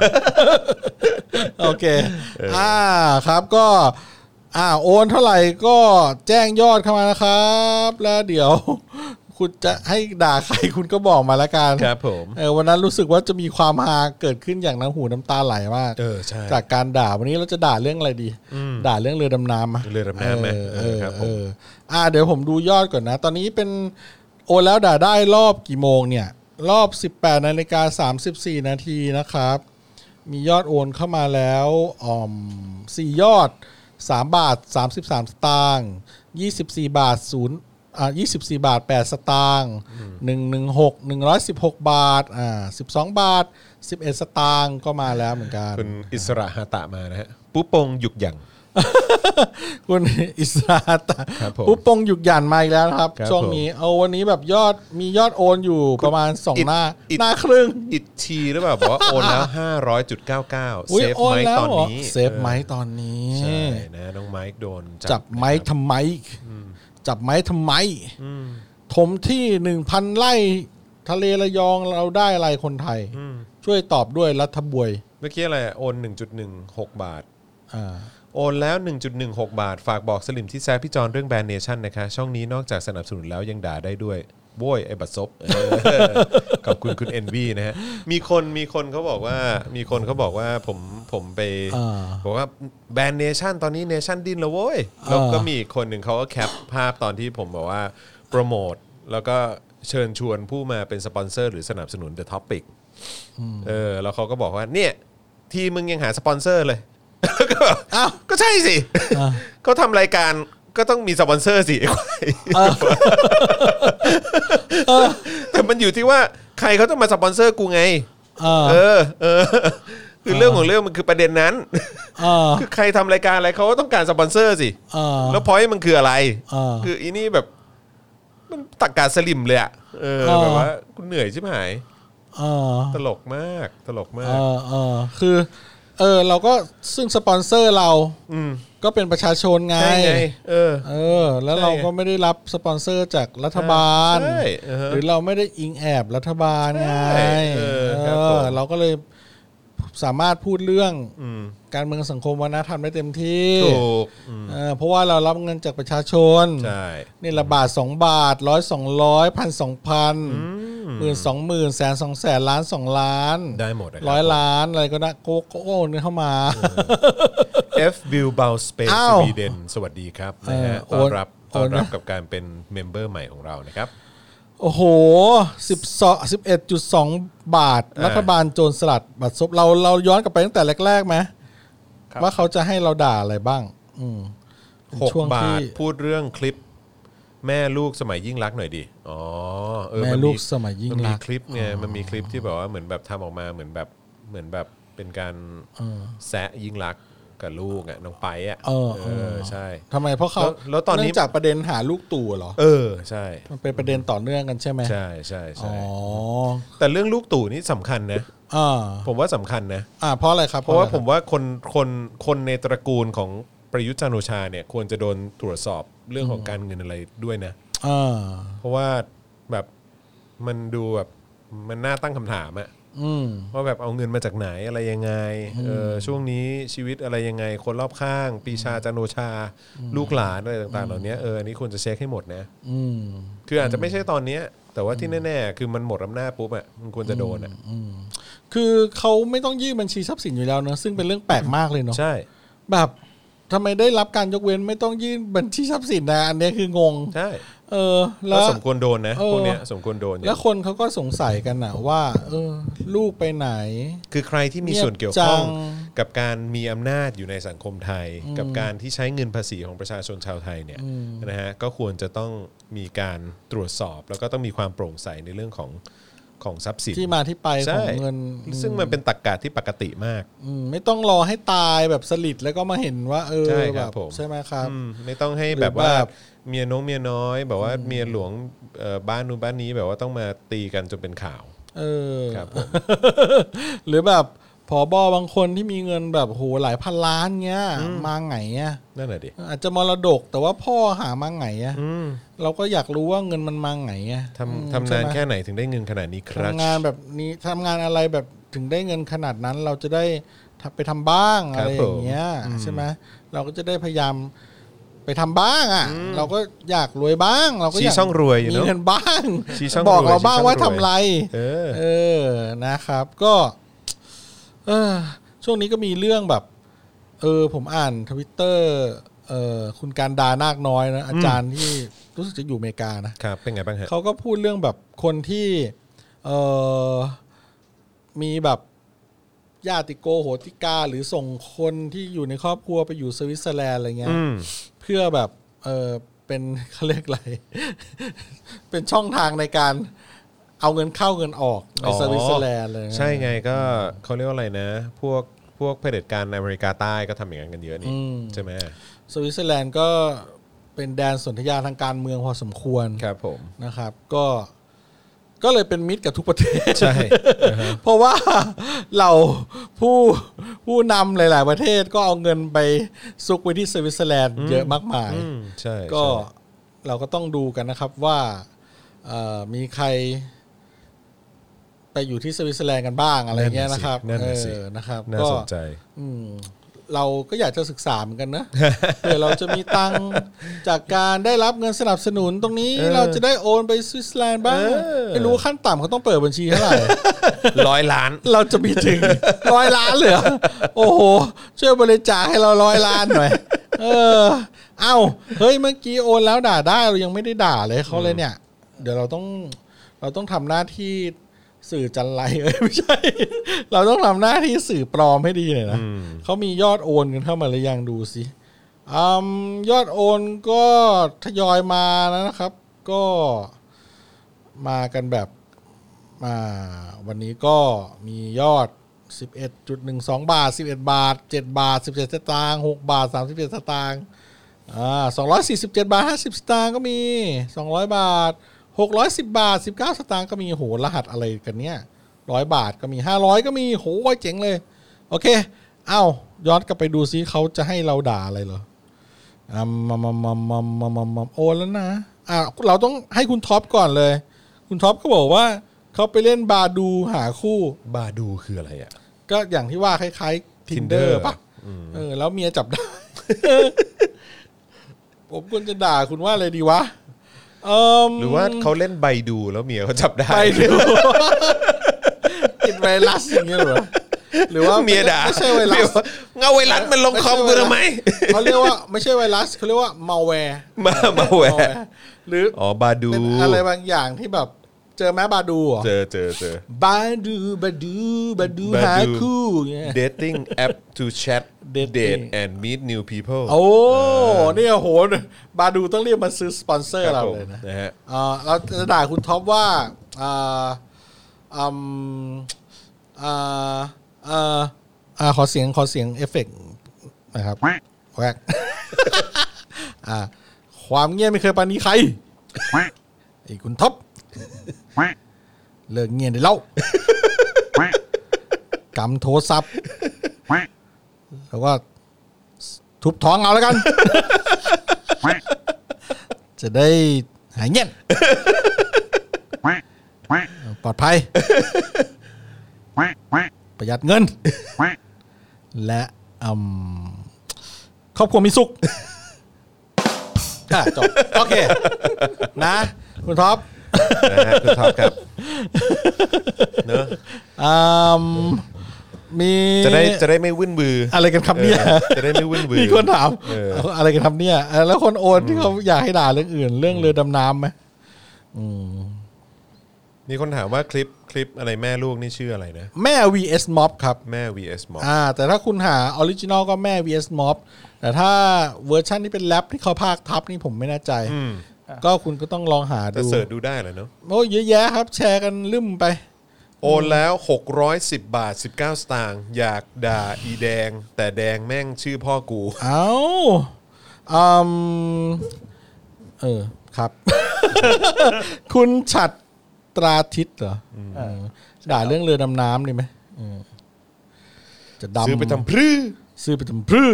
Speaker 3: โอเคอ่าครับก็อ่าโอนเท่าไหร่ก็แจ้งยอดเข้ามานะครับ แล้วเดี๋ยว คุณจะให้ด่าใครคุณก็บอกมาละกัน
Speaker 2: ครับผม
Speaker 3: เออวันนั้นรู้สึกว่าจะมีความฮาเกิดขึ้นอย่างน้ำหูน้ำตาไหลมาก
Speaker 2: เออใช่
Speaker 3: จากการด่าวันนี้เราจะด่าเรื่องอะไรดี ด่าเรื่องเรือดำน้ำมะ
Speaker 2: เรือดำน้ำไหม
Speaker 3: เออ
Speaker 2: เออครับผม
Speaker 3: เอออ่าเดี๋ยวผมดูยอดก่อนนะ ตอนนี้เป็นโอนแล้วด่าได้รอบกี่โมงเนี่ย รอบ 18นาฬิกา34 นาทีนะครับ มียอดโอนเข้ามาแล้วอ่อม4ยอด 3 บาท 33 สตางค์24 บาท0อ่า24 บาท 8 สตางค์116 116 บาทอ่า12 บาท 11 สตางค์ก็มาแล้วเหมือนกัน
Speaker 2: คุณอิสระฮาตะมานะฮะปุ๊ปงหยุกหยัง
Speaker 3: คุณ อิสราตะ
Speaker 2: ครับผม
Speaker 3: ปุ๊บปงหยุกหยันมาอีกแล้วนะครับ
Speaker 2: ครับ
Speaker 3: ช่วง
Speaker 2: ผม
Speaker 3: นี้เอาวันนี้แบบยอดมียอดโอนอยู่ประมาณสอง
Speaker 2: อิด
Speaker 3: หน้า
Speaker 2: อิด
Speaker 3: หน้าครึ่ง
Speaker 2: อิดทีหรือเปล่าบอกว่า โอนแล้ว 500.99
Speaker 3: อุ๊ย
Speaker 2: เซฟ
Speaker 3: โอน
Speaker 2: ไมค์
Speaker 3: แล้ว
Speaker 2: ตอน
Speaker 3: เหรอ
Speaker 2: นี้
Speaker 3: เซฟไมค์ตอนนี้
Speaker 2: ใช่นะน้องไมค์โดน
Speaker 3: จับไม้ทำไม จับไม้ทำไมถมที่หนึ่งพันไร่ทะเลระยองเราได้อะไรคนไทย ช่วยตอบด้วยรัฐบวย
Speaker 2: เมื่อกี้อะไรอะโอน 1.16 บาท
Speaker 3: อ่า
Speaker 2: โอนแล้ว 1.16 บาท ฝากบอกสลิมที่แซ่พี่จอนเรื่องแบรนด์เนชั่นนะคะ ช่องนี้นอกจากสนับสนุนแล้วยังด่าได้ด้วยโว้ยไอ้บัตรซ บเออขอบคุณคุณ NV นะฮะ มีคนมีคนเขาบอกว่ามีคนเขาบอกว่าผมผมไป
Speaker 3: อ่า
Speaker 2: บอกว่าแบรนด์เนชั่นตอนนี้เนชั่นดิ้นแล้วโว้ย
Speaker 3: อ่า
Speaker 2: แล้วก็มีอีกคนหนึ่งเขาก็แคปภาพตอนที่ผมบอกว่า โปรโมท แล้วก็เชิญชวนผู้มาเป็นสปอนเซอร์หรือสนับสนุน The Topic เออแล้วเขาก็บอกว่าเนี่ย ทีมมึงยังหาสปอนเซอร์เลย ก็แบบอ้าวก็ใช่สิก็ทำรายการก็ต้องมีสปอนเซอร์สิ แต่มันอยู่ที่ว่าใครเขาต้องมาสปอนเซอร์กูไง
Speaker 3: อ่า
Speaker 2: เออเออคือเรื่องของเรื่องมันคือประเด็นนั้น
Speaker 3: อ่า
Speaker 2: คือใครทำรายการอะไรเขาก็ต้องการสปอนเซอร์สิ
Speaker 3: อ่า
Speaker 2: แล้วพอยมันคืออะไร
Speaker 3: เออ
Speaker 2: คืออีนี่แบบ มันตักกาสลิมเลยอะเออ
Speaker 3: เออ
Speaker 2: แบบว่ากูเหนื่อยใช่ไหม
Speaker 3: อ่า
Speaker 2: ตลกมากตลกมาก
Speaker 3: เออเออคือเออเราก็ซึ่งสปอนเซอร์เราก็เป็นประชาชนไง
Speaker 2: ใช่ไงเออ
Speaker 3: เออ แล้วเราก็ไม่ได้รับสปอนเซอร์จากรัฐบาล
Speaker 2: ใช่อือฮะ
Speaker 3: หรือเราไม่ได้อิงแอบรัฐบาลไง
Speaker 2: ใช่เออ
Speaker 3: เอ
Speaker 2: ครับผม
Speaker 3: อเราก็เลยสามารถพูดเรื่องการเมืองสังคมวัฒนธรรมได้เต็มที่
Speaker 2: ถูกอืม
Speaker 3: เออเพราะว่าเรารับเงินจากประชาชน
Speaker 2: ใช่
Speaker 3: นี่ละบาทสองบาทร้อยสองร้อยพันสองพันหมื่นสองหมื่นแสนสองแสนล้านสองล้าน
Speaker 2: ได้หมดนะครับ
Speaker 3: ร้อยล้านอะไรก็ได้โกโก้โอนเข้ามา
Speaker 2: F v i l b a u Space
Speaker 3: อ้าว
Speaker 2: Sweden สวัสดีครับนะฮะ
Speaker 3: เอ
Speaker 2: ต้อ
Speaker 3: อ
Speaker 2: นรับ
Speaker 3: โอน
Speaker 2: ต้อนรับ
Speaker 3: โอนนะ
Speaker 2: กับการเป็นเมมเบอร์ใหม่ของเรานะครับ
Speaker 3: โอ้โหสิบสองสิบเอ็ดจุดสองบาท
Speaker 2: เออ
Speaker 3: รัฐบาลโจรสลัดบัตรซบเราเราย้อนกลับไปตั้งแต่แรกๆไหม
Speaker 4: ครับ
Speaker 3: ว่าเขาจะให้เราด่าอะไรบ้าง อืมเป็นช่วง
Speaker 2: 6 บา
Speaker 3: ที่
Speaker 2: ทพูดเรื่องคลิป แม่ลูกสมัยยิ่งรักษณ์หน่อยดิอ๋อเออ
Speaker 3: แม่
Speaker 2: น
Speaker 3: ลูกสมัยยิ่ง
Speaker 2: มันมี
Speaker 3: รัก
Speaker 2: คลิปไงมันมีคลิปที่แบบว่าเหมือนแบบทำออกมาเหมือนแบบเหมือนแบบเป็นการแซะยิ่งรักษณ์กับลูกอ่ะน้องไปอ่ะ
Speaker 3: เออเออ
Speaker 2: ใช่
Speaker 3: ทำไมเพราะเขา
Speaker 2: แล้วแล้วตอนนี้
Speaker 3: เงจากประเด็นหาลูกตู่เหรอ
Speaker 2: เออใช่
Speaker 3: มันเป็นประเด็นต่อเนื่องกันใช่ไหม
Speaker 2: ใช่ใช่
Speaker 3: อ๋
Speaker 2: ใช่
Speaker 3: อ
Speaker 2: แต่เรื่องลูกตู่นี่สำคัญนะ
Speaker 3: อ่า
Speaker 2: ผมว่าสำคัญนะ
Speaker 3: อ่าเพราะอะไรครับ
Speaker 2: เพราะว่า
Speaker 3: อไค
Speaker 2: ผ
Speaker 3: บ
Speaker 2: มว่าคนคนคนในตระกูลของประยุทธ์จันทร์โอชาเนี่ยควรจะโดนตรวจสอบเรื่องของการเงินอะไรด้วยนะ
Speaker 3: อ่า
Speaker 2: เพราะว่าแบบมันดูแบบมันน่าตั้งคำถามอะ
Speaker 3: อืม
Speaker 2: ว่าแบบเอาเงินมาจากไหนอะไรยังไงเออช่วงนี้ชีวิตอะไรยังไง คนรอบข้างปีชาจันทร์โอชา ลูกหลานอะไรต่างๆ เหล่านี้เอออันนี้ควรจะเช็คให้หมดนะ
Speaker 3: อืม
Speaker 2: คืออาจจะไม่ใช่ตอนเนี้ย แต่ว่าที่แน่ๆคือมันหมดอำนาจปุ๊บอ่ะมันควรจะโดนอ่ะ
Speaker 3: คือเขาไม่ต้องยื่นบัญชีทรัพย์สินอยู่แล้วเนอะซึ่งเป็นเรื่องแปลกมากเลยเนาะ
Speaker 2: ใช่
Speaker 3: แบบทำไมได้รับการยกเว้นไม่ต้องยื่นบัญชีทรัพย์สินนะอันเนี้ยคืองง
Speaker 2: ใช่
Speaker 3: เออ แล้
Speaker 2: ก็
Speaker 3: ว
Speaker 2: สมควรโดนนะ
Speaker 3: เออ
Speaker 2: พวกเนี้ยสมควรโดนเนี่ย
Speaker 3: แล้วคนเขาก็สงสัยกันนะว่า เออ ลูกไปไหน
Speaker 2: คือใครที่มี
Speaker 3: เงียบ
Speaker 2: ส่วนเกี่ยวข้อง
Speaker 3: จัง
Speaker 2: กับการมีอำนาจอยู่ในสังคมไทย กับการที่ใช้เงินภาษีของประชาชนชาวไทยเนี่ยนะฮะก็ควรจะต้องมีการตรวจสอบ แล้วก็ต้องมีความโปร่งใสในเรื่องของของทรัพย์สิน
Speaker 3: ที่มาที่ไปข
Speaker 2: ใช่
Speaker 3: องเงิน
Speaker 2: ซึ่งมันเป็นตรรกะที่ปกติมาก
Speaker 3: อืมไม่ต้องรอให้ตายแบบสลิดแล้วก็มาเห็นว่า เออ
Speaker 2: ใช่ค
Speaker 3: แบ
Speaker 2: รับบ ผม
Speaker 3: ใช่ไหมครับ
Speaker 2: อืมไม่ต้องให้
Speaker 3: หรือ
Speaker 2: แบบว่า
Speaker 3: แบบ
Speaker 2: เมียน้องเมียน้อยแบบว่าเมียหลวงเอ่อบ้านนู้นบ้านนี้แบบว่าต้องมาตีกันจนเป็นข่าว
Speaker 3: เออ
Speaker 2: ครับ ผม
Speaker 3: หรือแบบผอบอบางคนที่มีเงินแบบโหหลายพันล้านเงี้ย มาไงอ่ะ
Speaker 2: นั่นแหละดิ
Speaker 3: อาจจะมรดกแต่ว่าพ่อหามาไงอ่ะเราก็อยากรู้ว่าเงินมันมาไงอ่ะ
Speaker 2: ทำทำนานแค่ไหนถึงได้เงินขนาดนี้ครับ
Speaker 3: ทำงานแบบนี้ทำงานอะไรแบบถึงได้เงินขนาดนั้น เราจะได้ทำไปทำบ้างอะไรอย่างเงี้ยใช่ไหมเราก็จะได้พยายามไปทำบ้างอ่ะ เราก็อยากรวยบ้าง เราก็
Speaker 2: ชี้
Speaker 3: อยาก
Speaker 2: ช่องรวยอยู่
Speaker 3: มี
Speaker 2: เนาะ
Speaker 3: เงินบ้าง
Speaker 2: ชี้ช่อง
Speaker 3: บอก
Speaker 2: รวย
Speaker 3: เราบ้าง
Speaker 2: ชี้ช่อง
Speaker 3: ว่าร ทำ
Speaker 2: วย
Speaker 3: ไร
Speaker 2: เออ
Speaker 3: เออ นะครับ ก็ เออช่วงนี้ก็มีเรื่องแบบ เออ ผมอ่านทวิตเตอร์เออคุณการดานาคน้อยนะ อาจารย์ที่รู้สึกจะอยู่อเมริกานะ
Speaker 2: ครับ เป็นไงบ้างฮะ
Speaker 3: เขาก็พูดเรื่องแบบคนที่เออมีแบบญาติโกโหติกา หรือส่งคนที่อยู่ในครอบครัวไปอยู่สวิตเซอร์แลนด์อะไรเงี้ย
Speaker 2: อืม
Speaker 3: เพื่อแบบเออเป็น เขาเรียกอะไร เป็นช่องทางในการเอาเงินเข้าเงินออกใน
Speaker 2: อ๋อ
Speaker 3: สวิตเซอร์แลนด์เลยนะ
Speaker 2: ใช่ไงก็เขาเรียกว่าอะไรนะ พวกพวกเผด็จการในอเมริกาใต้ก็ทำอย่างนั้นกันเยอะนี่ใช่ไหม
Speaker 3: สวิตเซอร์แลนด์ก็เป็นแดนสนธยาทางการเมืองพอสมควร
Speaker 2: ครับผม
Speaker 3: นะครับ ก็ก็เลยเป็นมิตรกับทุกประเทศ
Speaker 2: ใช่
Speaker 3: เพราะว่าเราผู้ผู้นำหลาย ๆ ประเทศก็เอาเงินไปซุกไว้ที่สวิตเซอร์แลนด์เยอะมากมาย
Speaker 2: อืมใช่
Speaker 3: ก็
Speaker 2: ใช่
Speaker 3: เราก็ต้องดูกันนะครับว่าเอ่อมีใคร ไปอยู่ที่สวิตเซอร์แลนด์กันบ้างอะไรเงี้ยนะครับ
Speaker 2: นั่น
Speaker 3: เอ
Speaker 2: น่ะสิ
Speaker 3: อนะครับ
Speaker 2: น่า
Speaker 3: ก็
Speaker 2: สนใจ
Speaker 3: อืมเราก็อยากจะศึกษาเหมือนกัน นะ เผื่อเราจะมีตังค์จากการได้รับเงินสนับสนุนตรงนี้
Speaker 2: เออ
Speaker 3: เราจะได้โอนไปสวิตเซอร์แลนด์บ้าง
Speaker 2: เออ
Speaker 3: ไม่รู้ขั้นต่ำเขาต้องเปิดบัญชีเท่าไหร่
Speaker 2: ร้อยล้าน
Speaker 3: เราจะมีถึง ร้อยล้านเลยเหรอโอ้โห ช่วยบริจาคให้เราร้อยล้าน หน่อย เออ เอ้า เฮ้ย เมื่อกี้โอนแล้วด่าได้ เรายังไม่ได้ด่าเลยเขาเลยเนี่ย เดี๋ยวเราต้อง เราต้องทำหน้าที่สื่อจันไรเอ้ย ไม่ใช่ เราต้องทำหน้าที่สื่อปลอมให้ดีหน่อยนะเขามียอดโอนกันเข้ามาหรือยังดูสิอืมยอดโอนก็ทยอยมาแล้วนะครับ ก็มากันแบบ มาวันนี้ก็มียอด 11.12 บาท 11 บาท 7 บาท 17 สตางค์6บาท 37 สตางค์อ่า247 บาท 50 สตางค์ก็มี 200 บาท 610 บาท 19 สตางค์ก็มีโหรหัสอะไรกันเนี่ย 100 บาทก็มี 500 ก็มีโหยเจ๋งเลย โอเค เอ้าย้อนกลับไปดูซิเขาจะให้เราด่าอะไรเหรอ อ่ะมามามามามามามาโอนแล้วนะ อ่ะเราต้องให้คุณท็อปก่อนเลย คุณท็อปก็บอกว่าเขาไปเล่นบาดูหาคู่
Speaker 2: บาดูคืออะไรอ่ะ
Speaker 3: ก็อย่างที่ว่าคล้ายๆ
Speaker 2: Tinder
Speaker 3: tinder ป่ะเออ แล้วเมียจับได้ ผมควรจะด่าคุณว่าอะไรดีวะ เอม
Speaker 2: หรือว่าเขาเล่นใบดูแล้วเมียเขาจับได้
Speaker 3: ไปดูติดไวรัสอย่างเงี้ยเหรอหรือว่า
Speaker 2: เมียด่า
Speaker 3: ไม่ใช่ไวรัส
Speaker 2: เงาไวรัสมันลงคอมกูทำไม
Speaker 3: เขาเรียกว่าไม่ใช่ไวรัสเขาเรียกว่า malware
Speaker 2: มามาแหวะ
Speaker 3: malware หรืออ
Speaker 2: อ๋อบาดู
Speaker 3: เป็นอะไรบางอย่างที่แบบ เจอแม่บาดูเหรอ
Speaker 2: เจอเจอเจอ
Speaker 3: บาดูบาดูบาดู
Speaker 2: บาดู
Speaker 3: หาคู่เงี้ย
Speaker 2: dating app to chat
Speaker 3: Dating
Speaker 2: date and meet new people
Speaker 3: โอ้เนี่ยโหบาดูต้องเรียกมาซื้อสปอนเซอร์
Speaker 2: ค
Speaker 3: เรา
Speaker 2: บผม
Speaker 3: เลยนะ
Speaker 2: นะฮะ
Speaker 3: เอ่อเราจะด่าคุณท็อปว่าอ่าอืมอ่าอ่าอ่าขอเสียงขอเสียงเอฟเฟกต์นะครับ แวกอ่าความเงียบไม่เคยปรานี้ใคร ไอ้คุณท็อปเลิกเงียบได้แล้วกำโทรศัพท์ แล้วก็ทุบท้องเอาแล้วกัน จะได้หายเงียบปลอดภัย ประหยัดเงิน และอืมครอบครัวมีสุขอ่ะจบ โอเค นะ คุณท็อป
Speaker 2: นะฮะคุณท็อปครับเนอะ
Speaker 3: อืมมี
Speaker 2: จะได้จะได้ไม่วุ่นวืออ
Speaker 3: อะไรกันครับเนี่ย
Speaker 2: เออจะได้ไม่วุ่นวือ
Speaker 3: มีคนถาม
Speaker 2: เออ
Speaker 3: เอาอะไรกันครับเนี่ยเออแล้วคนโอนที่เขาอยากให้ด่าเรื่องอื่น เรื่องเรือดำน้ำไหมอืม
Speaker 2: มีคนถามว่าคลิปคลิปอะไรแม่ลูกนี่ชื่ออะไรนะ
Speaker 3: แม่ vs mob ครับ
Speaker 2: แม่ vs หมอ
Speaker 3: อ่า แต่ถ้าคุณหาออริจินอลก็แม่ vs mob แต่ถ้าเวอร์ชันที่เป็นแรปที่เขาพากย์ทับนี่ผมไม่แน่ใจ ก็คุณก็ต้องลองหา
Speaker 2: แต่
Speaker 3: ดู
Speaker 2: เสิร์ชดูได้เหรอเนาะ
Speaker 3: โอ้ยเยอะแยะครับ แชร์กันลืมไป
Speaker 2: โอนแล้ว 610 บาท 19 สตางค์อยากด่าอีแดง แต่แดงแม่งชื่อพ่อกู
Speaker 3: เอาอืมเออ ครับ คุณฉัดตราทิศเหรอเออด่าเรื่องเรือดำน้ำนี่ไหมเออจะดำ
Speaker 2: ซื้อไปทำพรื้อ
Speaker 3: ซื้อไปทำพรื้อ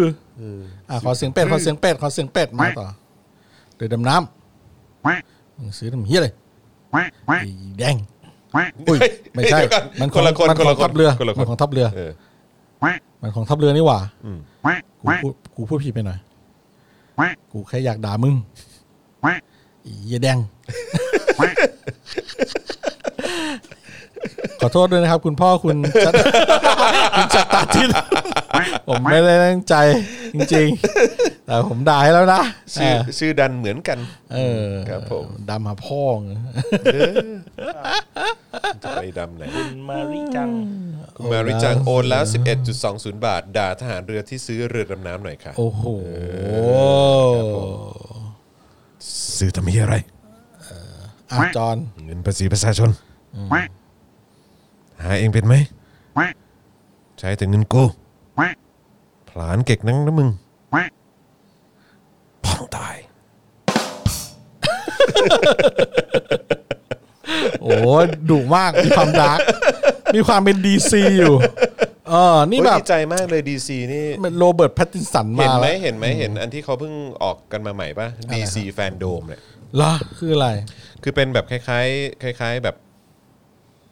Speaker 3: อ่ะขอเสียงเป็ด ขอเสียงเป็ด ขอเสียงเป็ด มาต่อ เรือดำน้ำมึงซื้อทำเฮียเลยไอ้แดงอุ้ยไม่ใช่
Speaker 2: เดี๋ยวก่อ
Speaker 3: มัน
Speaker 2: คนละคน
Speaker 3: มั
Speaker 2: คน
Speaker 3: ข
Speaker 2: ละ
Speaker 3: อง
Speaker 2: คน
Speaker 3: ทัพเรือ
Speaker 2: คนละค
Speaker 3: มัน
Speaker 2: น
Speaker 3: ของทัพเรือ
Speaker 2: เออ
Speaker 3: มันของทัพเรือนี่หว่า กูพู
Speaker 6: Quack,
Speaker 3: ดกูพูดผิดไปหน่อย
Speaker 6: quack,
Speaker 3: กูแค่อยากด่ามึง
Speaker 6: quack,
Speaker 3: ไอ้เหี้ยแดง
Speaker 6: quack.
Speaker 3: ขอโทษด้วยนะครับ คุณพ่อคุณจัด คุณจัดตาทิศผมไม่ได้ตั้งใจจริงๆ แต่ผมด่าให้แล้วนะ
Speaker 2: ชื่อชื่อดันเหมือนกัน
Speaker 3: เออ
Speaker 2: ครับผม
Speaker 3: ดำหาพ่อไง
Speaker 2: จะไปดำไหน
Speaker 4: คุณมาริจัง
Speaker 2: คุณมาริจังโอนแล้ว 11.20 บาท ด่าทหารเรือที่ซื้อเรือดำน้ำหน่อยค่ะ
Speaker 3: โอ้โห
Speaker 2: ซื้อทำเฮียอะไร
Speaker 3: อ่ะจอน
Speaker 2: เงินภาษีประชาชน หาเองเป็นไหม ใช้แต่เงินกูผลานเก็กนั่งนะมึงพ้องตาย
Speaker 3: โอ้ดุมากมีความดาร์กมีความเป็นดีซีอยู่เออนี่
Speaker 2: นี่
Speaker 3: แบ
Speaker 2: แบบ
Speaker 3: บ
Speaker 2: ดีใจมากเลยดีซีนี่
Speaker 3: เป็นโรเบิร์ตแพตตินสัน
Speaker 2: เห็
Speaker 3: มาน
Speaker 2: ไหม
Speaker 3: แล้ว
Speaker 2: เห็นไหมเห็นอันที่เขาเพิ่งออกกันมาใหม่ป่ะดีซีแฟนโดมเนี่ย
Speaker 3: เหรอคืออะไร
Speaker 2: คือเป็นแบบคล้ายๆ คล้าย ๆ แบบ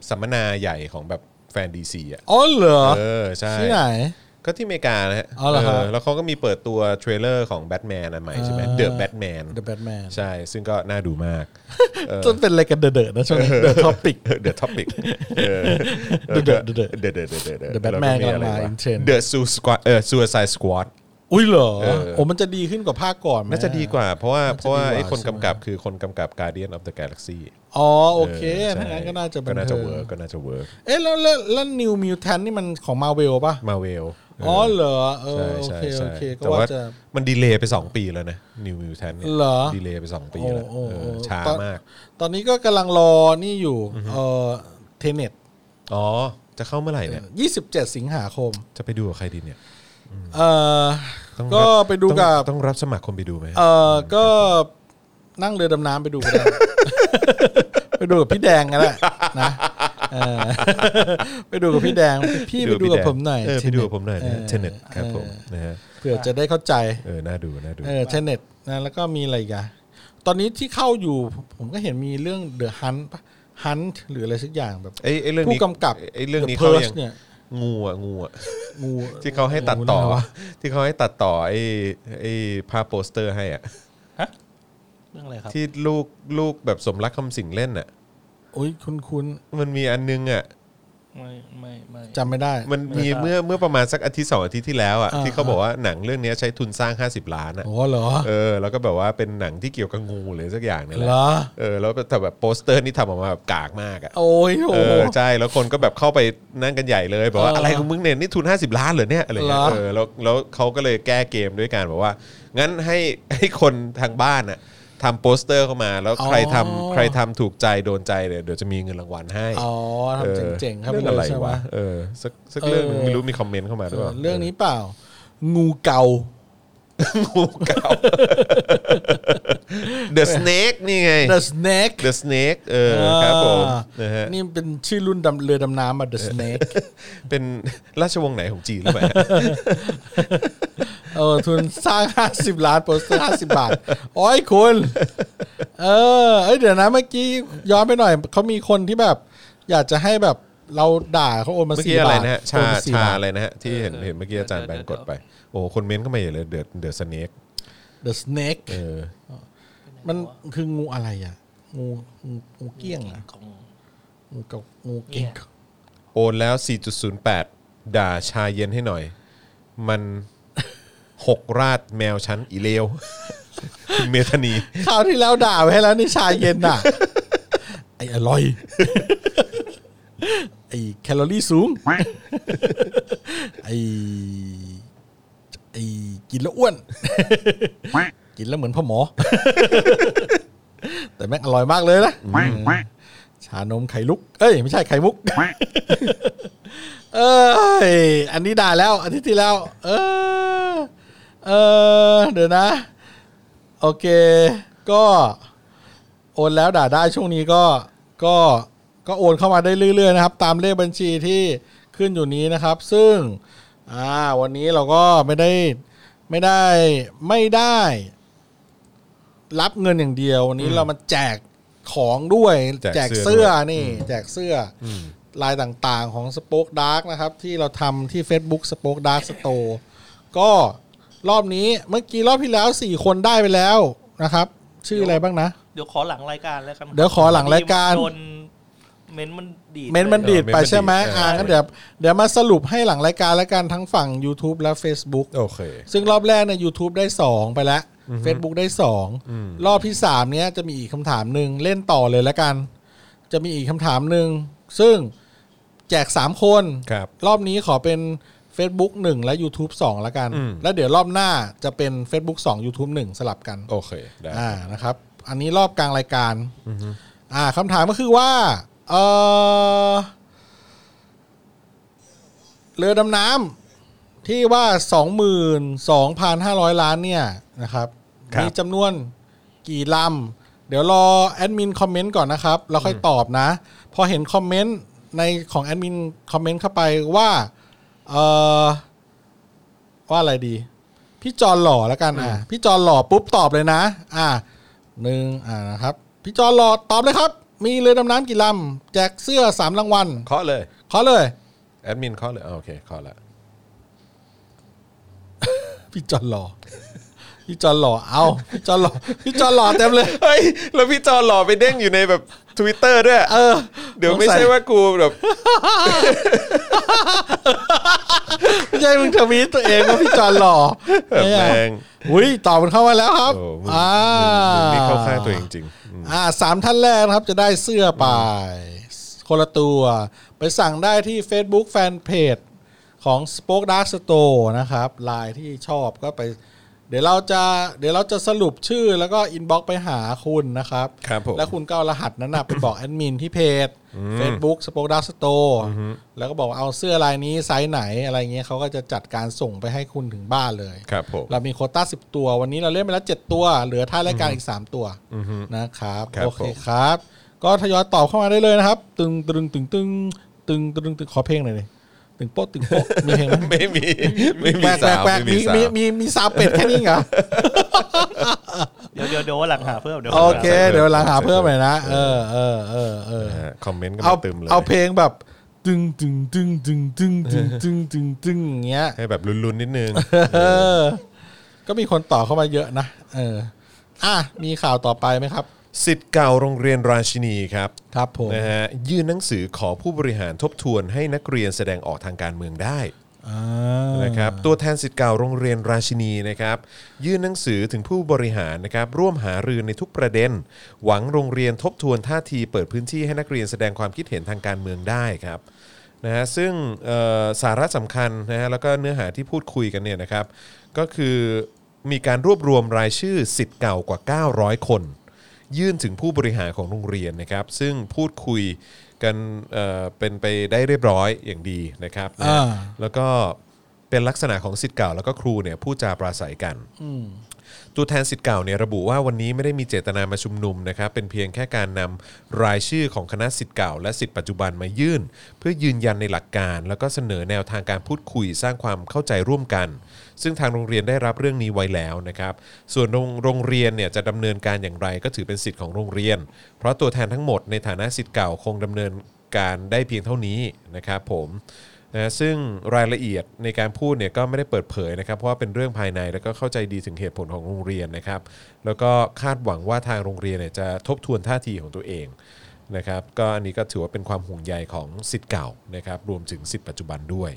Speaker 2: สัมมนาใหญ่ของแบบแฟนดีซีอ่ะ
Speaker 3: อ๋อเหรอ
Speaker 2: เออ ใช่
Speaker 3: ที่ไหน
Speaker 2: ก็ที่อเมริกานะฮะ
Speaker 3: อ๋อเหรอครับ
Speaker 2: เแล้วเขาก็มีเปิดตัวเทรลเลอร์ของแบทแมนอันใหม่ใช่ไหมเดอะแบทแมน
Speaker 3: The Batman
Speaker 2: ใช่ ซึ่งก็น่าดูมาก
Speaker 3: จนเป็นอะไรกันเดอะๆนะช่วงนี้เดอะท็อปิก
Speaker 2: เดอะท็อปิก
Speaker 3: เดอะเดอะเดอะเดอะ
Speaker 2: เดอะเดอะเดอะเดอะเดอะ
Speaker 3: The Batman กำลังมา in trend
Speaker 2: เดอะซูสควอตเออซูซายสควอต
Speaker 3: อุ้ยเหรอ
Speaker 2: เออ
Speaker 3: โอ้มันจะดีขึ้นกว่าภาคก่อนไหม
Speaker 2: น่าจะดีกว่า เพราะว่า
Speaker 3: น่าจะ
Speaker 2: เพราะว่า
Speaker 3: ดีกว่า
Speaker 2: ไอ้คน
Speaker 3: ใช่ไหม
Speaker 2: กำกับคือคนกำกับ Guardian of the Galaxy
Speaker 3: อ๋อโอเค
Speaker 2: ใช่
Speaker 3: ถ้างั้นก็น่าจะ
Speaker 2: ก็
Speaker 3: บัน
Speaker 2: น่าจะ
Speaker 3: เทิง
Speaker 2: เวิร์กก็น่าจะเวิร์ก
Speaker 3: เอ๊ะแล้วแล้วแล้วนิวมิวแทนนี่มันของมาเวลป่ะ
Speaker 2: มาเวล
Speaker 3: อ๋อเหรอเออ
Speaker 2: ใช่
Speaker 3: โอ
Speaker 2: ใช่
Speaker 3: เค
Speaker 2: ใช่
Speaker 3: โอเคก็
Speaker 2: แต่
Speaker 3: ว่า
Speaker 2: ว่า
Speaker 3: จะ
Speaker 2: มันดีเลย์ไป 2 ปีแล้วนะ New Mutant เนี่ย
Speaker 3: เหรอ
Speaker 2: ดีเลย์ไป 2 ปีแล้ว
Speaker 3: โอ้
Speaker 2: เอ
Speaker 3: โอ้โอ้
Speaker 2: อช้า
Speaker 3: ตอน
Speaker 2: มาก
Speaker 3: ตอนนี้ก็กำลังรอนี่อยู่เออเทเน็ต
Speaker 2: อ๋อ จะเข้าเมื่อไหร่เนี่ย
Speaker 3: 27 สิงหาคม
Speaker 2: จะไปดูกับใครดีเนี่ย
Speaker 3: เออ
Speaker 2: ต้อง
Speaker 3: ก็
Speaker 2: รับ
Speaker 3: ไปดูกับ
Speaker 2: ต้องต้องรับสมัครคนไปดูไหม
Speaker 3: เออก็นั่งเรือดำน้ำไปดูกันได้ ไปดูกับพี่แดงกันแหละนะเออไปดูกับพี่แดง พี่ไปดูกับผมหน่อย
Speaker 2: เออไปดูกับผมหน่อยนะ
Speaker 3: เออ
Speaker 2: เทนเน็ตครับผมนะฮะ
Speaker 3: เผื่อจะได้เข้าใจ
Speaker 2: เออน่าดูน่าดู
Speaker 3: เออเทเน็ตนะแล้วก็มีอะไรอีกันตอนนี้ที่เข้าอยู่ ผมก็เห็นมีเรื่องเดอะฮันฮันหรืออะไรสักอย่างแบบ
Speaker 2: ไอ้ไอ้เรื่องนี้
Speaker 3: ผู้กำกับ
Speaker 2: ไอ้เรื่องนี้
Speaker 3: The
Speaker 2: เขา
Speaker 3: Purge
Speaker 2: ยัง
Speaker 3: เนี่ย
Speaker 2: งูอะงูอะ
Speaker 3: งู
Speaker 2: ที่เขาให้ตัดต่อ
Speaker 3: งูอะไรวะ
Speaker 2: ที่เขาให้ตัดต่อไอ้ไอ้ภาพโปสเตอร์ให้อ่ะ
Speaker 4: เรื่องอะไรครับ
Speaker 2: ที่ลูกลูกแบบสมรักคำสิงเล่นอ่ะ
Speaker 3: โอ้ยคุณคุณ
Speaker 2: มันมีอันนึงอ่ะ
Speaker 4: ไม่ไม่ไม่
Speaker 3: จำไม่ได้
Speaker 2: มันมีเมื่อเมื่อประมาณสักอาทิตย์สองอาทิตย์ที่แล้วอ่ะ
Speaker 3: อ่า
Speaker 2: ที่เขาบอกว่าหนังเรื่องนี้ใช้ทุนสร้าง 50 ล้านอ่ะ
Speaker 3: โอ้เหรอ
Speaker 2: เออแล้วก็แบบว่าเป็นหนังที่เกี่ยวกับงูหรือสักอย่างเนี่ยแห
Speaker 3: เหร
Speaker 2: ละ
Speaker 3: อ
Speaker 2: เออแล้วแต่แบบโปสเตอร์นี่ทำออกมาแบบกากมากอ่ะ
Speaker 3: โอ้ยโอ้
Speaker 2: เออใช่แล้วคนก็แบบเข้าไปนั่งกันใหญ่เลยบอกว่า
Speaker 3: เอออ
Speaker 2: อะไรของมึงเนี่ยนี่ทุน 50 ล้านเหรอเนี่ยอะไรเงี้ย
Speaker 3: เหรอ
Speaker 2: เออแล้วแล้วเขาก็เลยแก้เกมด้วยการบอกว่า งั้นให้ให้คนทางบ้านน่ะทำโปสเตอร์เข้ามาแล้วใครทำใครทำถูกใจโดนใจเนี่ยเดี๋ยวจะมีเงินรางวัลให้
Speaker 3: อ๋อทำเจ๋งๆครับ
Speaker 2: เรื่องอะไร
Speaker 3: ใช่ไหม
Speaker 2: วะเออสักสักเรื่องหนึ่ง
Speaker 3: เออ
Speaker 2: ไม่รู้มีคอมเมนต์เข้ามาหรือเปล่า
Speaker 3: เรื่องนี้เปล่า งูเก่า
Speaker 2: งูเก่า The Snake นี่ไง
Speaker 3: The Snake
Speaker 2: The Snake เออครับผมนะฮะ
Speaker 3: นี่เป็นชื่อรุ่นดำเรือดำน้ำมา The Snake
Speaker 2: เป็นราชวงศ์ไหนของจีนหรือเปล่า
Speaker 3: เออทุนสร้าง 50 ล้านโปสเตอร์50 บาท โอ้ยคุณเออเอ้ยเดี๋ยวนะเมื่อกี้ย้อนไปหน่อย เขามีคนที่แบบ อยากจะให้แบบเราด่าเขาโอนมา
Speaker 2: เมื่อ
Speaker 3: สี่
Speaker 2: กี้อะไร
Speaker 3: บาท
Speaker 2: นะฮะ
Speaker 3: โอ
Speaker 2: ชาน
Speaker 3: มสี่
Speaker 2: ชา
Speaker 3: บาท
Speaker 2: อะไรนะฮะที่เห็น
Speaker 4: เออ
Speaker 2: เห็นเมื่อกี้อาจารย์แบ
Speaker 4: เดี๋
Speaker 2: ง
Speaker 4: ยว
Speaker 2: ค์กดไป โอ้คนเมนต์ก็มาใหญ่เลยเดือดเดือดสเน็ก
Speaker 3: The Snake
Speaker 2: เออ
Speaker 3: มันคืองูอะไรอ่ะ งูงูงูเกี้ยงเหรอะ
Speaker 4: ของ
Speaker 3: งูเกางูเกี้ยง
Speaker 2: โอนแล้ว 4.08 ด่าชาเย็นให้หน่อย มัน หกราดแมวชั้นอีเลว คุณเมธานี
Speaker 3: คราวที่แล้วด่าไว้แล้วนี่ชาเย็นอ่ะ ไอ้อร่อย ไอ้แคลอรี่สูง ไอ้ไอ้กินแล้วอ้วน กินแล้วเหมือนพ่อหมอ แต่แม่งอร่อยมากเลยนะชานมไข่ลุก เอ้ยไม่ใช่ไข่มุก เอ้ย อันนี้ด่าแล้วอาทิตย์ที่แล้ว เออ เออ เดี๋ยวนะ โอเค ก็โอนแล้วด่าได้ช่วงนี้ก็ก็ก็โอนเข้ามาได้เรื่อยๆนะครับ ตามเลขบัญชีที่ขึ้นอยู่นี้นะครับ ซึ่งอ่าวันนี้เราก็ไม่ได้ไม่ได้ไม่ได้ รับเงินอย่างเดียววันนี้เรามาแจกของด้วย
Speaker 2: แจกเสื้
Speaker 3: เสื้
Speaker 2: อ
Speaker 3: อ
Speaker 2: ด้วย
Speaker 3: นี่ แจกเสื้ออลายต่างๆของ Spoke Dark นะครับ ที่เราทำที่ Facebook Spoke Dark Store ก็รอบนี้เมื่อกี้รอบที่แล้ว 4 คนได้ไปแล้วนะครับ ชื่ออะไรบ้างนะ
Speaker 4: เดี๋ยวขอหลังรายการแล้วกัน
Speaker 3: เดี๋ยวขอหลังรายการ
Speaker 4: โดนเม้นต์มันดีด
Speaker 3: เมนต์มันดีด
Speaker 2: เอ
Speaker 3: ไป
Speaker 2: อเมนต์มันดีด
Speaker 3: ใช่ไหม
Speaker 2: ใช่
Speaker 3: อ่างั้นเดี๋ยวเดี๋ยวมาสรุปให้หลังรายการแล้วกันทั้งฝั่ง YouTube และ Facebook
Speaker 2: โอเค
Speaker 3: ซึ่งรอบแรกเนี่ย YouTube ได้ 2 ไปแล้ว Facebook ได้ 2 รอบที่ 3 เนี้ยจะมีอีกคำถามหนึ่งเล่นต่อเลยแล้วกัน จะมีอีกคำถามหนึ่งซึ่งแจก 3 คน
Speaker 2: ครับ
Speaker 3: รอบนี้ขอเป็น Facebook 1 และ YouTube 2 แล้วกัน
Speaker 2: อืม
Speaker 3: แล้วเดี๋ยวรอบหน้าจะเป็น Facebook 2 YouTube 1 สลับกัน
Speaker 2: โอเค ได้
Speaker 3: อ่านะครับ อันนี้รอบกลางรายการอ่าคำถามก็คือว่าเออเรือดำน้ำที่ว่า 22,500 ล้านเนี่ยนะครับ
Speaker 2: ครับ
Speaker 3: มีจำนวนกี่ลำ เดี๋ยวรอแอดมินคอมเมนต์ก่อนนะครับ แล้วค่อยตอบนะ พอเห็นคอมเมนต์ในของแอดมินคอมเมนต์เข้าไปว่าเออว่าอะไรดี พี่จอนหล่อแล้วกันอ่ะพี่จอนหล่อปุ๊บตอบเลยนะ อ่าหนึ่งอ่านะครับ พี่จอนหล่อตอบเลยครับ มีเรือดำน้ำกี่ลำแจกเสื้อสามรางวัล
Speaker 2: เคาะเลย
Speaker 3: ขอเลย
Speaker 2: แอดมินเคาะเลยอ่าโอเคเคาะ ละ
Speaker 3: พี่จอนหล่อพี่จอนหล่อเอาพี่จอนหล่อพี่จอนหล่อเต็มเลย
Speaker 2: เฮ้ย แล้วพี่จอหล่อไปเด้งอยู่ในแบบ Twitter ด้วย
Speaker 3: เออ
Speaker 2: เดี๋ยวไม่
Speaker 3: ส
Speaker 2: ใช่
Speaker 3: สั
Speaker 2: ว่ากูแบบ
Speaker 3: ไม่ใช่มึงทวีตตัวเองว่าพี่จอนหล่อ
Speaker 2: แบบแรง
Speaker 3: อุ้ยตอบมันเข้ามาแล้วครับ
Speaker 2: โอ้มึง
Speaker 3: อ่า
Speaker 2: มึงนี่เข้าข้างตัวเองจริง
Speaker 3: อ่าสามท่านแรกนะครับจะได้เสื้อไปคนละตัว ไปสั่งได้ที่ Facebook Fanpage ของ Spoke Dark Store นะครับไลายที่ชอบก็ไป เดี๋ยวเราจะเดี๋ยวเราจะสรุปชื่อแล้วก็อินบ็อกไปหาคุณนะครับ
Speaker 2: ครับผม
Speaker 3: แล้วคุณก็เอารหัสนั้นนะไปบอกแอ ดมินที่เพจ Facebook Spoke Dark Store แล้วก็บอกว่าเอาเสื้อลายนี้ไซส์ไหนอะไรเงี้ยเขาก็จะจัดการส่งไปให้คุณถึงบ้านเลย
Speaker 2: ครับผม
Speaker 3: เรามีโควต้า 10 ตัว วันนี้เราเล่นไปแล้ว 7 ตัว เหลือท้ายรายการอีก 3 ตัวนะครับ
Speaker 2: ครับ
Speaker 3: โอเค
Speaker 2: ผม
Speaker 3: ครับ ก็ทยอยตอบเข้ามาได้เลยนะครับ ตึงตึงตึงตึงตึงตึงตึงขอเพลงหน่อยดิตึงโป๊ะตึงโป๊ะมีเพลงไหม
Speaker 2: ไม่มี ไม่มี
Speaker 3: แปลกแปล
Speaker 2: สาก ว
Speaker 3: แปลก
Speaker 2: ไม่มี
Speaker 3: มี
Speaker 2: สาว
Speaker 3: มีมีมีซาวเป็ดแค่นี้เหรอ
Speaker 4: เดี๋ยวเดี๋ยวเดี๋ยววันหลังหาเพิ่มเดี๋ยว
Speaker 3: โอเค เดี๋ยวหลังหาเพิ่มหน่อยนะ เออเออเออเออ
Speaker 2: นะฮะคอมเมนต์กัน
Speaker 3: เอา
Speaker 2: มาตึมเลย
Speaker 3: เอาเพลงแบบตึงตึงตึงตึงตึงตึงตึงตึงตึงอย่างเงี้ย
Speaker 2: ให้แบบลุ้นๆนิด นึง
Speaker 3: เออ ก็มีคนต่อเข้ามาเยอะนะ เออ อ่ะ มีข่าวต่อไปไหมครับ
Speaker 2: สิทธิ์เก่าโรงเรียนราชินีครับ
Speaker 3: ครับผม
Speaker 2: นะฮะยื่นหนังสือขอผู้บริหารทบทวนให้นักเรียนแสดงออกทางการเมืองได้
Speaker 3: อ่า
Speaker 2: นะครับตัวแทนสิทธิ์เก่าโรงเรียนราชินีนะครับยื่นหนังสือถึงผู้บริหารนะครับร่วมหารือในทุกประเด็น หวังโรงเรียนทบทวนท่าทีเปิดพื้นที่ให้นักเรียนแสดงความคิดเห็นทางการเมืองได้ครับนะฮะซึ่งเอ่อสาระสำคัญนะฮะแล้วก็เนื้อหาที่พูดคุยกันเนี่ยนะครับก็คือมีการรวบรวมรายชื่อสิทธิ์เก่ากว่า 900 คน ยื่นถึงผู้บริหารของโรงเรียนนะครับ ซึ่งพูดคุยกันเอ่อเป็นไปได้เรียบร้อยอย่างดีนะครับนะฮะ
Speaker 3: อ่า
Speaker 2: แล้วก็เป็นลักษณะของสิทธิ์เก่าแล้วก็ครูเนี่ยพูดจาปราศัยกัน ตัวแทนสิทธิ์เก่าเนี่ยระบุว่าวันนี้ไม่ได้มีเจตนามาชุมนุมนะครับเป็นเพียงแค่การนำรายชื่อของคณะสิทธิ์เก่า และสิทธิ์ปัจจุบันมายื่น เพื่อยืนยันในหลักการ แล้วก็เสนอแนวทางการพูดคุยสร้างความเข้าใจร่วมกัน ซึ่งทางโรงเรียนได้รับเรื่องนี้ไว้แล้วนะครับ ส่วนโรงโรงเรียนเนี่ยจะดำเนินการอย่างไรก็ถือเป็นสิทธิ์ของโรงเรียน เพราะตัวแทนทั้งหมดในฐานะสิทธิ์เก่าคงดำเนินการได้เพียงเท่านี้นะครับผม นะซึ่งรายละเอียดในการพูดเนี่ยก็ไม่ได้เปิดเผยนะครับ เพราะว่าเป็นเรื่องภายในแล้วก็เข้าใจดีถึงเหตุผลของโรงเรียนนะครับ แล้วก็คาดหวังว่าทางโรงเรียนเนี่ยจะทบทวนท่าทีของตัวเองนะครับก็อันนี้ก็ถือว่าเป็นความห่วงใยของสิทธิ์เก่านะครับรวมถึงสิทธิ์ปัจจุบันด้วย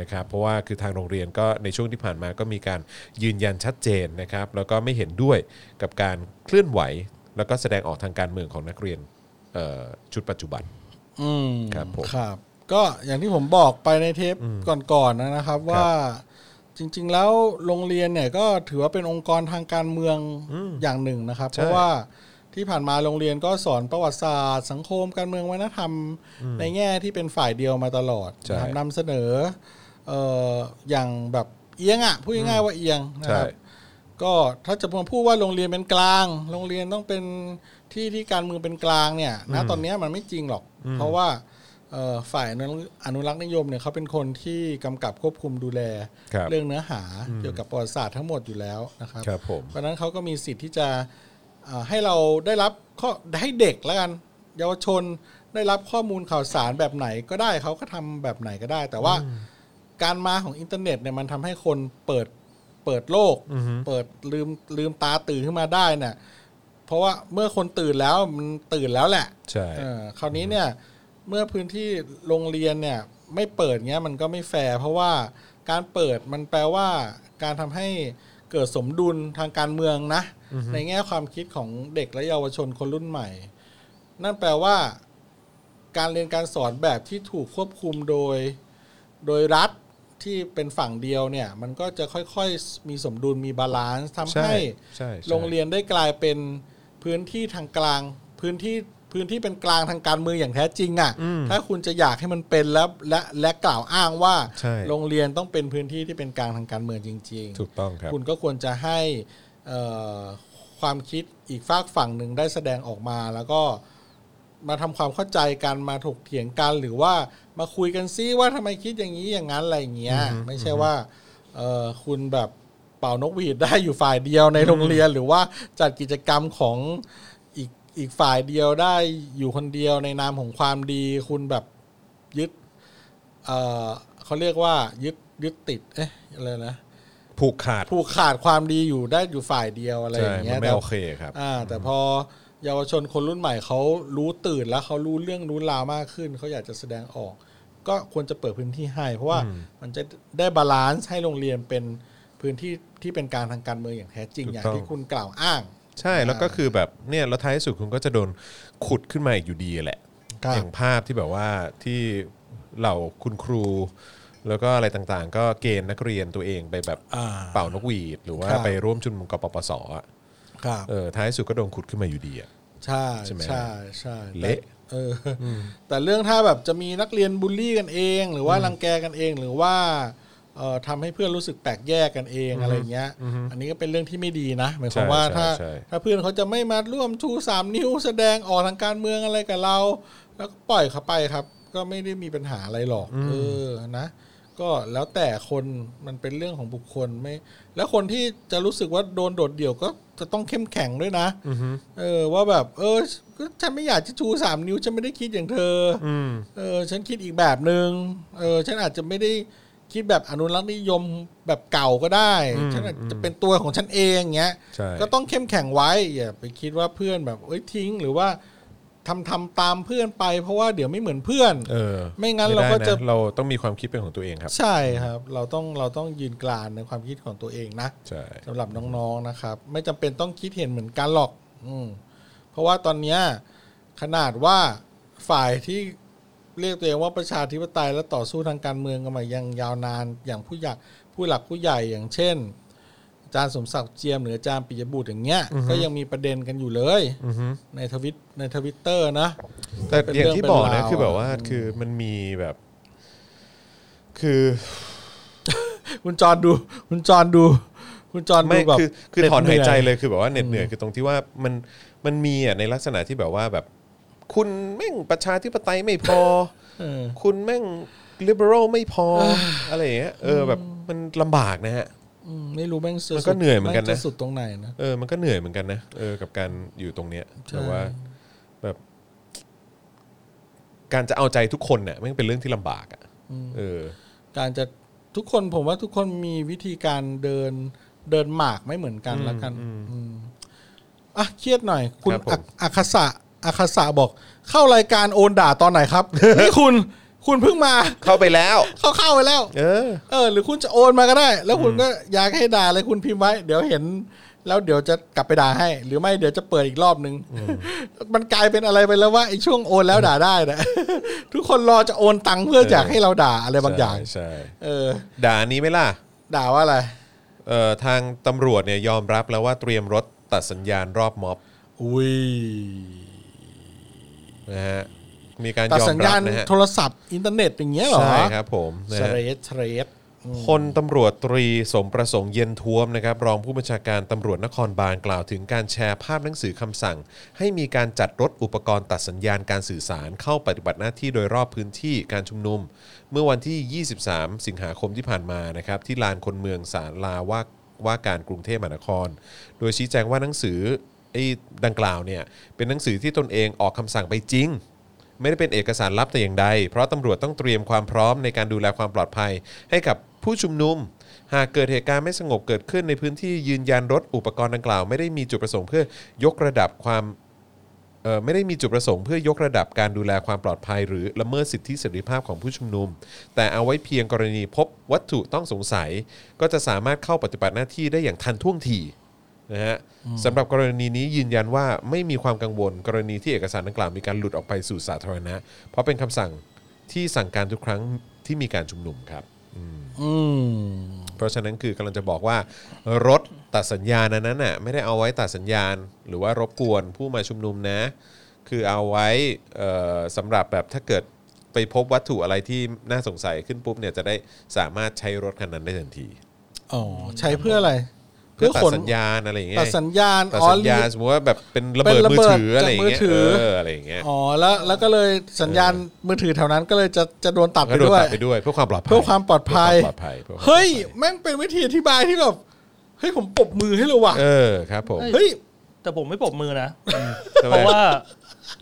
Speaker 2: นะครับเพราะว่าคือทางโรงเรียนก็ในช่วงที่ผ่านมาก็มีการยืนยันชัดเจนนะครับแล้วก็ไม่เห็นด้วยกับการเคลื่อนไหว แล้วก็แสดงออกทางการเมืองของนักเรียนเอ่อชุดปัจจุบัน
Speaker 3: อืม
Speaker 2: ครับผม
Speaker 3: ครับ ก็อย่างที่ผมบอกไปในเทปก่อนๆนะนะครับ ว่าจริง ๆ แล้วโรงเรียนเนี่ยก็ถือว่าเป็นองค์กรทางการเมืองอย่างหนึ่งนะครับ
Speaker 2: ใช่
Speaker 3: เพราะว่าที่ผ่านมาโรงเรียนก็สอนประวัติศาสตร์ สังคมการเมืองวัฒนธรรม ในแง่ที่เป็นฝ่ายเดียวมาตลอด
Speaker 2: ใช่
Speaker 3: นะครับนำเสนอเอ่ออย่างแบบเอียงอ่ะพูดง่ายๆว่าเอียงนะครับ
Speaker 2: ใช่
Speaker 3: ก็ถ้าจะมาพูดว่าโรงเรียนเป็นกลาง โรงเรียนต้องเป็นที่ที่การเมืองเป็นกลางเนี่ยนะตอนเนี้ยมันไม่จริงหรอก เพราะว่าเอ่อฝ่ายอนุรักษ์อนุรักษ์นิยมเนี่ยเขาเป็นคนที่กำกับควบคุมดูแล
Speaker 2: ครับ
Speaker 3: เรื่องเนื้อหาเกี่ยวกับประวัติศาสตร์ทั้งหมดอยู่แล้วนะครับ
Speaker 2: ครับผม
Speaker 3: เพราะฉะนั้นเขาก็มีสิทธิ์ที่จะเอ่อให้เราได้รับข้อให้เด็กแล้วกันเยาวชนได้รับข้อมูลข่าวสารแบบไหนก็ได้เขาก็ทำแบบไหนก็ได้ แต่ว่าการมาของอินเทอร์เน็ตเนี่ยมันทำให้คนเปิดเปิดโลก เปิดลืมลืมตาตื่นขึ้นมาได้เนี่ยเพราะว่าเมื่อคนตื่นแล้วมันตื่นแล้วแหละ
Speaker 2: ใช่
Speaker 3: เออคราวนี้เนี่ยเมื่อพื้นที่โรงเรียนเนี่ยไม่เปิดเงี้ยมันก็ไม่แฟร์เพราะว่าการเปิดมันแปลว่าการทำให้เกิดสมดุลทางการเมืองนะ ในแง่ความคิดของเด็กและเยาวชนคนรุ่นใหม่ นั่นแปลว่า การเรียนการสอนแบบที่ถูกควบคุมโดย โดยรัฐที่เป็นฝั่งเดียวเนี่ย มันก็จะค่อยๆมีสมดุลมีบาลานซ์ทำ
Speaker 2: ใช่
Speaker 3: ให้
Speaker 2: ใช่ใช่
Speaker 3: โรงเรียนได้กลายเป็นพื้นที่ทางกลาง พื้นที่พื้นที่เป็นกลางทางการเมืองอย่างแท้จริงอะ่ะ
Speaker 2: อืม
Speaker 3: ถ้าคุณจะอยากให้มันเป็นแล้วและและกล่าวอ้างว่า
Speaker 2: ใช่
Speaker 3: โรงเรียนต้องเป็นพื้นที่ที่เป็นกลางทางการเมืองจริง ๆ
Speaker 2: ถูกต้องครับ
Speaker 3: คุณก็ควรจะให้เอ่อความคิดอีกฝากฝั่งหนึ่งได้แสดงออกมา แล้วก็มาทำความเข้าใจกันมาถกเถียงกันหรือว่ามาคุยกันซิว่าทำไมคิดอย่างนี้อย่างนั้นอะไรอย่างเงี้ยไม่ใช่ว่าเอ่อคุณแบบเป่านกหวีดได้อยู่ฝ่ายเดียวในโรงเรียน หรือว่าจัดกิจกรรมของอีกอีกฝ่ายเดียวได้อยู่คนเดียวในนามของความดี คุณแบบยึดเอ่อเขาเรียกว่ายึดยึดติดเอ๊ะอะไรนะ
Speaker 2: ผูกขาด
Speaker 3: ผูกขาดความดีอยู่ได้อยู่ฝ่ายเดียวอะไรอ
Speaker 2: ใช่
Speaker 3: ย่า
Speaker 2: มั
Speaker 3: งเงี้
Speaker 2: น
Speaker 3: ย
Speaker 2: ไม่
Speaker 3: แต่
Speaker 2: โอเคครับ
Speaker 3: อ่า แต่พอเยาวชนคนรุ่นใหม่เขารู้ตื่นแล้วเขารู้เรื่องรู้ราวมากขึ้นเขาอยากจะแสดงออก ก็ควรจะเปิดพื้นที่ให้ เพราะว่ามันจะได้บาลานซ์ให้โรงเรียนเป็นพื้นที่ที่เป็นกลารทางการเมืองอย่างแท้จริง
Speaker 2: ถูก
Speaker 3: อย่าง
Speaker 2: ต้อง
Speaker 3: ที่คุณกล่าวอ้าง
Speaker 2: ใช่แล้วก็คือแบบเนี่ยแล้วท้ายสุดคุณก็จะโดนขุดขึ้นมาอีกอยู่ดีแหละ
Speaker 3: ครับ
Speaker 2: อย่างภาพที่แบบว่าที่เหล่าคุณครู แล้วก็อะไรต่างๆ ก็เกณฑ์นักเรียนตัวเองไปแบบ
Speaker 3: อ่า
Speaker 2: เป่านกหวีด หรือว่า
Speaker 3: ครับ
Speaker 2: ไปร่วมชุมนุมกปปสอ่ะ
Speaker 3: ครับ
Speaker 2: เออท้ายสุดก็โดนขุดขึ้นมาอยู่ดีอ่ะ
Speaker 3: ใช่
Speaker 2: ใช่ไหม
Speaker 3: ใช่ใช่แต่
Speaker 2: เละ
Speaker 3: เอออแต่เรื่องถ้าแบบจะมีนักเรียนบูลลี่กันเอง หรือว่ารังแกกันเองหรือว่าเอ่อทำให้เพื่อนรู้สึกแปลกแยกกันเองอะไรเงี้ย อันนี้ก็เป็นเรื่องที่ไม่ดีนะหมายความว่า
Speaker 2: ใช่
Speaker 3: ถ้า
Speaker 2: ใช่
Speaker 3: ถ้าเพื่อนเขาจะไม่มาร่วมชูสามนิ้วแสดงออกทางการเมืองอะไรกับเรา แล้วก็ปล่อยเขาไปครับ ก็ไม่ได้มีปัญหาอะไรหรอกเออนะ ก็แล้วแต่คนมันเป็นเรื่องของบุคคลไม่ แล้วคนที่จะรู้สึกว่าโดนโดดเดี่ยวก็จะต้องเข้มแข็งด้วยนะเออ ว่าแบบ เออก็ฉันไม่อยากจะชูสามนิ้วฉันไม่ได้คิดอย่างเธออเออ ฉันคิดอีกแบบหนึง่งเออ ฉันอาจจะไม่ได้คิดแบบอนุรักษ์นิยมแบบเก่าก็ได้ ฉันอาจจะเป็นตัวของฉันเองเงี้ย
Speaker 2: ใช่
Speaker 3: ก็ต้องเข้มแข็งไว้อย่าไปคิดว่าเพื่อนแบบเอ้ยทิ้งหรือว่าทำทำๆตามเพื่อนไป เพราะว่าเดี๋ยวไม่เหมือนเพื่อน
Speaker 2: เออ
Speaker 3: ไม่งั้นเราก็
Speaker 2: ด้
Speaker 3: จะ
Speaker 2: เราต้องมีความคิดเป็นของตัวเองครับ
Speaker 3: ใช่ครับ เราต้องเราต้องยืนกลานในความคิดของตัวเองนะ
Speaker 2: ใช่
Speaker 3: สำหรับน้องๆนะครับ ไม่จำเป็นต้องคิดเห็นเหมือนกันหรอก อืมเพราะว่าตอนเนี้ยขนาดว่าฝ่ายที่เรียกตัวเองว่าประชาธิปไตยและต่อสู้ทางการเมืองกันมายังยาวนานอย่างผู้ใหญ่ผู้หลักผู้ใหญ่อย่างเช่นอาจารย์สมศักดิ์เจียมหรืออาจารย์ปิยบุตรอย่างเงี้ยก็ยังมีประเด็นกันอยู่เลย ในทวิตในทวิตเตอร์นะ
Speaker 2: แต่
Speaker 3: เป็น
Speaker 2: อย่างที่
Speaker 3: เรื่อง
Speaker 2: บอก
Speaker 3: เป็น
Speaker 2: นะ
Speaker 3: ราว
Speaker 2: คือแบบว่าคือมันมีแบบ คือ
Speaker 3: คุณจอนดู คุณจอนดู คุณจอนดู
Speaker 2: ไม่
Speaker 3: แบบ
Speaker 2: คือคือ
Speaker 3: เด
Speaker 2: ถอนหายใจ
Speaker 3: นื่
Speaker 2: เลยคือแบบว่าเหน็ดเหนื่อยคือตรงที่ว่ามันมันมีอ่ะในลักษณะที่แบบว่าแบบ คุณแม่งประชาธิปไตยไม่ พอ
Speaker 3: เออ
Speaker 2: คุณแม่ง liberal ไม่ พอ อะไรอย่างเงี้ยเออแบบมันลำบากนะฮะ
Speaker 3: อืมไม่รู้แม่งจะ
Speaker 2: มันก็เหนื่อยเหมือนกันนะ
Speaker 3: แจะสุดตรงไหนนะ
Speaker 2: เออมันก็เหนื่อยเหมือนกันนะเออกับการอยู่ตรงเนี้ย
Speaker 3: ใช่
Speaker 2: แต่ว่าแบบ การจะเอาใจทุกคนเนี่ยแม่งเป็นเรื่องที่ลำบากอะ เออ
Speaker 3: การจะทุกคนผมว่าทุกคนมีวิธีการเดินเดินหมากไม่เหมือนกัน
Speaker 2: อืม
Speaker 3: ละกัน
Speaker 2: อืม
Speaker 3: อืมอ่ะเครียดหน่อย คุณ
Speaker 2: ครับผม
Speaker 3: อักอักขสะอักขสะบอก เข้ารายการโอนด่าตอนไหนครับ นี่คุณคุณเพิ่งมา
Speaker 2: เข้าไปแล้ว
Speaker 3: เข้าเข้าไปแล้ว
Speaker 2: เออ
Speaker 3: เออหรือคุณจะโอนมาก็ได้ แล้วคุณก็อยากให้ด่าอะไรคุณพิมพ์ไว้ เดี๋ยวเห็น แล้วเดี๋ยวจะกลับไปด่าให้ หรือไม่เดี๋ยวจะเปิดอีกรอบนึง มันกลายเป็นอะไรไปแล้วว่าไอ้ช่วงโอนแล้วด่าได้นะ ทุกคนรอจะโอนตังค์เพื่อ
Speaker 2: เอออ
Speaker 3: อยากให้เราด่าอะไรบางอย่าง
Speaker 2: ใช่ใช่
Speaker 3: เออ
Speaker 2: ด่านี้ไหมล่ะ
Speaker 3: ด่าว่าอะไร
Speaker 2: เอ่อทางตำรวจเนี่ยยอมรับแล้วว่าเตรียมรถตัดสัญญาณรอบม็อบ
Speaker 3: อุ้ย
Speaker 2: นะฮะมีการ
Speaker 3: ตัด
Speaker 2: ยอม
Speaker 3: สัญ
Speaker 2: รั
Speaker 3: ญาณ
Speaker 2: บนะฮะ
Speaker 3: โทรศัพท์อินเทอร์เน็ตอย่างเงี้ยเหรอ
Speaker 2: ใช่ครับผมนะ
Speaker 3: เท
Speaker 2: ฮะ
Speaker 3: รดเทรด
Speaker 2: พลตำรวจตรีสมประสงค์เย็นท้วมนะครับ รองผู้บัญชาการตำรวจนครบาลกล่าวถึงการแชร์ภาพหนังสือคำสั่ง ให้มีการจัดรถอุปกรณ์ตัดสัญญาณการสื่อสารเข้าปฏิบัติหน้าที่โดยรอบพื้นที่การชุมนุม เมื่อวันที่ 23 สิงหาคมที่ผ่านมานะครับที่ลานคนเมืองสาลาว่าว่าการกรุงเทพมหานคร โดยชี้แจงว่าหนังสือไอ้ดังกล่าวเนี่ยเป็นหนังสือที่ตนเองออกคำสั่งไปจริง ไม่ได้เป็นเอกสารลับแต่อย่างใด เพราะตำรวจต้องเตรียมความพร้อมในการดูแลความปลอดภัย ให้กับผู้ชุมนุม หากเกิดเหตุการณ์ไม่สงบเกิดขึ้นในพื้นที่ยืนยันรถอุปกรณ์ดังกล่าว ไม่ได้มีจุดประสงค์เพื่อยกระดับความเอ่อไม่ได้มีจุดประสงค์เพื่อยกระดับการดูแลความปลอดภัย หรือละเมิดสิทธิเสรีภาพของผู้ชุมนุม แต่เอาไว้เพียงกรณีพบวัตถุต้องสงสัย ก็จะสามารถเข้าปฏิบัติหน้าที่ได้อย่างทันท่วงที นะฮะสำหรับกรณีนี้ยืนยันว่าไม่มีความกังวล กรณีที่เอกสารดังกล่าวมีการหลุดออกไปสู่สาธารณะ เพราะเป็นคำสั่งที่สั่งการทุกครั้งที่มีการชุมนุมครับ
Speaker 3: อืม
Speaker 2: เพราะฉะนั้นคือกำลังจะบอกว่า รถตัดสัญญาณอันนั้นน่ะไม่ได้เอาไว้ตัดสัญญาณ หรือว่ารบกวนผู้มาชุมนุมนะ คือเอาไว้เอ่อสำหรับแบบถ้าเกิดไปพบวัตถุอะไรที่น่าสงสัยขึ้นปุ๊บเนี่ยจะได้สามารถใช้รถคันนั้นได้ทันที
Speaker 3: อ๋อใช้เพื่ออะไร
Speaker 2: เพื่อตัดสัญญาณอะไรอย่างเงี้ย
Speaker 3: ตัดสัญญาณ
Speaker 2: ตัด
Speaker 3: อ๋อ
Speaker 2: สัญญาณสมมติว่าแบบเป็นระเบิด
Speaker 3: เป็น
Speaker 2: มือ
Speaker 3: ระเบิด
Speaker 2: ถืออะไรอย่างเงี้ย
Speaker 3: จากมือถือ
Speaker 2: เอออะไรอย่างเงี้ย
Speaker 3: อ๋อแล้วแล้วก็เลยสัญญาณมือถือแถวนั้นก็เลยจะจะโดนตัดไป
Speaker 2: ก็โดน
Speaker 3: ด้วย
Speaker 2: ตัดไปด้วยเพื่อความปลอดภัย
Speaker 3: เพื่อความปลอดภัย
Speaker 2: เพื่อความปลอดภัยพื่อความปลอดภั
Speaker 3: เฮ้ย แม่งเป็นวิธีอธิบายที่แบบเฮ้ยผมปรบมือให้เลยว่ะ
Speaker 2: เออครับผม
Speaker 3: เฮ้ย
Speaker 4: แต่ผมไม่ปรบมือนะ
Speaker 2: ทำไม
Speaker 4: เพราะว่า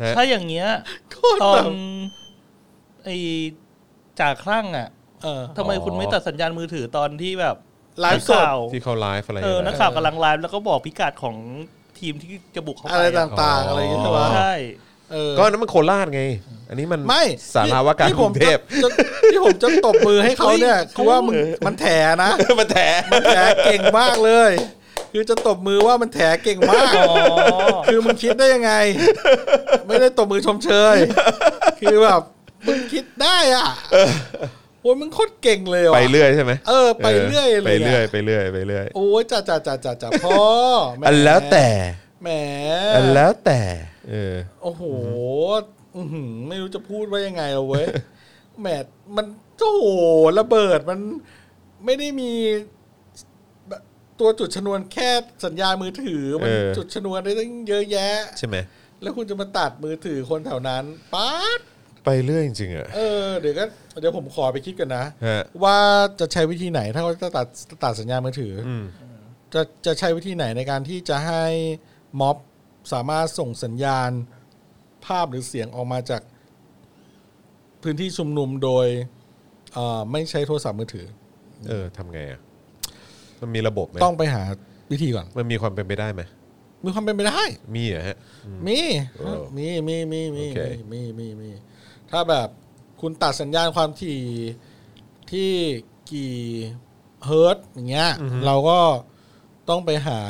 Speaker 2: ฮะ
Speaker 4: ถ้าอย่างเงี้ย
Speaker 3: โคตร
Speaker 4: ตอ
Speaker 3: แบบ
Speaker 4: นไอจ่าคลั่งอ่ะ
Speaker 3: เออ
Speaker 4: ทำไมคุณไม่ตัดสัญญาณมือถือตอนที่แบบ
Speaker 3: ไลฟ์สด
Speaker 4: นักข่าว
Speaker 2: ที่เขาไลฟ์อะไร
Speaker 4: เออนักข่าวกำลังไลฟ์แล้วก็บอกพิกัดของทีมที่จะบุกเข้าไป
Speaker 3: อะไรต่างๆ
Speaker 4: อะ
Speaker 3: อะไรอย่างเงี้ยใช่ปะ
Speaker 4: ใช่
Speaker 3: เออ
Speaker 2: ก็อันนั้นมันโคราชไง อันนี้มัน
Speaker 3: ไม่
Speaker 2: สาราว่าการกรุงเทพ
Speaker 3: ที่ผมจะจะที่ผมจะตบมือให้เขาเนี่ยคือว่ามึงมันแถนะ
Speaker 2: มันแถ
Speaker 3: มันแถเก่งมากเลย คือจะตบมือว่ามันแถเก่งมาก
Speaker 4: อ๋อ
Speaker 3: คือมึงคิดได้ยังไง ไม่ได้ตบมือชมเชย คือแบบมึงคิดได้อ่ะโอ้ยมึงโคตรเก่งเลยว่ะ
Speaker 2: ไปเรื่อยใช่ไหม
Speaker 3: เออไปเรื่อยเลย
Speaker 2: ไป
Speaker 3: อะ
Speaker 2: เรื่อยไปเรื่อยไปเรื่อย
Speaker 3: โอ้ยจ่าจ่าจ่าจ่าจ่าพ่อหม
Speaker 2: อันแล้วแต่
Speaker 3: แหม
Speaker 2: อันแล้วแต่เออ
Speaker 3: โอ้โหอื้อหือไม่รู้จะพูดว่ายังไงเอาเว้ย แหมมันโอ้โหระเบิดมันไม่ได้มี ตัวจุดชนวนแค่สัญญาณมือถือ มันจุดชนวนได้ตั้งเยอะแยะ
Speaker 2: ใช่ไหม
Speaker 3: แล้วคุณจะมาตัดมือถือคนแถวนั้นป๊าด
Speaker 2: ไปเรื่อยจริงๆอ่ะ
Speaker 3: เออเดี๋ยวก็เดี๋ยวผมขอไปคิดกันนะ
Speaker 2: ฮะ
Speaker 3: ว่าจะใช้วิธีไหนถ้าเขาจะตัดตัดสัญญาณมือถืออ
Speaker 2: อืม
Speaker 3: จะจะใช้วิธีไหนในการที่จะให้ม็อบสามารถส่งสัญญาณภาพหรือเสียงออกมาจากพื้นที่ชุมนุมโดยเอ่อไม่ใช้โทรศัพท์มือถือ
Speaker 2: เออทำไงอ่ะมันมีระบบไหม
Speaker 3: ต้องไปหาวิธีก่อน
Speaker 2: มันมีความเป็นไปได้ไหม
Speaker 3: มีความเป็นไปได้
Speaker 2: มีเหรอฮะ
Speaker 3: มี
Speaker 2: โอ้
Speaker 3: มีมีมีมี
Speaker 2: โอเค
Speaker 3: มีมีมีถ้าแบบคุณตัดสัญญาณความถี่ที่กี่เฮิร์ตซ์อย่างเงี้ยเราก็ต้องไปหา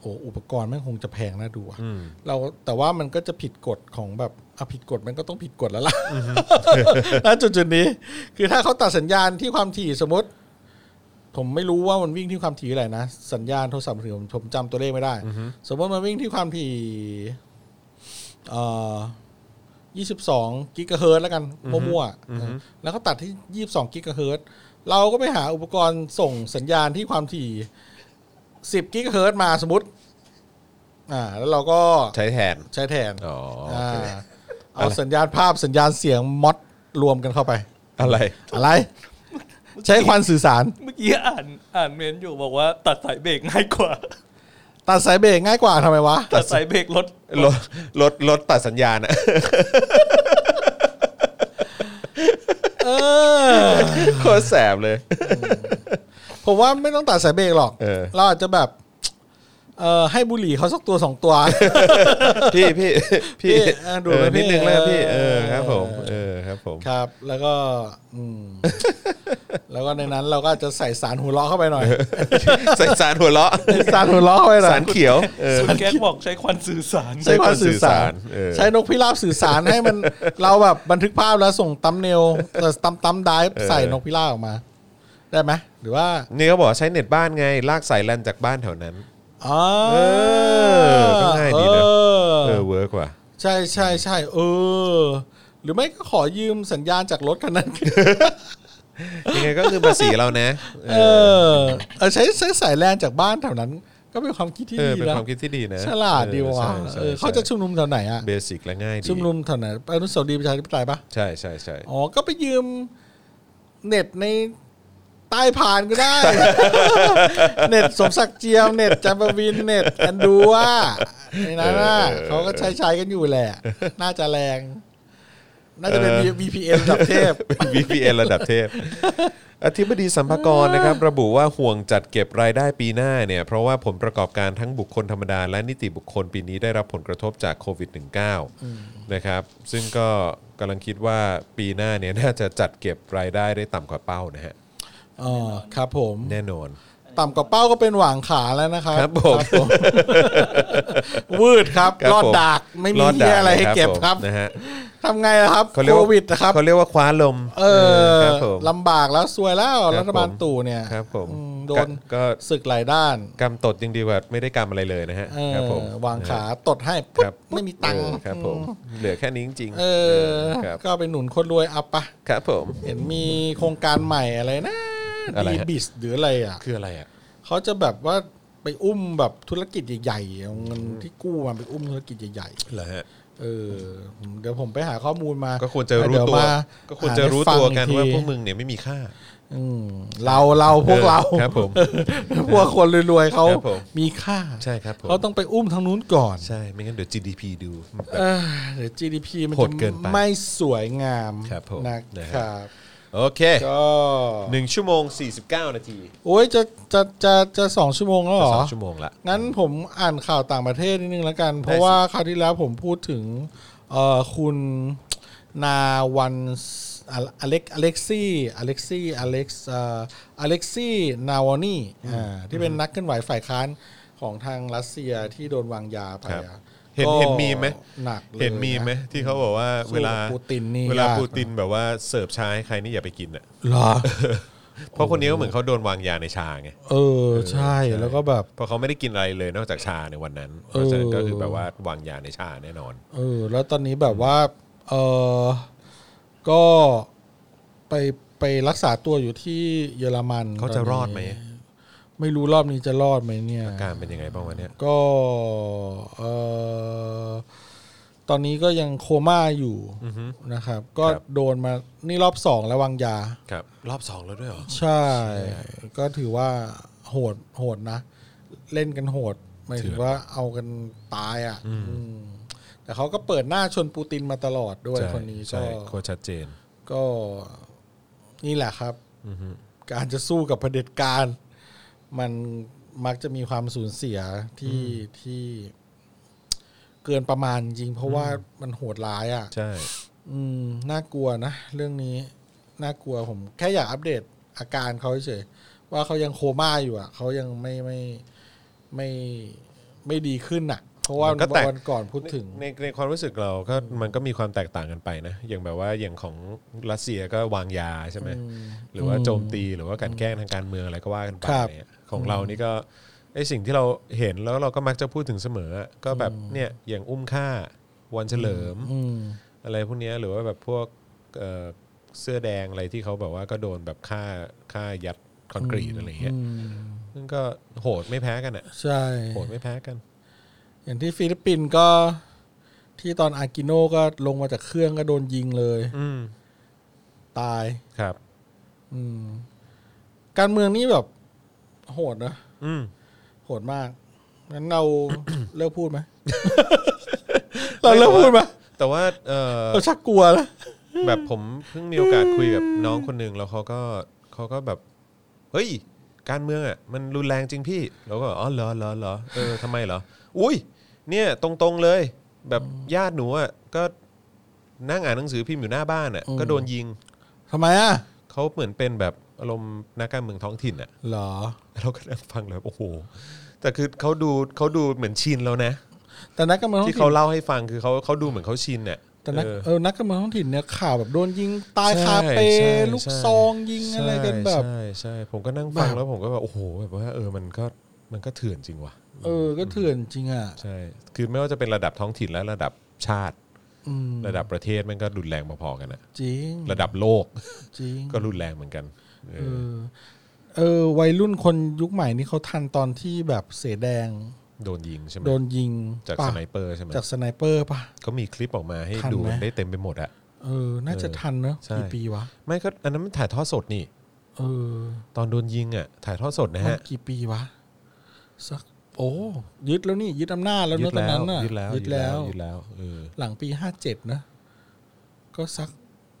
Speaker 3: โอ้อุปกรณ์แม่งคงจะแพงน่าดูอะ
Speaker 2: อืม
Speaker 3: เราแต่ว่ามันก็จะผิดกฎของแบบอ่ะผิดกฎมันก็ต้องผิดกฎแล้วล่ะ ณจุดจุดๆนี้ คือถ้าเขาตัดสัญญาณที่ความถี่สมมติ ผมไม่รู้ว่ามันวิ่งที่ความถี่อะไรนะ สัญญาณโทรศัพท์มือถือผมผมจำตัวเลขไม่ได้ สมมติมันวิ่งที่ความถี่เอ่อ22กิกะเฮิรตซ์แล้วกันมั่วๆนะแล้วก็ตัดที่ 22กิกะเฮิรตซ์เราก็ไปหาอุปกรณ์ส่งสัญญาณที่ความถี่ 10กิกะเฮิรตซ์มาสมมติ อ่า แล้วเราก็
Speaker 2: ใช้แทน
Speaker 3: ใช้แทน
Speaker 2: อ๋ออา โอเค
Speaker 3: เอาสัญญาณภาพสัญญาณเสียงมอดรวมกันเข้าไป
Speaker 2: อะไร
Speaker 3: อะไร ใช้ควันสื่อสาร
Speaker 4: เมื่อกี้อ่านอ่านเมนต์อยู่บอกว่าตัดสายเบรกง่ายกว่า
Speaker 3: ตัดสายเบรกง่ายกว่าทำไมวะ
Speaker 4: ตัดสายเบรกรถ
Speaker 2: รถรถรถตัดสัญญาณอะ
Speaker 3: เออ อ
Speaker 2: โคตรแสบ เลย
Speaker 3: ผมว่าไม่ต้องตัดสายเบรกหรอก
Speaker 2: เออ
Speaker 3: อาจจะแบบ เอ่อให้บุหรี่เขาสักตัวสอง ตัว
Speaker 2: พี่พี่พี่
Speaker 3: พี่อ่ะดู
Speaker 2: เออ
Speaker 3: ไป
Speaker 2: นิดนึง
Speaker 3: พี่
Speaker 2: แล้วกันพี่เออ
Speaker 3: เออ
Speaker 2: ครับผมเออครับผม
Speaker 3: ครับ แล้วก็อืมแล้วก็ในนั้นเราก็อาจจะใส่สารหัวเราะเข้าไปหน่อย
Speaker 2: ใส่สารหัวเราะ
Speaker 3: ใส่สารหัวเราะเข้าไปหน่
Speaker 2: สา
Speaker 3: อย
Speaker 2: รเขียวเออ
Speaker 4: สุดแก๊กบอกใช้ควันสื่อสาร
Speaker 3: ใช้ความสื่อสาร
Speaker 2: เออ
Speaker 3: ใช้นกพิราบสื่อสารให้มัน เราแบบบันทึกภาพแล้วส่งตัมเนลตัมตัมไดฟ์ใส่นกพิราบออกมา ได้ไหมหรือว่า
Speaker 2: นี่เขาบอกใช้เน็ตบ้านไง ลากสายแลนจากบ้านแถวนั้น
Speaker 3: อ๋อ
Speaker 2: เออก็ง่ายดีนะ
Speaker 3: เออ
Speaker 2: เออเวิร์กว่ะ
Speaker 3: ใช่ใช่ใช่เออ หรือไม่ก็ขอยืมสัญญาณจากรถคันนั้น
Speaker 2: ยังไงก็คือภาษีเรานะเอ
Speaker 3: เอ
Speaker 2: อ
Speaker 3: อเออใช้ใช้สายแลนจากบ้านแถวนั้น ก็เป็นความคิดที่
Speaker 2: เออ
Speaker 3: ดี
Speaker 2: เป็น
Speaker 3: นะ
Speaker 2: ความคิดที่ดีนะ
Speaker 3: ฉลาดดีว่ะ
Speaker 2: ใช่ใช่
Speaker 3: เออเขาจะชุมนุมแถวไหนอ่ะ
Speaker 2: เบสิกและง่ายดี
Speaker 3: ชุมนุมแถวไหนอนุสาวรีย์ประชาธิปไตยปะ
Speaker 2: ใช่ใช่ใช่
Speaker 3: อ๋อก็ไปยืมเน็ตในใต้ผ่านก็ ได้ เน็ตสมศักดิ์เจียมเน็ตจำปาวินเน็ตอันดูว่าในนั้นน่ะเขาก็ใช้ใช้กันอยู่แหละ น่าจะแรง น่าจะเป็น VPN ระดับเทพ
Speaker 2: เป็น VPN ระดับเทพ อธิบดีสัมภากรนะครับ ระบุว่าห่วงจัดเก็บรายได้ปีหน้าเนี่ย เพราะว่าผลประกอบการทั้งบุคคลธรรมดา และนิติบุคคลปีนี้ได้รับผลกระทบจากโควิด -19 นะครับ ซึ่งก็กำลังคิดว่าปีหน้าเนี่ยน่าจะจัดเก็บรายได้ได้ต่ำกว่าเป้านะฮะ
Speaker 3: อ๋อครับผม
Speaker 2: แน่นอน
Speaker 3: ต่ำกว่าเป้าก็เป็นหว่างขาแล้วนะครับ
Speaker 2: ครับผม
Speaker 3: วืดครับ
Speaker 2: ครับ
Speaker 3: รอด
Speaker 2: ผม
Speaker 3: ดากไม่มี
Speaker 2: รอด
Speaker 3: เหี้ยอะไรให้เก็บครับ
Speaker 2: นะฮะ
Speaker 3: ทำไงล่ะครับ
Speaker 2: เขาเรียก
Speaker 3: โค
Speaker 2: ว่า
Speaker 3: วิดนะครับ
Speaker 2: เขาเรียกว่าคว้าลม
Speaker 3: เออ
Speaker 2: ครับผม
Speaker 3: ลำบากแล้วซวยแล้วรัฐบาลตู่เนี่ย
Speaker 2: ครับผม
Speaker 3: อืมโดน
Speaker 2: ก็ก็
Speaker 3: ศึกหลายด้าน
Speaker 2: กำตดยังดีกว่าไม่ได้กำอะไรเลยนะฮะ
Speaker 3: เออ
Speaker 2: ครับผม
Speaker 3: วางขาตดให้
Speaker 2: ค
Speaker 3: ปุ๊
Speaker 2: รับบ
Speaker 3: ไม่มีตังค์
Speaker 2: เออครับผมเหลือแค่นี้จริงๆ
Speaker 3: เออ
Speaker 2: เออครับ
Speaker 3: ก็ไปหนุนคนรวยอัพปะ
Speaker 2: ครับผม
Speaker 3: เห็นมีโครงการใหม่อะไรนะ
Speaker 2: อะไร
Speaker 3: ดี
Speaker 2: ฮะ
Speaker 3: บิสหรืออะไรอ่ะ
Speaker 2: คืออะไรอ่ะ
Speaker 3: เขาจะแบบว่าไปอุ้มแบบธุรกิจใหญ่ๆเอาเงินที่กู้มาไปอุ้มธุรกิจใหญ่
Speaker 2: เหรอฮะ
Speaker 3: ๆเออผมเดี๋ยวผมไปหาข้อมูลมา
Speaker 2: ก็ควรจะรู้
Speaker 3: เดี๋ย
Speaker 2: ตัว
Speaker 3: มา
Speaker 2: ก็ควรจะรู้ตัวกันว่า
Speaker 3: หให้
Speaker 2: พ
Speaker 3: ฟั
Speaker 2: วก
Speaker 3: งอีที
Speaker 2: มึงเนี่ยไม่มีค่า
Speaker 3: อืมเราเราพวกเรา
Speaker 2: เออครับผม
Speaker 3: พวกคนรวยๆเขา
Speaker 2: ครับผม
Speaker 3: มีค่า
Speaker 2: ใช่ครับผม
Speaker 3: เขาต้องไปอุ้มทางนู้นก่อน
Speaker 2: ใช่ไม่งั้นเดี๋ยว GDP ดู
Speaker 3: เออเดี๋ยว GDP มัน
Speaker 2: โห
Speaker 3: จะ
Speaker 2: ดเกินไป
Speaker 3: ไม่สวยงาม
Speaker 2: ครับผม
Speaker 3: นะ
Speaker 2: นะฮะ
Speaker 3: ครับ
Speaker 2: โอเค
Speaker 3: ก็
Speaker 2: หนึ่งชั่วโมง 49 นาที
Speaker 3: โอ้ยจะจะจะจะสองชั่วโมงแล้วเหร
Speaker 2: สอ
Speaker 3: อ
Speaker 2: งชั่วโมงละ
Speaker 3: งั้นผมอ่านข่าวต่างประเทศนิดนึงแล้วกัน เพราะ
Speaker 2: ได้สิ
Speaker 3: ว่าคราวที่แล้วผมพูดถึงเอ่อคุณนาวันอะอเล็กอเล็กซี่อเล็กซี่อเล็กซ์เอ่ออเล็กซี่นาวานี่อ่าที่เป็นนักเคลื่อนไหวฝ่ายค้านของทางรัสเซียที่โดนวางยาไป
Speaker 2: ครับ
Speaker 3: อะ
Speaker 2: เห็น
Speaker 3: ก็
Speaker 2: เห็นมีมไหม
Speaker 3: หนักเลย
Speaker 2: เห็นมีมไหม
Speaker 3: ะ
Speaker 2: ที่เขาบอกว่า
Speaker 3: สู้
Speaker 2: เวลา
Speaker 3: ปูตินนี่
Speaker 2: เวลาย
Speaker 3: าก
Speaker 2: ปูตินแบบว่าเสิร์ฟชาให้ใครนี่อย่าไปกินอ่ะ
Speaker 3: เหรอ
Speaker 2: เพราะคนนี้ก็เหมือนเขาโดนวางยาในชาไง
Speaker 3: เออ ใช่แล้วก็แบบ
Speaker 2: เพราะเขาไม่ได้กินอะไรเลยนอกจากชาในวันนั้นเพราะฉะนั้นก็คือแบบว่าวางยาในชาแน่นอน
Speaker 3: เออแล้วตอนนี้แบบว่าเออก็ไปไปรักษาตัวอยู่ที่เยอรมัน
Speaker 2: เขาจะรอด
Speaker 3: ตนนี้
Speaker 2: ไหม
Speaker 3: ไม่รู้รอบนี้จะรอดไหมเนี่ย
Speaker 2: อาการเป็นยังไงบ้างวันเนี้ย
Speaker 3: ก็เออตอนนี้ก็ยังโคม่าอยู่นะครับ ก็โดนมานี่รอบสองแล้ววางยา
Speaker 2: ครับ รอบสองแล้วด้วยเหรอ
Speaker 3: ใช่ ก็ถือว่าโหดโหดนะ เล่นกันโหดหมายถึงว่าเอากันตายอ่ะอืมแต่เขาก็เปิดหน้าชนปูตินมาตลอดด้วย
Speaker 2: ใช่
Speaker 3: คนนี้
Speaker 2: ใช่
Speaker 3: ก็
Speaker 2: โคตรชัดเจน
Speaker 3: ก็นี่แหละครับการจะสู้กับเผด็จการ มันมักจะมีความสูญเสียที่ที่เกินประมาณจริง เพราะว่ามันโหดร้ายอ่ะ
Speaker 2: ใช่
Speaker 3: อืมน่ากลัวนะ เรื่องนี้น่ากลัวผมแค่อยากอัปเดตอาการเขาเฉยๆว่าเขายังโคม่าอยู่อ่ะเขายังไม่ไม่ไม่ไม่ดีขึ้นอ่ะ เพราะว่า
Speaker 2: มันก็แตก
Speaker 3: วันก่อนพูดถึง
Speaker 2: ในในความรู้สึกเราก็มันก็มีความแตกต่างกันไปนะ อย่างแบบว่าอย่างของรัสเซียก็วางยาใช่ไหมหรือว่าโจมตีหรือว่ากลันแกล้งทางการเมืองอะไรก็ว่ากันไป
Speaker 3: ครับ
Speaker 2: เนี่ยของเรานี่ก็ไอสิ่งที่เราเห็นแล้วเราก็มักจะพูดถึงเสมอ ก็แบบเนี่ยอย่างอุ้มฆ่าวันเฉลิม
Speaker 3: อืม
Speaker 2: อะไรพวกเนี้ยหรือว่าแบบพวกเอ่อเสื้อแดงอะไรที่เขาแบบว่าก็โดนแบบฆ่าฆ่ายัดคอนกรีตอะไรเงี้ยซึ่งก็โหดไม่แพ้กันอ่ะ
Speaker 3: ใช่
Speaker 2: โหดไม่แพ้กัน
Speaker 3: อย่างที่ฟิลิปปินส์ก็ ที่ตอนอากิโนก็ลงมาจากเครื่องก็โดนยิงเลย
Speaker 2: อืม
Speaker 3: ตาย
Speaker 2: ครับ
Speaker 3: อืม การเมืองนี่แบบโหดนะ
Speaker 2: อืม
Speaker 3: โหดมาก งั้นเรา เลิกพู ดไหม เราเลิกพูดไหม
Speaker 2: แต่ว่าเออ
Speaker 3: เราชักกลัวแล้ว
Speaker 2: แบบผมเพิ่งมีโอกาสคุยกับน้องคนหนึ่งแล้วเขาก็เขาก็แบบ เฮ้ย การเมืองอ่ะมันรุนแรงจริงพี่แล้วก็อ๋อเหรอเหรอเหรอเออทำไมเหรออุ้ย เนี่ยตรงๆเลย แบบญาติหนูอ่ะก็นั่งอ่านหนังสือพิมพ์อยู่หน้าบ้านอ่ะ
Speaker 3: อืม
Speaker 2: ก็โดนยิง
Speaker 3: ทำไมอ่ะ
Speaker 2: เขาเหมือนเป็นแบบอารมณ์นักการเมืองท้องถิ่นอ่ะ
Speaker 3: เหรอ
Speaker 2: เราก็นั่งฟังเลยโอ้โหแต่คือเขาดูเขาดูเหมือนชินแล้วนะ
Speaker 3: แต่นักการเมืองท้อง
Speaker 2: ที่
Speaker 3: ถิ่
Speaker 2: เขา
Speaker 3: น
Speaker 2: เล่าให้ฟังคือเขาเขาดูเหมือนเขาชินเนี่ย
Speaker 3: แต่นัก
Speaker 2: เออ
Speaker 3: เออนักการเมืองท้องถิ่นเนี่ยข่าวแบบโดนยิงตาย
Speaker 2: ใช่
Speaker 3: คาเป
Speaker 2: ใช่
Speaker 3: ลูก
Speaker 2: ใช่
Speaker 3: ซองยิงอะไรกันแบบ
Speaker 2: ใช่ใช่ผมก็นั่งฟัง
Speaker 3: แบบ
Speaker 2: แล้วผมก็แบบโอ้โหแบบว่าเออมันก็มันก็เถื่อนจริงว่ะ
Speaker 3: เออก็เถื่อนจริงอ่ะ
Speaker 2: ใช่คือไม่ว่าจะเป็นระดับท้องถิ่นและระดับชาติ
Speaker 3: อืม
Speaker 2: ระดับประเทศมันก็รุนแรงพอๆกันอะ
Speaker 3: จริง
Speaker 2: ระดับโลก
Speaker 3: จริง
Speaker 2: ก็รุนแรงเหมือนกันเอ
Speaker 3: เอ
Speaker 2: อ
Speaker 3: อเออวัยรุ่นคนยุคใหม่นี่เขาทันตอนที่แบบเสอแดง
Speaker 2: โดนยิงใช่ไหม
Speaker 3: โดนยิง
Speaker 2: จากส
Speaker 3: ป่ะ
Speaker 2: ไนเปอร์ใช่ไหม
Speaker 3: จากสไนเปอร์ป่ะ
Speaker 2: เขามีคลิปออกมาให้
Speaker 3: ทัน
Speaker 2: ดู
Speaker 3: ไหม
Speaker 2: ได้เต็มไปหมดอะ
Speaker 3: เออ น่าจะทันเนอะ
Speaker 2: ใช่
Speaker 3: กี่ปีวะ
Speaker 2: ไม่ก็อันนั้นมันถ่ายทอดสดนี่
Speaker 3: เออ
Speaker 2: ตอนโดนยิงอะถ่ายทอดสดนะ
Speaker 3: มัน
Speaker 2: ฮะ
Speaker 3: กี่ปีวะสักโอ้ยึดแล้วนี่ยึดอำนาจแล้วเน
Speaker 2: ยึ
Speaker 3: อะ
Speaker 2: ด
Speaker 3: ตอน
Speaker 2: แล้
Speaker 3: นั้
Speaker 2: วน
Speaker 3: น่ะ
Speaker 2: ยึดแล้ว
Speaker 3: ยึดแล้ว
Speaker 2: ยึดแล้วเออ
Speaker 3: หลังปีห้าเจ็ดนะ ก็สัก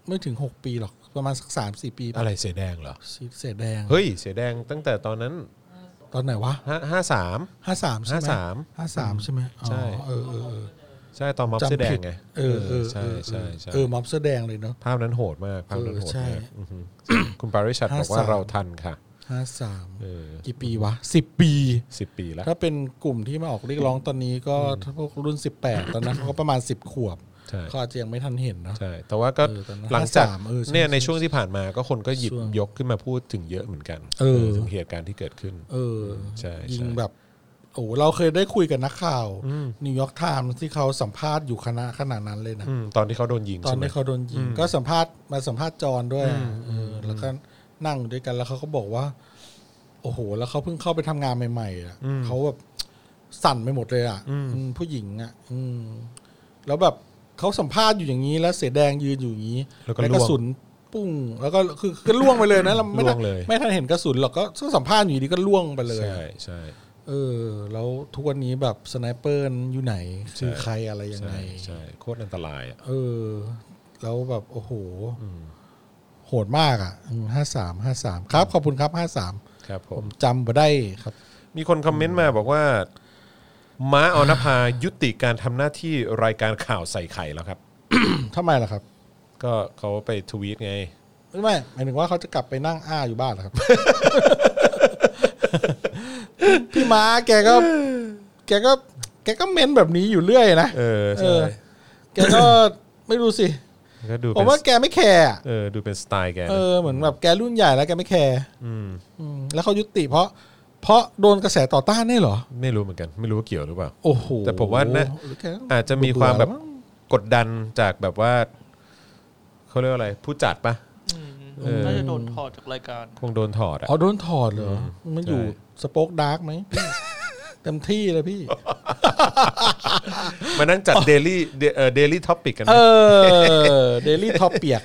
Speaker 3: ไม่ถึงหกปีหรอก ประมาณสักสามสี่ปีป
Speaker 2: อะไรเสียแดงเหรอ
Speaker 3: สีเสอแดง
Speaker 2: เฮ้ยเสียแดงตั้งแต่ตอนนั้น
Speaker 3: ตอนไหนวะ
Speaker 2: ห้าห้าสาม
Speaker 3: ห้าสามใช่ไหม
Speaker 2: 53
Speaker 3: ห้าสามใช่ไหมอ๋อ
Speaker 2: ใช่
Speaker 3: เออเออเออ
Speaker 2: ใช่ตอนม็อบ
Speaker 3: จำ
Speaker 2: เสื้อแด
Speaker 3: ผิ
Speaker 2: ง
Speaker 3: ด
Speaker 2: ไง
Speaker 3: เออเออ
Speaker 2: ใช่ใช่ใช่
Speaker 3: เออม็อบเสื้อแดงเลยเนาะ
Speaker 2: ภาพนั้นโหดมากภาพนั้นโหด
Speaker 3: เออใช่
Speaker 2: มากอือฮึคุณปาริชัดบอกว่า
Speaker 3: 53
Speaker 2: เราทันค่ะ
Speaker 3: ห้าสาม
Speaker 2: เออ
Speaker 3: กี่ปีวะสิบปี
Speaker 2: สิบปีแล้ว
Speaker 3: ถ้าเป็นกลุ่มที่มาออกเรียกร้องตอนนี้ก็ถ้าพวกรุ่นสิบแปดตอนนั้นเขาก็ประมาณสิบขวบ
Speaker 2: ใช่
Speaker 3: เขาอาจจะยังไม่ทันเห็นเนาะ
Speaker 2: ใช่แต่ว่าก็
Speaker 3: เออตอนนั้น
Speaker 2: หลังจาก
Speaker 3: 53เออใช่
Speaker 2: เนี่ยใน
Speaker 3: ใช่
Speaker 2: ช่วงที่ผ่านมาก็คนก็หยิบ
Speaker 3: ช่วง
Speaker 2: ยกขึ้นมาพูดถึงเยอะเหมือนกัน
Speaker 3: เออ
Speaker 2: เออถึงเหตุการณ์ที่เกิดขึ้น
Speaker 3: เออ
Speaker 2: ใช่ใช่
Speaker 3: ยิงแบบโอ้โหเราเคยได้คุยกับนักข่าวนิวยอร์กไทม์ที่เขาสัมภาษณ์อยู่คณะขนาดนั้นเลยนะ
Speaker 2: อืมตอนที่เขาโดนยิง
Speaker 3: ตอน
Speaker 2: ใช่ไหม
Speaker 3: ที่เขาโดนยิงก็สัมภาษณ์มาสัมภาษณ์จอนด้วยเออแล้วก็นั่งอยู่ด้วยกันแล้วเขาก็บอกว่า โอ้โห แล้วเขาเพิ่งเข้าไปทำงานใหม่ๆอ่ะเขาแบบสั่นไปหมดเลยอ่ะอืมผู้หญิงอ่ะ อืมแล้วแบบเขาสัมภาษณ์อยู่อย่างนี้ แล้วเสียแดงยืนอยู่อย่างนี้
Speaker 2: แล้วก็
Speaker 3: แล้ว
Speaker 2: ล่ว
Speaker 3: กระ
Speaker 2: ง
Speaker 3: สุนปุ้ง แล้วก็คือก็ล่วงไปเลยนะเราไม่ทั
Speaker 2: ล่วน งเลย
Speaker 3: ไม่ทันเห็นกระสุนหรอกก็สัมภาษณ์อยู่ดีก็ล่วงไปเลย
Speaker 2: ใช่
Speaker 3: อะ
Speaker 2: ใช่
Speaker 3: เออ แล้วทุกวันนี้แบบสไนเปอร์อยู่ไหนคือใครอะไรยัง
Speaker 2: ใช่
Speaker 3: ไง
Speaker 2: ใช่โคตรอันตรายอ่ะ
Speaker 3: เออ แล้วแบบโอ้โหโหดมากอ่ะห้าสามห้าสามครับ ขอบคุณครับห้าสาม
Speaker 2: ครับผ
Speaker 3: ผม มจำบ่ได้ครับ
Speaker 2: มีคนคอมเมนต์มาบอกว่า ม้าออนภ ายุติการทำหน้าที่รายการข่าวใส่ไข่แล้วครับ
Speaker 3: ทำไมล่ะครับ
Speaker 2: ก็เขาไปทวีตไง
Speaker 3: ไม่ไม่หมายถึงว่าเขาจะกลับไปนั่งอ้าอยู่บ้านเหรอครับ พี่ม้าแกก็ แกก็ แกก็เม้นแบบนี้อยู่เรื่อยนะ
Speaker 2: เออ
Speaker 3: เอ
Speaker 2: ใช่
Speaker 3: อ แกก็ไม่รู้สิ
Speaker 2: ก็ดู
Speaker 3: ผ
Speaker 2: เป็
Speaker 3: ม
Speaker 2: น
Speaker 3: ว่าแกไม่แคร์อะ
Speaker 2: เออดูเป็นสไตล์แกนะ
Speaker 3: เออเหมือนแบบแกรุ่นใหญ่แล้วแกไม่แคร์
Speaker 2: ม
Speaker 3: อืมแล้วเขายุติเพราะ เพราะโดนกระแสต่อต้านนี่เหรอ
Speaker 2: ไม่รู้เหมือนกัน ไม่รู้ว่าเกี่ยวหรือเปล่า
Speaker 3: โอ้โห
Speaker 2: แต่ผมว่าน่ะ
Speaker 3: หรือแกต้อง
Speaker 2: อาจจะมีความแบบกดดันจากแบบว่าเขาเรียกว่าอะไร ผู้จัดปะ
Speaker 4: อืม
Speaker 2: เออ
Speaker 4: น่าจะโดนถอดจากรายการ
Speaker 2: คงโดนถอดอ่ะ
Speaker 3: อ๋อโดนถอดเหรอ มันอยู่
Speaker 2: ใช่
Speaker 3: สโป๊กดาร์ก ไหม เต็มที่เลยพี่
Speaker 2: มานั่งจัดเดลี่เดลี่ท็อปิกกันไหม
Speaker 3: เออเดลี่ท็อปเปียก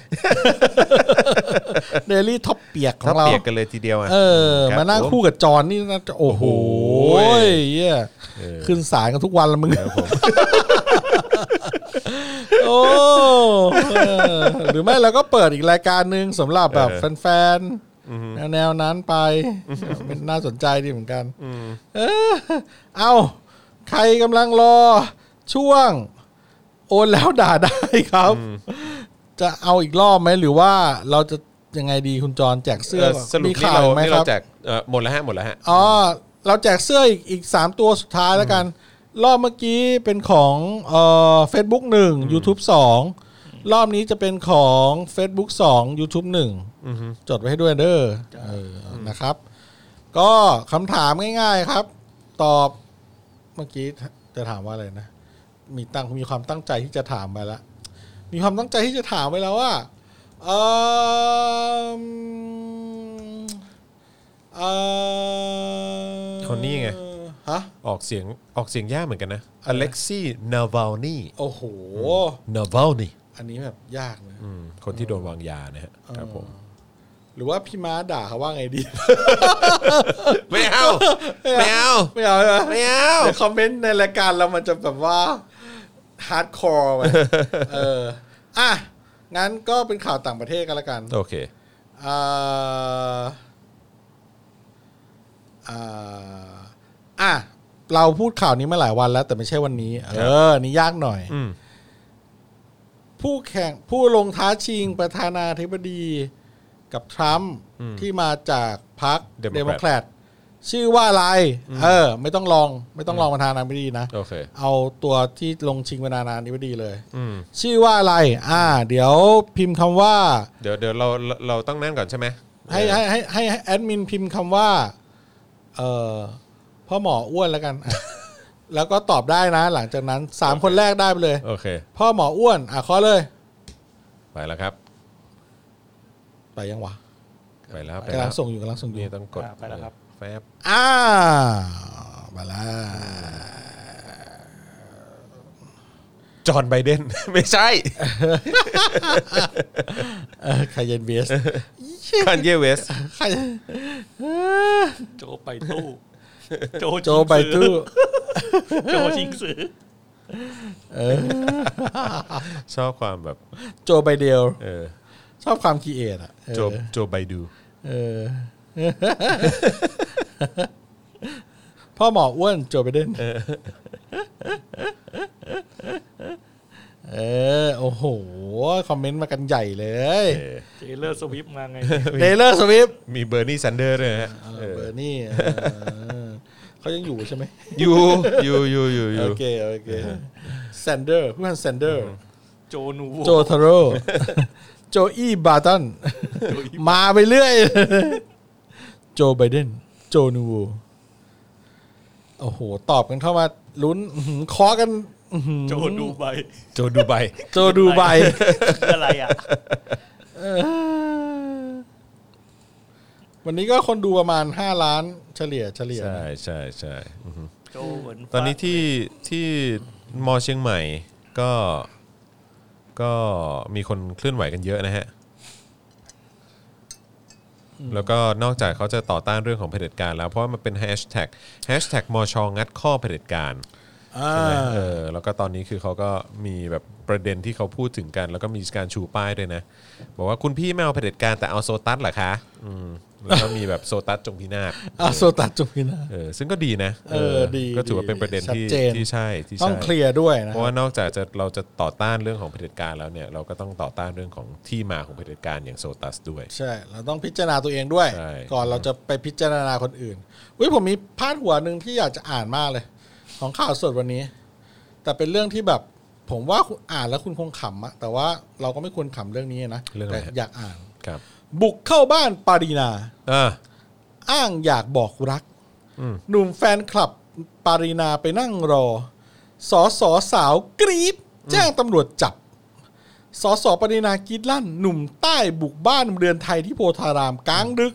Speaker 3: เดลี่ท็อปเปียกข
Speaker 2: ท็
Speaker 3: อ
Speaker 2: อง
Speaker 3: เรา
Speaker 2: ปิกกันเลยทีเดียวอ่ะ
Speaker 3: เออ
Speaker 2: รับ
Speaker 3: มานั่ง
Speaker 2: ผม
Speaker 3: คู่กับจอนนี่นะโอ้โห
Speaker 2: โอ้โห
Speaker 3: เหี้ยขึ้นสายกันทุกวันละมึง
Speaker 2: ครับผม
Speaker 3: โอ้เออหรือไม่เราก็เปิดอีกรายการหนึ่งสำหรับแบบแฟนๆ แนวๆนั้นไปเป็นน่าสนใจดีเหมือนกันเออเอาใครกำลังรอช่วง โอนแล้วด่าได้ครับ จะเอาอีกรอบไหมหรือว่าเราจะยังไงดีคุณจรแจกเสื้อ
Speaker 2: เออสรุปนี่เรา
Speaker 3: อีก
Speaker 2: นี่เราแจกเออหมดแล้วฮะหมดแล้วฮะ
Speaker 3: อ๋อเราแจกเสื้ออีกอีกสามตัวสุดท้ายแล้วกัน รอบเมื่อกี้เป็นของเอ่อ Facebook หนึ่ง YouTube สองรอบนี้จะเป็นของ Facebook 2 YouTube 1จดไว้ให้ด้วยเด้อเออนะครับ ก็คำถามง่าย ๆครับ ตอบเมื่อกี้จะถามว่าอะไรนะ มีตั้งมีความตั้งใจที่จะถามไปแล้ว มีความตั้งใจที่จะถามไว้แล้วว่าเออเออ
Speaker 2: คนนี้ไง
Speaker 3: ฮะ
Speaker 2: ออกเสียงออกเสียงยากเหมือนกันนะอเล็กซี่นาวานี
Speaker 3: โอ้โห
Speaker 2: นาวานี
Speaker 3: อันนี้แบบยากนะ
Speaker 2: คนที่โดนวางยานะฮะครับผม
Speaker 3: หรือว่าพี่ม้าด่าเขาว่าไงดี
Speaker 2: ไม่เอาไม่เอา
Speaker 3: ไม่เอาใช่ไหม
Speaker 2: ไม่เอา
Speaker 3: เดี๋ยวคอมเมนต์ในราย การเรามันจะแบบว่าฮาร์ดคอร์ไปเอออ่ะ งั้นก็เป็นข่าวต่างประเทศกันละกัน
Speaker 2: โอเค
Speaker 3: อ่าอ่าอ่ะเราพูดข่าวนี้มาหลายวันแล้ว แต่ไม่ใช่วันนี้ เออ นี่ยากหน่อย
Speaker 2: อืม
Speaker 3: ผู้แข่งผู้ลงท้าชิงประธานาธิบดีกับทรัมป์ที่มาจากพรรค
Speaker 2: Democrat
Speaker 3: เดโมแครตชื่อว่าอะไร เออ ไม่ต้องลองไม่ต้องลองประธานาธิบดีนะ
Speaker 2: โอเค
Speaker 3: เอาตัวที่ลงชิงประธานาธิบดีเลย
Speaker 2: อืม
Speaker 3: ชื่อว่าอะไร อ่า เดี๋ยวพิมพ์คำว่า
Speaker 2: เดี๋ยวเดี๋ยวเราเราเราต้องนั่นก่อนใช่ไหม
Speaker 3: ให้ให้ให้ให้ให้แอดมินพิมพ์คำว่า เอ่อพ่อหมออ้วนแล้วกัน อ่ะแล้วก็ตอบได้นะ หลังจากนั้นสามคนแรกได้ไปเลย
Speaker 2: โอเค
Speaker 3: พ่อหมออ้วน อ่ะขอเลย
Speaker 2: ไปแล้วครับ
Speaker 3: ไปยังวะ
Speaker 2: ไปแล้วไป
Speaker 3: กำ
Speaker 2: แล้
Speaker 3: ลั
Speaker 2: ว
Speaker 3: งส่งอยู่กำลังส่งอยู่
Speaker 2: นี่ต้องกด
Speaker 4: อ่าไปแล้วครับ
Speaker 2: แฟบ
Speaker 3: อ่ามาแล้ว
Speaker 2: จอห์นไบเดน ไม่ใช่
Speaker 3: เออใครเย็นเบส
Speaker 2: คานเยเวส
Speaker 3: ใคร
Speaker 4: โจไปตู้ โจ
Speaker 3: โจไปตู้
Speaker 4: โจชิงสือ
Speaker 2: ชอบความแบบ
Speaker 3: โจไปเดียว
Speaker 2: เออ
Speaker 3: ชอบความคีเอทอ่ะเออ
Speaker 2: โจโจไบดู
Speaker 3: เออ พ่อหมออ้วนโจไปเด่นเออ โอ้โห คอมเมนต์มากันใหญ่เลย
Speaker 2: เออ
Speaker 4: เจเลอร์สวิฟต์มาไง
Speaker 3: เดเลอร์สวิฟ
Speaker 2: มีเบอร์นี่ซันเดอร์ด้วยนะฮะเออ
Speaker 3: เบอร์นี่เออเขายังอยู่ใช่ไหม
Speaker 2: อยู่อยู่อยู่ อยู่อยู่
Speaker 3: โอเค โอเคแซนเดอร์ผู้พันแซนเดอร์
Speaker 4: โจนูโว
Speaker 3: โจทาโร่ โจอีบาตัน มาไปเรื่อย โจไบเดน โจนูโวโอ้โห ตอบกันเข้ามาลุ้นอื้อหือเคอกันอื้อหือ
Speaker 4: โจดูไบ
Speaker 2: โจดูไบ
Speaker 3: โจดู ไบ
Speaker 4: คืออะไรอ่ะ
Speaker 3: เออวันนี้ก็คนดูประมาณ 5 ล้านเฉลี่ยเฉลี่ย
Speaker 2: ใช่ใช่ใช่อือฮึ
Speaker 4: โจเหมือน
Speaker 2: ตอนนี้ที่ที่มอเชียงใหม่ก็ก็มีคนเคลื่อนไหวกันเยอะนะฮะ แล้วก็นอกจากเขาจะต่อต้านเรื่องของเผด็จการแล้วเพราะว่ามันเป็นแฮชแท็กแฮชแท็กมอชองัดข้อเผด็จการ
Speaker 3: อ่า
Speaker 2: ใช่ไหมเออแล้วก็ตอนนี้คือเขาก็มีแบบประเด็นที่เขาพูดถึงกัน แล้วก็มีการชูป้ายด้วยนะ บอกว่าคุณพี่ไม่เอาเผด็จการแต่เอาโซตัสเหรอคะอืมแล้วก็มีแบบโซตัสจงพินาศ
Speaker 3: อาโซตัดจุพินา
Speaker 2: เออซึ่งก็ดีนะ
Speaker 3: เออดี
Speaker 2: ก็ถือว่าเป็นประเด็นที่
Speaker 3: ชัดเจน
Speaker 2: ที่ใช่ที่
Speaker 3: ต้อ
Speaker 2: ใช่
Speaker 3: งเคลียร์ด้วยนะ
Speaker 2: เพราะว่านอกจากจะเราจะต่อต้านเรื่องของเผด็จการแล้วเนี่ยเราก็ต้องต่อต้านเรื่องของที่มาของเผด็จการอย่างโซตัสด้วย
Speaker 3: ใช่ เราต้องพิจารณาตัวเองด้วย
Speaker 2: ใช่
Speaker 3: ก่อนเราจะไปพิจารณาคนอื่นอุ้ยผมมีพาดหัวหนึ่งที่อยากจะอ่านมากเลย ของข่าวสดวันนี้ แต่เป็นเรื่องที่แบบ ผมว่าคุณอ่านแล้วคุณคงขำอะแต่ว่าเราก็ไม่ควรขำเรื่องนี้นะ
Speaker 2: เรื่องอะไร
Speaker 3: แต่
Speaker 2: ฮะ
Speaker 3: อยากอ่าน
Speaker 2: ครับ
Speaker 3: บุกเข้าบ้านปารีนา
Speaker 2: อ่า
Speaker 3: อ้างอยากบอกรัก
Speaker 2: อืม
Speaker 3: หนุ่มแฟนคลับปารีนาไปนั่งรอสอสอสาวกรีดแจ้งตำรวจจับสอสอปารีนากรีดลั่น หนุ่มใต้บุกบ้านเรือนไทยที่โพธารามกลางดึก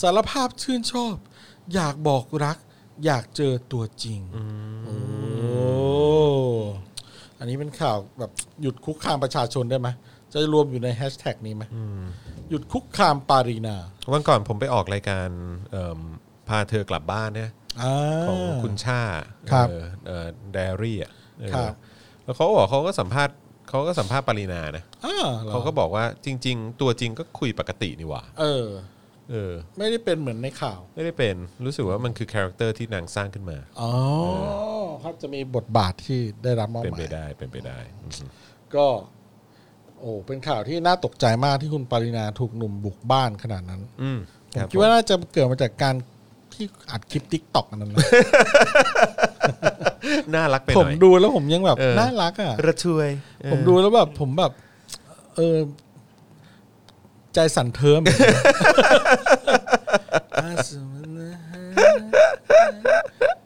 Speaker 3: สารภาพชื่นชอบ อยากบอกรัก อยากเจอตัวจริงโอ้อันนี้เป็นข่าวแบบหยุดคุกคามประชาชนได้ไหมจะรวมอยู่ในแฮชแท็กนี้ไหมหยุดคุกคามปารีนา
Speaker 2: วันก่อนผมไปออกรายการเอิ่มพาเธอกลับบ้านเนี่ย
Speaker 3: า
Speaker 2: ของคุณชา
Speaker 3: ครับ
Speaker 2: เดรี่อ Diary อ่ะเออ
Speaker 3: ครับ
Speaker 2: แล้วเขาก็บอกเขาก็สัมภาษณ์เขาก็สัมภาษณ์ปรินานะ
Speaker 3: อ่าหรอ
Speaker 2: เขาก็บอกว่าจริง ๆ ตัวจริงก็คุยปกตินี่หว่า
Speaker 3: เออ
Speaker 2: เออ
Speaker 3: ไม่ได้เป็นเหมือนในข่าว
Speaker 2: ไม่ได้เป็นรู้สึกว่ามันคือคาแรคเตอร์ที่นางสร้างขึ้นมา
Speaker 3: อ๋อครับจะมีบทบาทที่ได้รับมอบ
Speaker 2: เป็น
Speaker 3: หมา
Speaker 2: ไป
Speaker 3: ย
Speaker 2: ได้เป็นไปได้อืม
Speaker 3: ก็ โอ้เป็นข่าวที่น่าตกใจมากที่คุณปรินาถูกหนุ่มบุกบ้านขนาดนั้น
Speaker 2: อืมค
Speaker 3: ผม
Speaker 2: รับ
Speaker 3: คิดว่าน่าจะเกิดมาจากการที่อัดคลิปติ๊กต็อกนนั้นนะ
Speaker 2: น่ารักไปห
Speaker 3: ผม
Speaker 2: น่อย
Speaker 3: ดูแล้วผมยังแบบ
Speaker 2: เออ
Speaker 3: น่ารักอ่ะ
Speaker 2: ระชวยเออ
Speaker 3: ผมดูแล้วแบบ ผมแบบ เออ ใจสั่นเทิม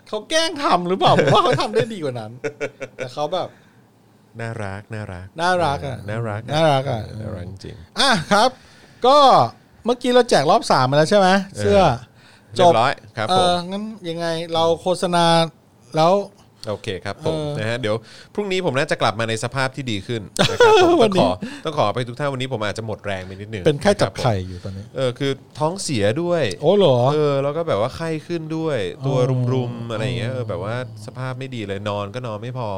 Speaker 3: เขาแกล้งทำหรือเปล่าผมว่าเขาทำได้ดีกว่านั้น แต่เขาแบบ
Speaker 2: น่ารักน่ารัก
Speaker 3: น่ารักอะ
Speaker 2: เน่ารัก
Speaker 3: น่ารักอะ
Speaker 2: เน่ารักจริง
Speaker 3: อ่ะครับ ก็เมื่อกี้เราแจกรอบสามมาแล้วใช่ไหมเสื้อ
Speaker 2: ๆเรียบร้อยครับ
Speaker 3: เอ
Speaker 2: ผม
Speaker 3: องั้นยังไงเราโฆษณาแล้ว
Speaker 2: โอเคครับผม
Speaker 3: เออ
Speaker 2: นะฮะเดี๋ยวพรุ่งนี้ผมน่าจะกลับมาในสภาพที่ดีขึ้น นะครับผมต้
Speaker 3: วั
Speaker 2: อน ง
Speaker 3: นี้
Speaker 2: ขอต้องขอไปทุกท่านวันนี้ผมอาจจะหมดแรงไปนิดนึง
Speaker 3: เป็นไข้จับ
Speaker 2: นะ
Speaker 3: ไข่
Speaker 2: รับผม
Speaker 3: อยู่ตอนนี้
Speaker 2: เออคือท้องเสียด้วย
Speaker 3: โอ้เหรอ
Speaker 2: เออแล้วก็แบบว่าไข้ขึ้นด้วย ตัว
Speaker 3: อ๋อ
Speaker 2: รุมๆอะไรอย่างเงี้ยเออแบบว่าสภาพไม่ดีเลยนอนก็นอนไม่พอ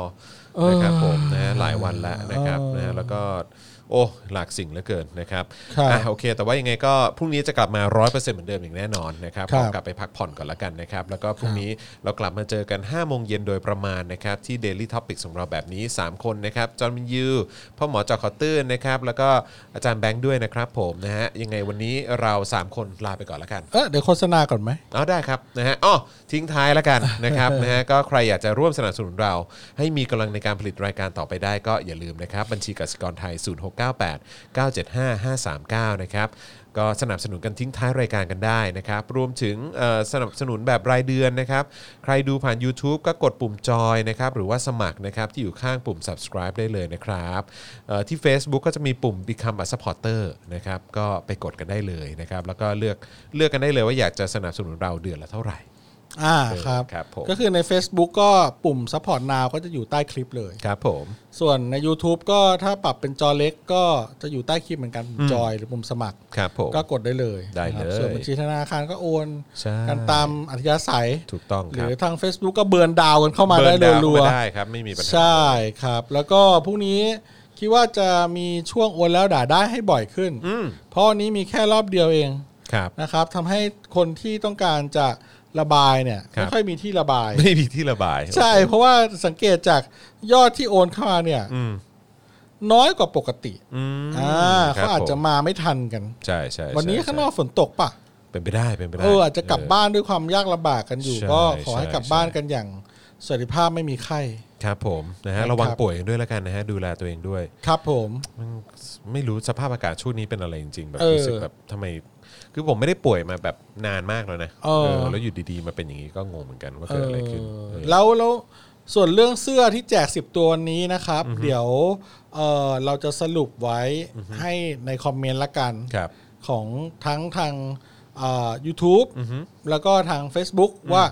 Speaker 3: เออ
Speaker 2: นะครับผมนะฮะหลายวันแล้วนะครับ
Speaker 3: เออ
Speaker 2: นะฮะแล้วก็ โอ้หลากสิ่งเหลือเกินนะครับ
Speaker 3: ครับ
Speaker 2: อ่ะโอเค แต่ว่ายังไงก็พรุ่งนี้จะกลับมา 100%เหมือนเดิมอย่างแน่นอนนะครับ
Speaker 3: ครับ
Speaker 2: ขอกลับไปพักผ่อนก่อนละกันนะครับ แล้วก็พรุ่งนี้เรากลับมาเจอกัน5โมงเย็นโดยประมาณนะครับ ที่ Daily Topics ของเราแบบนี้ 3 คนนะครับจอห์นวินยูพ่อหมอจอคอตตื้นนะครับ แล้วก็อาจารย์แบงค์ด้วยนะครับผมนะฮะยังไงวันนี้เรา 3 คนลาไปก่อนละกัน
Speaker 3: เออเดี๋ยวโฆษณาก่อนไหม
Speaker 2: เอาได้ครับนะฮะอ๋อทิ้งท้ายแล้วกันนะครับ นะฮะก็ใครอยากจะร่วมสนับสนุนเรา ให้มีกำลังในการผลิตรายการต่อไปได้ก็อย่าลืมนะครับ บัญชีกสิกรไทย 0698 975 539 นะครับ ก็สนับสนุนกันทิ้งท้ายรายการกันได้นะครับ รวมถึงเอ่อสนับสนุนแบบรายเดือนนะครับ ใครดูผ่าน YouTube ก็กดปุ่มจอยนะครับ หรือว่าสมัครนะครับ ที่อยู่ข้างปุ่ม subscribe ได้เลยนะครับเอ่อที่ Facebook ก็จะมีปุ่ม Become a supporter นะครับ ก็ไปกดกันได้เลยนะครับ แล้วก็เลือกเลือกกันได้เลยว่าอยากจะสนับสนุนเราเดือนละเท่าไหร่
Speaker 3: อ่าครับ
Speaker 2: ครับผม
Speaker 3: ก็คือใน Facebook ก็ปุ่ม Support Now ก็จะอยู่ใต้คลิปเลย
Speaker 2: ครับผม
Speaker 3: ส่วนใน YouTube ก็ถ้าปรับเป็นจอเล็กก็จะอยู่ใต้คลิปเหมือนกันปุ่มจอยหรือปุ่มสมัคร
Speaker 2: ครับผม
Speaker 3: ก็กดได้เลย
Speaker 2: ได้เลย
Speaker 3: นะครับส่วนบัญชีธนาคารก็โอน
Speaker 2: ใช่
Speaker 3: กันตามอัธยาศัย
Speaker 2: ถูกต้อง
Speaker 3: ห
Speaker 2: ค
Speaker 3: รื
Speaker 2: รับ
Speaker 3: อทาง Facebook ก็เบิร์นดาวกันเข้ามาได้
Speaker 2: บิ
Speaker 3: เล
Speaker 2: ร์
Speaker 3: ย
Speaker 2: นด
Speaker 3: รั
Speaker 2: ว
Speaker 3: ว
Speaker 2: น์ก็ได้ครับไม่มีปัญหา
Speaker 3: ใช่ครับ แล้วก็พรุ่งนี้คิดว่าจะมีช่วงโอนแล้วด่าได้ให้บ่อยขึ้น
Speaker 2: อืม
Speaker 3: เพราะวันนี้มีแค่รอบเดียวเอง
Speaker 2: ครับ
Speaker 3: นะครับทำให้คนที่ต้องการจะระบายเนี่ย
Speaker 2: ครับ
Speaker 3: ไม่ค่อยมีที่ระบาย
Speaker 2: ไม่มีที่ระบาย
Speaker 3: ใช่ เพราะว่าสังเกตจากยอดที่โอนเข้ามาเนี่ย
Speaker 2: อืม
Speaker 3: น้อยกว่าปกติ
Speaker 2: อืม
Speaker 3: อ่า
Speaker 2: ครับ
Speaker 3: เขาอาจจะ
Speaker 2: ผม
Speaker 3: มาไม่ทันกัน
Speaker 2: ใช่ใช่ใช่
Speaker 3: วันนี้ข้างนอกฝนตกปะ
Speaker 2: เป็นไปได้เป็นไปได้
Speaker 3: เอออาจจะกลับบ้านด้วยความยากลำบากกันอยู่
Speaker 2: ใช่
Speaker 3: ก็ขอให้
Speaker 2: ใช่
Speaker 3: กลับบ้าน
Speaker 2: ใช่
Speaker 3: กันอย่างสวัสดิภาพไม่มีไข้
Speaker 2: ครับผมนะ
Speaker 3: ครั
Speaker 2: ฮะ
Speaker 3: บ
Speaker 2: ระวังป่วยกันด้วยแล้วกันนะฮะดูแลตัวเองด้วย
Speaker 3: ครับผม
Speaker 2: มันไม่รู้สภาพอากาศช่วงนี้เป็นอะไรจริงๆแบบ
Speaker 3: เออ
Speaker 2: รู้สึกแบบทำไม คือผมไม่ได้ป่วยมาแบบนานมากแล้วนะ
Speaker 3: เออ
Speaker 2: แล้วอยู่ดีๆมาเป็นอย่างนี้ก็งงเหมือนกันว่า
Speaker 3: เอ
Speaker 2: เกิด
Speaker 3: อ
Speaker 2: อะไรขึ้นเออ
Speaker 3: แล้วแล้วส่วนเรื่องเสื้อที่แจก 10 ตัวนี้นะครับ เดี๋ยวเออเราจะสรุปไว้ให้ในคอมเมนต์ละกัน
Speaker 2: ครับ
Speaker 3: ของทั้งทางยูทูบแล้วก็ทาง Facebook ว่า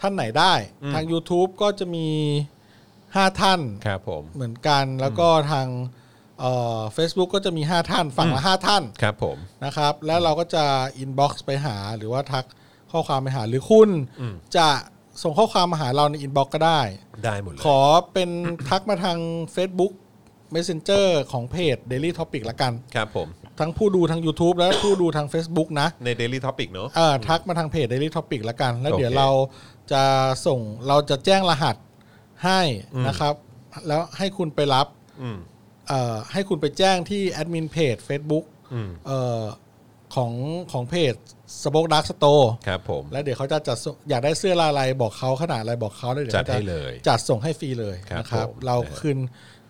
Speaker 3: ท่านไหนได้ ทาง YouTube ก็จะมี 5 ท่าน
Speaker 2: ครับผม
Speaker 3: เหมือนกันแล้วก็ทางเฟซบุ๊กก็จะมี 5 ท่านฝั่งละ 5 ท่าน
Speaker 2: ครับผม
Speaker 3: นะครับ แล้วเราก็จะอินบ็อกซ์ไปหาหรือว่าทักข้อความไปหาหรือคุณจะส่งข้อความมาหาเราในอินบ็อกซ์ก็ได้
Speaker 2: ได้หมดเลย
Speaker 3: ขอเป็น ทักมาทาง Facebook Messenger ของเพจ Daily Topic ละกัน
Speaker 2: ครับผม
Speaker 3: ทั้งผู้ดูทาง YouTube และผู้ดูทาง Facebook นะ
Speaker 2: ใน Daily Topic เนอะ
Speaker 3: เออทักมาทางเพจ Daily Topic ละกัน แล้ว
Speaker 2: โอเค
Speaker 3: เดี๋ยวเราจะส่งเราจะแจ้งรหัสให้นะครับ แล้วให้คุณไปรับ
Speaker 2: อืม
Speaker 3: เอ่อให้คุณไปแจ้งที่แอดมินเพจ Facebook
Speaker 2: อืม
Speaker 3: เอ่อของของเพจสป็อกดักสโตร์
Speaker 2: ครับผม
Speaker 3: แล้วเดี๋ยวเขาจะจัดส่งอยากได้เสื้อลายอะไรบอกเขาขนาดอะไรบอกเขาแล้วเดี๋ยว
Speaker 2: จัด
Speaker 3: ขาะ
Speaker 2: ให้เลย
Speaker 3: จัดส่งให้ฟรีเลย
Speaker 2: ครับ
Speaker 3: นะครับ
Speaker 2: ผม
Speaker 3: เราคืน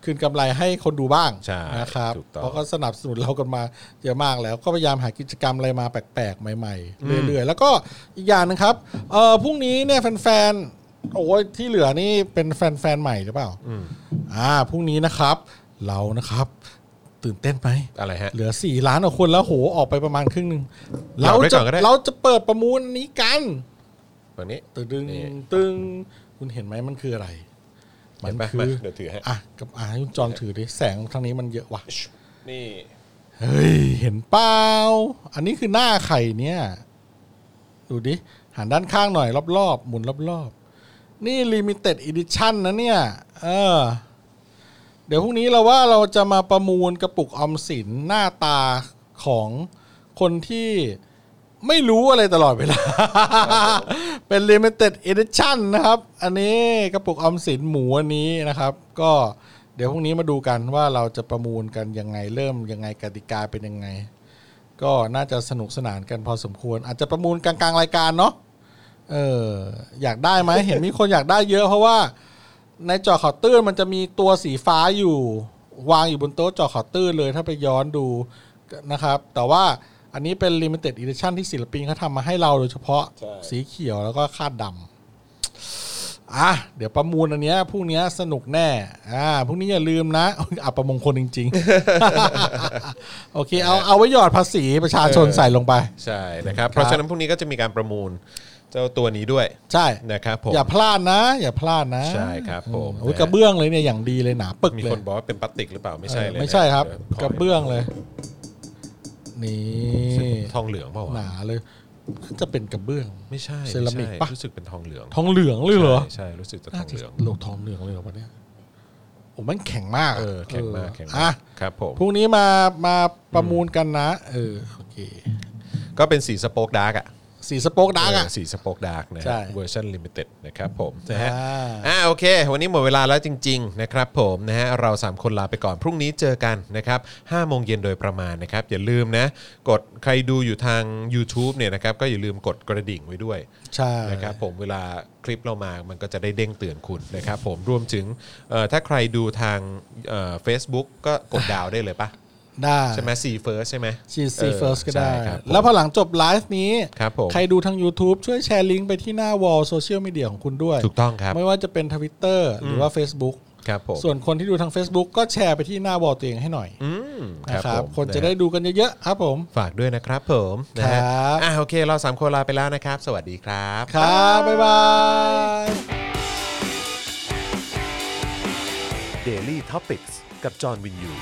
Speaker 3: คืนกำไรให้คนดูบ้าง
Speaker 2: ใช่
Speaker 3: นะครับ
Speaker 2: ถูกต้อง
Speaker 3: เพราะก็ ก็สนับสนุนเรากันมาเยอะมากแล้วก็พยายามหากิจกรรมอะไรมาแปลกๆ ใหม่ๆ เรื่อยๆ แล้วก็อีกอย่างหนึงครับเอ่อพรุ่งนี้เนี่ยแฟนๆโอ้ยที่เหลือนี่เป็นแฟนๆใหม่หรือเปล่าอ่าพรุ่งนี้นะครับ เรานะครับ ตื่นเต้นไหม
Speaker 2: อะไรฮะ
Speaker 3: เหลือ 4 ล้านกว่าคนแล้วโหออกไปประมาณครึ่งหนึ่ง
Speaker 2: หยอ
Speaker 3: เรา
Speaker 2: ดไว้ก่
Speaker 3: จะ
Speaker 2: อนก็ได้
Speaker 3: เราจะเปิดประมูลอันนี้กัน
Speaker 2: วันนี้
Speaker 3: ตึงตึง
Speaker 2: นี่
Speaker 3: ตึงคุณเห็นไหมมันคืออะไร มั
Speaker 2: เห็
Speaker 3: น
Speaker 2: นปะ
Speaker 3: คื
Speaker 2: มา
Speaker 3: อ
Speaker 2: เดี๋ยวถือให้
Speaker 3: อ่ะกับอ่ะให้คุณจอนถือดิแสงทางนี้มันเยอะว่ะ
Speaker 2: นี่
Speaker 3: เฮ้ย เห็นเปล่า อันนี้คือหน้าไข่เนี่ย ดูดิ หันด้านข้างหน่อยรอบๆ หมุนรอบๆ นี่ Limited Edition นะเนี่ย เออ เดี๋ยวพรุ่งนี้เราว่าเราจะมาประมูลกระปุกออมสินหน้าตาของคนที่ไม่รู้อะไรตลอดเวลา เป็น Limited Edition นะครับ อันนี้กระปุกออมสินหมูอันนี้นะครับ ก็เดี๋ยวพรุ่งนี้มาดูกันว่าเราจะประมูลกันยังไงเริ่มยังไงกติกาเป็นยังไง ก็น่าจะสนุกสนานกันพอสมควร อาจจะประมูลกลางๆรายการเนาะเอออยากได้ไหม เห็นมีคนอยากได้เยอะเพราะว่า ในจอข่าวตื้นมันจะมีตัวสีฟ้าอยู่ วางอยู่บนโต๊ะจอข่าวตื้นเลยถ้าไปย้อนดูนะครับ แต่ว่าอันนี้เป็น Limited Edition ที่ศิลปินเขาทำมาให้เราโดยเฉพาะ
Speaker 2: ใช่
Speaker 3: สีเขียวแล้วก็คาดดำอ่ะเดี๋ยวประมูลอันเนี้ยพรุ่งเนี้ยสนุกแน่อ่าพรุ่งนี้อย่าลืมนะ อุ๊ยอับประมงคลจริง ๆ โอเคเอาเอาไว้หยอดภาษีประชาชนใส่ลงไป
Speaker 2: ใช่นะครับ เพราะฉะนั้นพรุ่งนี้ก็จะมีการประมูลเจ้าตัวนี้ด้วย
Speaker 3: ใช่
Speaker 2: นะครับผม
Speaker 3: อย่าพลาดนะ อย่าพลาดนะ
Speaker 2: ใช่ครับผม
Speaker 3: โอ้ยกระเบื้องเลยเนี่ยอย่างดีเลยหนาปึก
Speaker 2: มี
Speaker 3: เล
Speaker 2: ค
Speaker 3: ย
Speaker 2: นบอกว่าเป็นพลาสติกหรือเปล่าไม่ใช่เลยนะ
Speaker 3: ไม่ใช่ครับ
Speaker 2: ดี๋ยวข
Speaker 3: กระเบื้องเลย นี่
Speaker 2: ทองเหลืองเปล่า
Speaker 3: ห
Speaker 2: วะ
Speaker 3: นาเลยจะเป็นกระเบื้อง
Speaker 2: ไม่ใช่
Speaker 3: เซรามิก
Speaker 2: ไใช่
Speaker 3: ปะ
Speaker 2: รู้สึกเป็นทองเหลือง
Speaker 3: ทองเหลืองเลยเหรอ
Speaker 2: ใช่ใช่รู้สึกจะท
Speaker 3: น่า
Speaker 2: อง
Speaker 3: จะ
Speaker 2: เหลือง
Speaker 3: โลกทองเหลืองเลยเหรอวะเนี่ย ผมมันแข็งมาก
Speaker 2: เออแข็งมากแข็งมา
Speaker 3: อ่ะ
Speaker 2: กครับผม
Speaker 3: พรุ่งนี้มามาประมูลกันนะ เออโอเค
Speaker 2: ก็เป็นสีสโป๊กดาร์กอ่ะ
Speaker 3: สีสโป๊กดาร์ก
Speaker 2: เออ
Speaker 3: อ่ะ
Speaker 2: สีสโป๊กดาร์กนะ
Speaker 3: ใช่
Speaker 2: เวอร์ชันลิมิเต็ดนะครับผมนะฮะ
Speaker 3: อ่า
Speaker 2: อ่าโอเค วันนี้หมดเวลาแล้วจริง ๆ นะครับผมนะฮะเรา 3 คนลาไปก่อนพรุ่งนี้เจอกันนะครับ5โมงเย็นโดยประมาณนะครับ อย่าลืมนะ กดใครดูอยู่ทาง YouTube เนี่ยนะครับ ก็อย่าลืมกดกระดิ่งไว้ด้วย
Speaker 3: ใช่
Speaker 2: นะครับผมเวลาคลิปเรามามันก็จะได้เด้งเตือนคุณนะครับผมรวมถึงเอ่อถ้าใครดูทางเฟซบุ๊กก็กดดาวได้เลยปะ
Speaker 3: ได้
Speaker 2: ใช่ไหมซีเฟิร์สใช่ไหม
Speaker 3: ชีซีเฟิร์สก็ได้
Speaker 2: ใช่ครับผม
Speaker 3: แล้วพอหลังจบไลฟ์นี้
Speaker 2: ครับผม
Speaker 3: ใครดูทาง YouTube ช่วยแชร์ลิงก์ไปที่หน้าวอลโซเชียลมีเดียของคุณด้วย
Speaker 2: ถูกต้องครับ
Speaker 3: ไม่ว่าจะเป็นทวิตเตอร์หรือว่า Facebook
Speaker 2: ครับผม
Speaker 3: ส่วนคนที่ดูทาง Facebook ก็แชร์ไปที่หน้าวอลตัวเองให้หน่อย
Speaker 2: อืม
Speaker 3: นะค
Speaker 2: ผ
Speaker 3: รับ
Speaker 2: ม
Speaker 3: คนจะได้ดูกันเยอะๆครับผม
Speaker 2: ฝากด้วยนะครับผมนะฮะ
Speaker 3: ครับ
Speaker 2: อ่ะโอเคเราสามคนลาไปแล้วนะครับ สวัสดีครับ
Speaker 3: ครับ บ๊ายบาย
Speaker 1: Daily t o p i c กกับจอห์นวินยู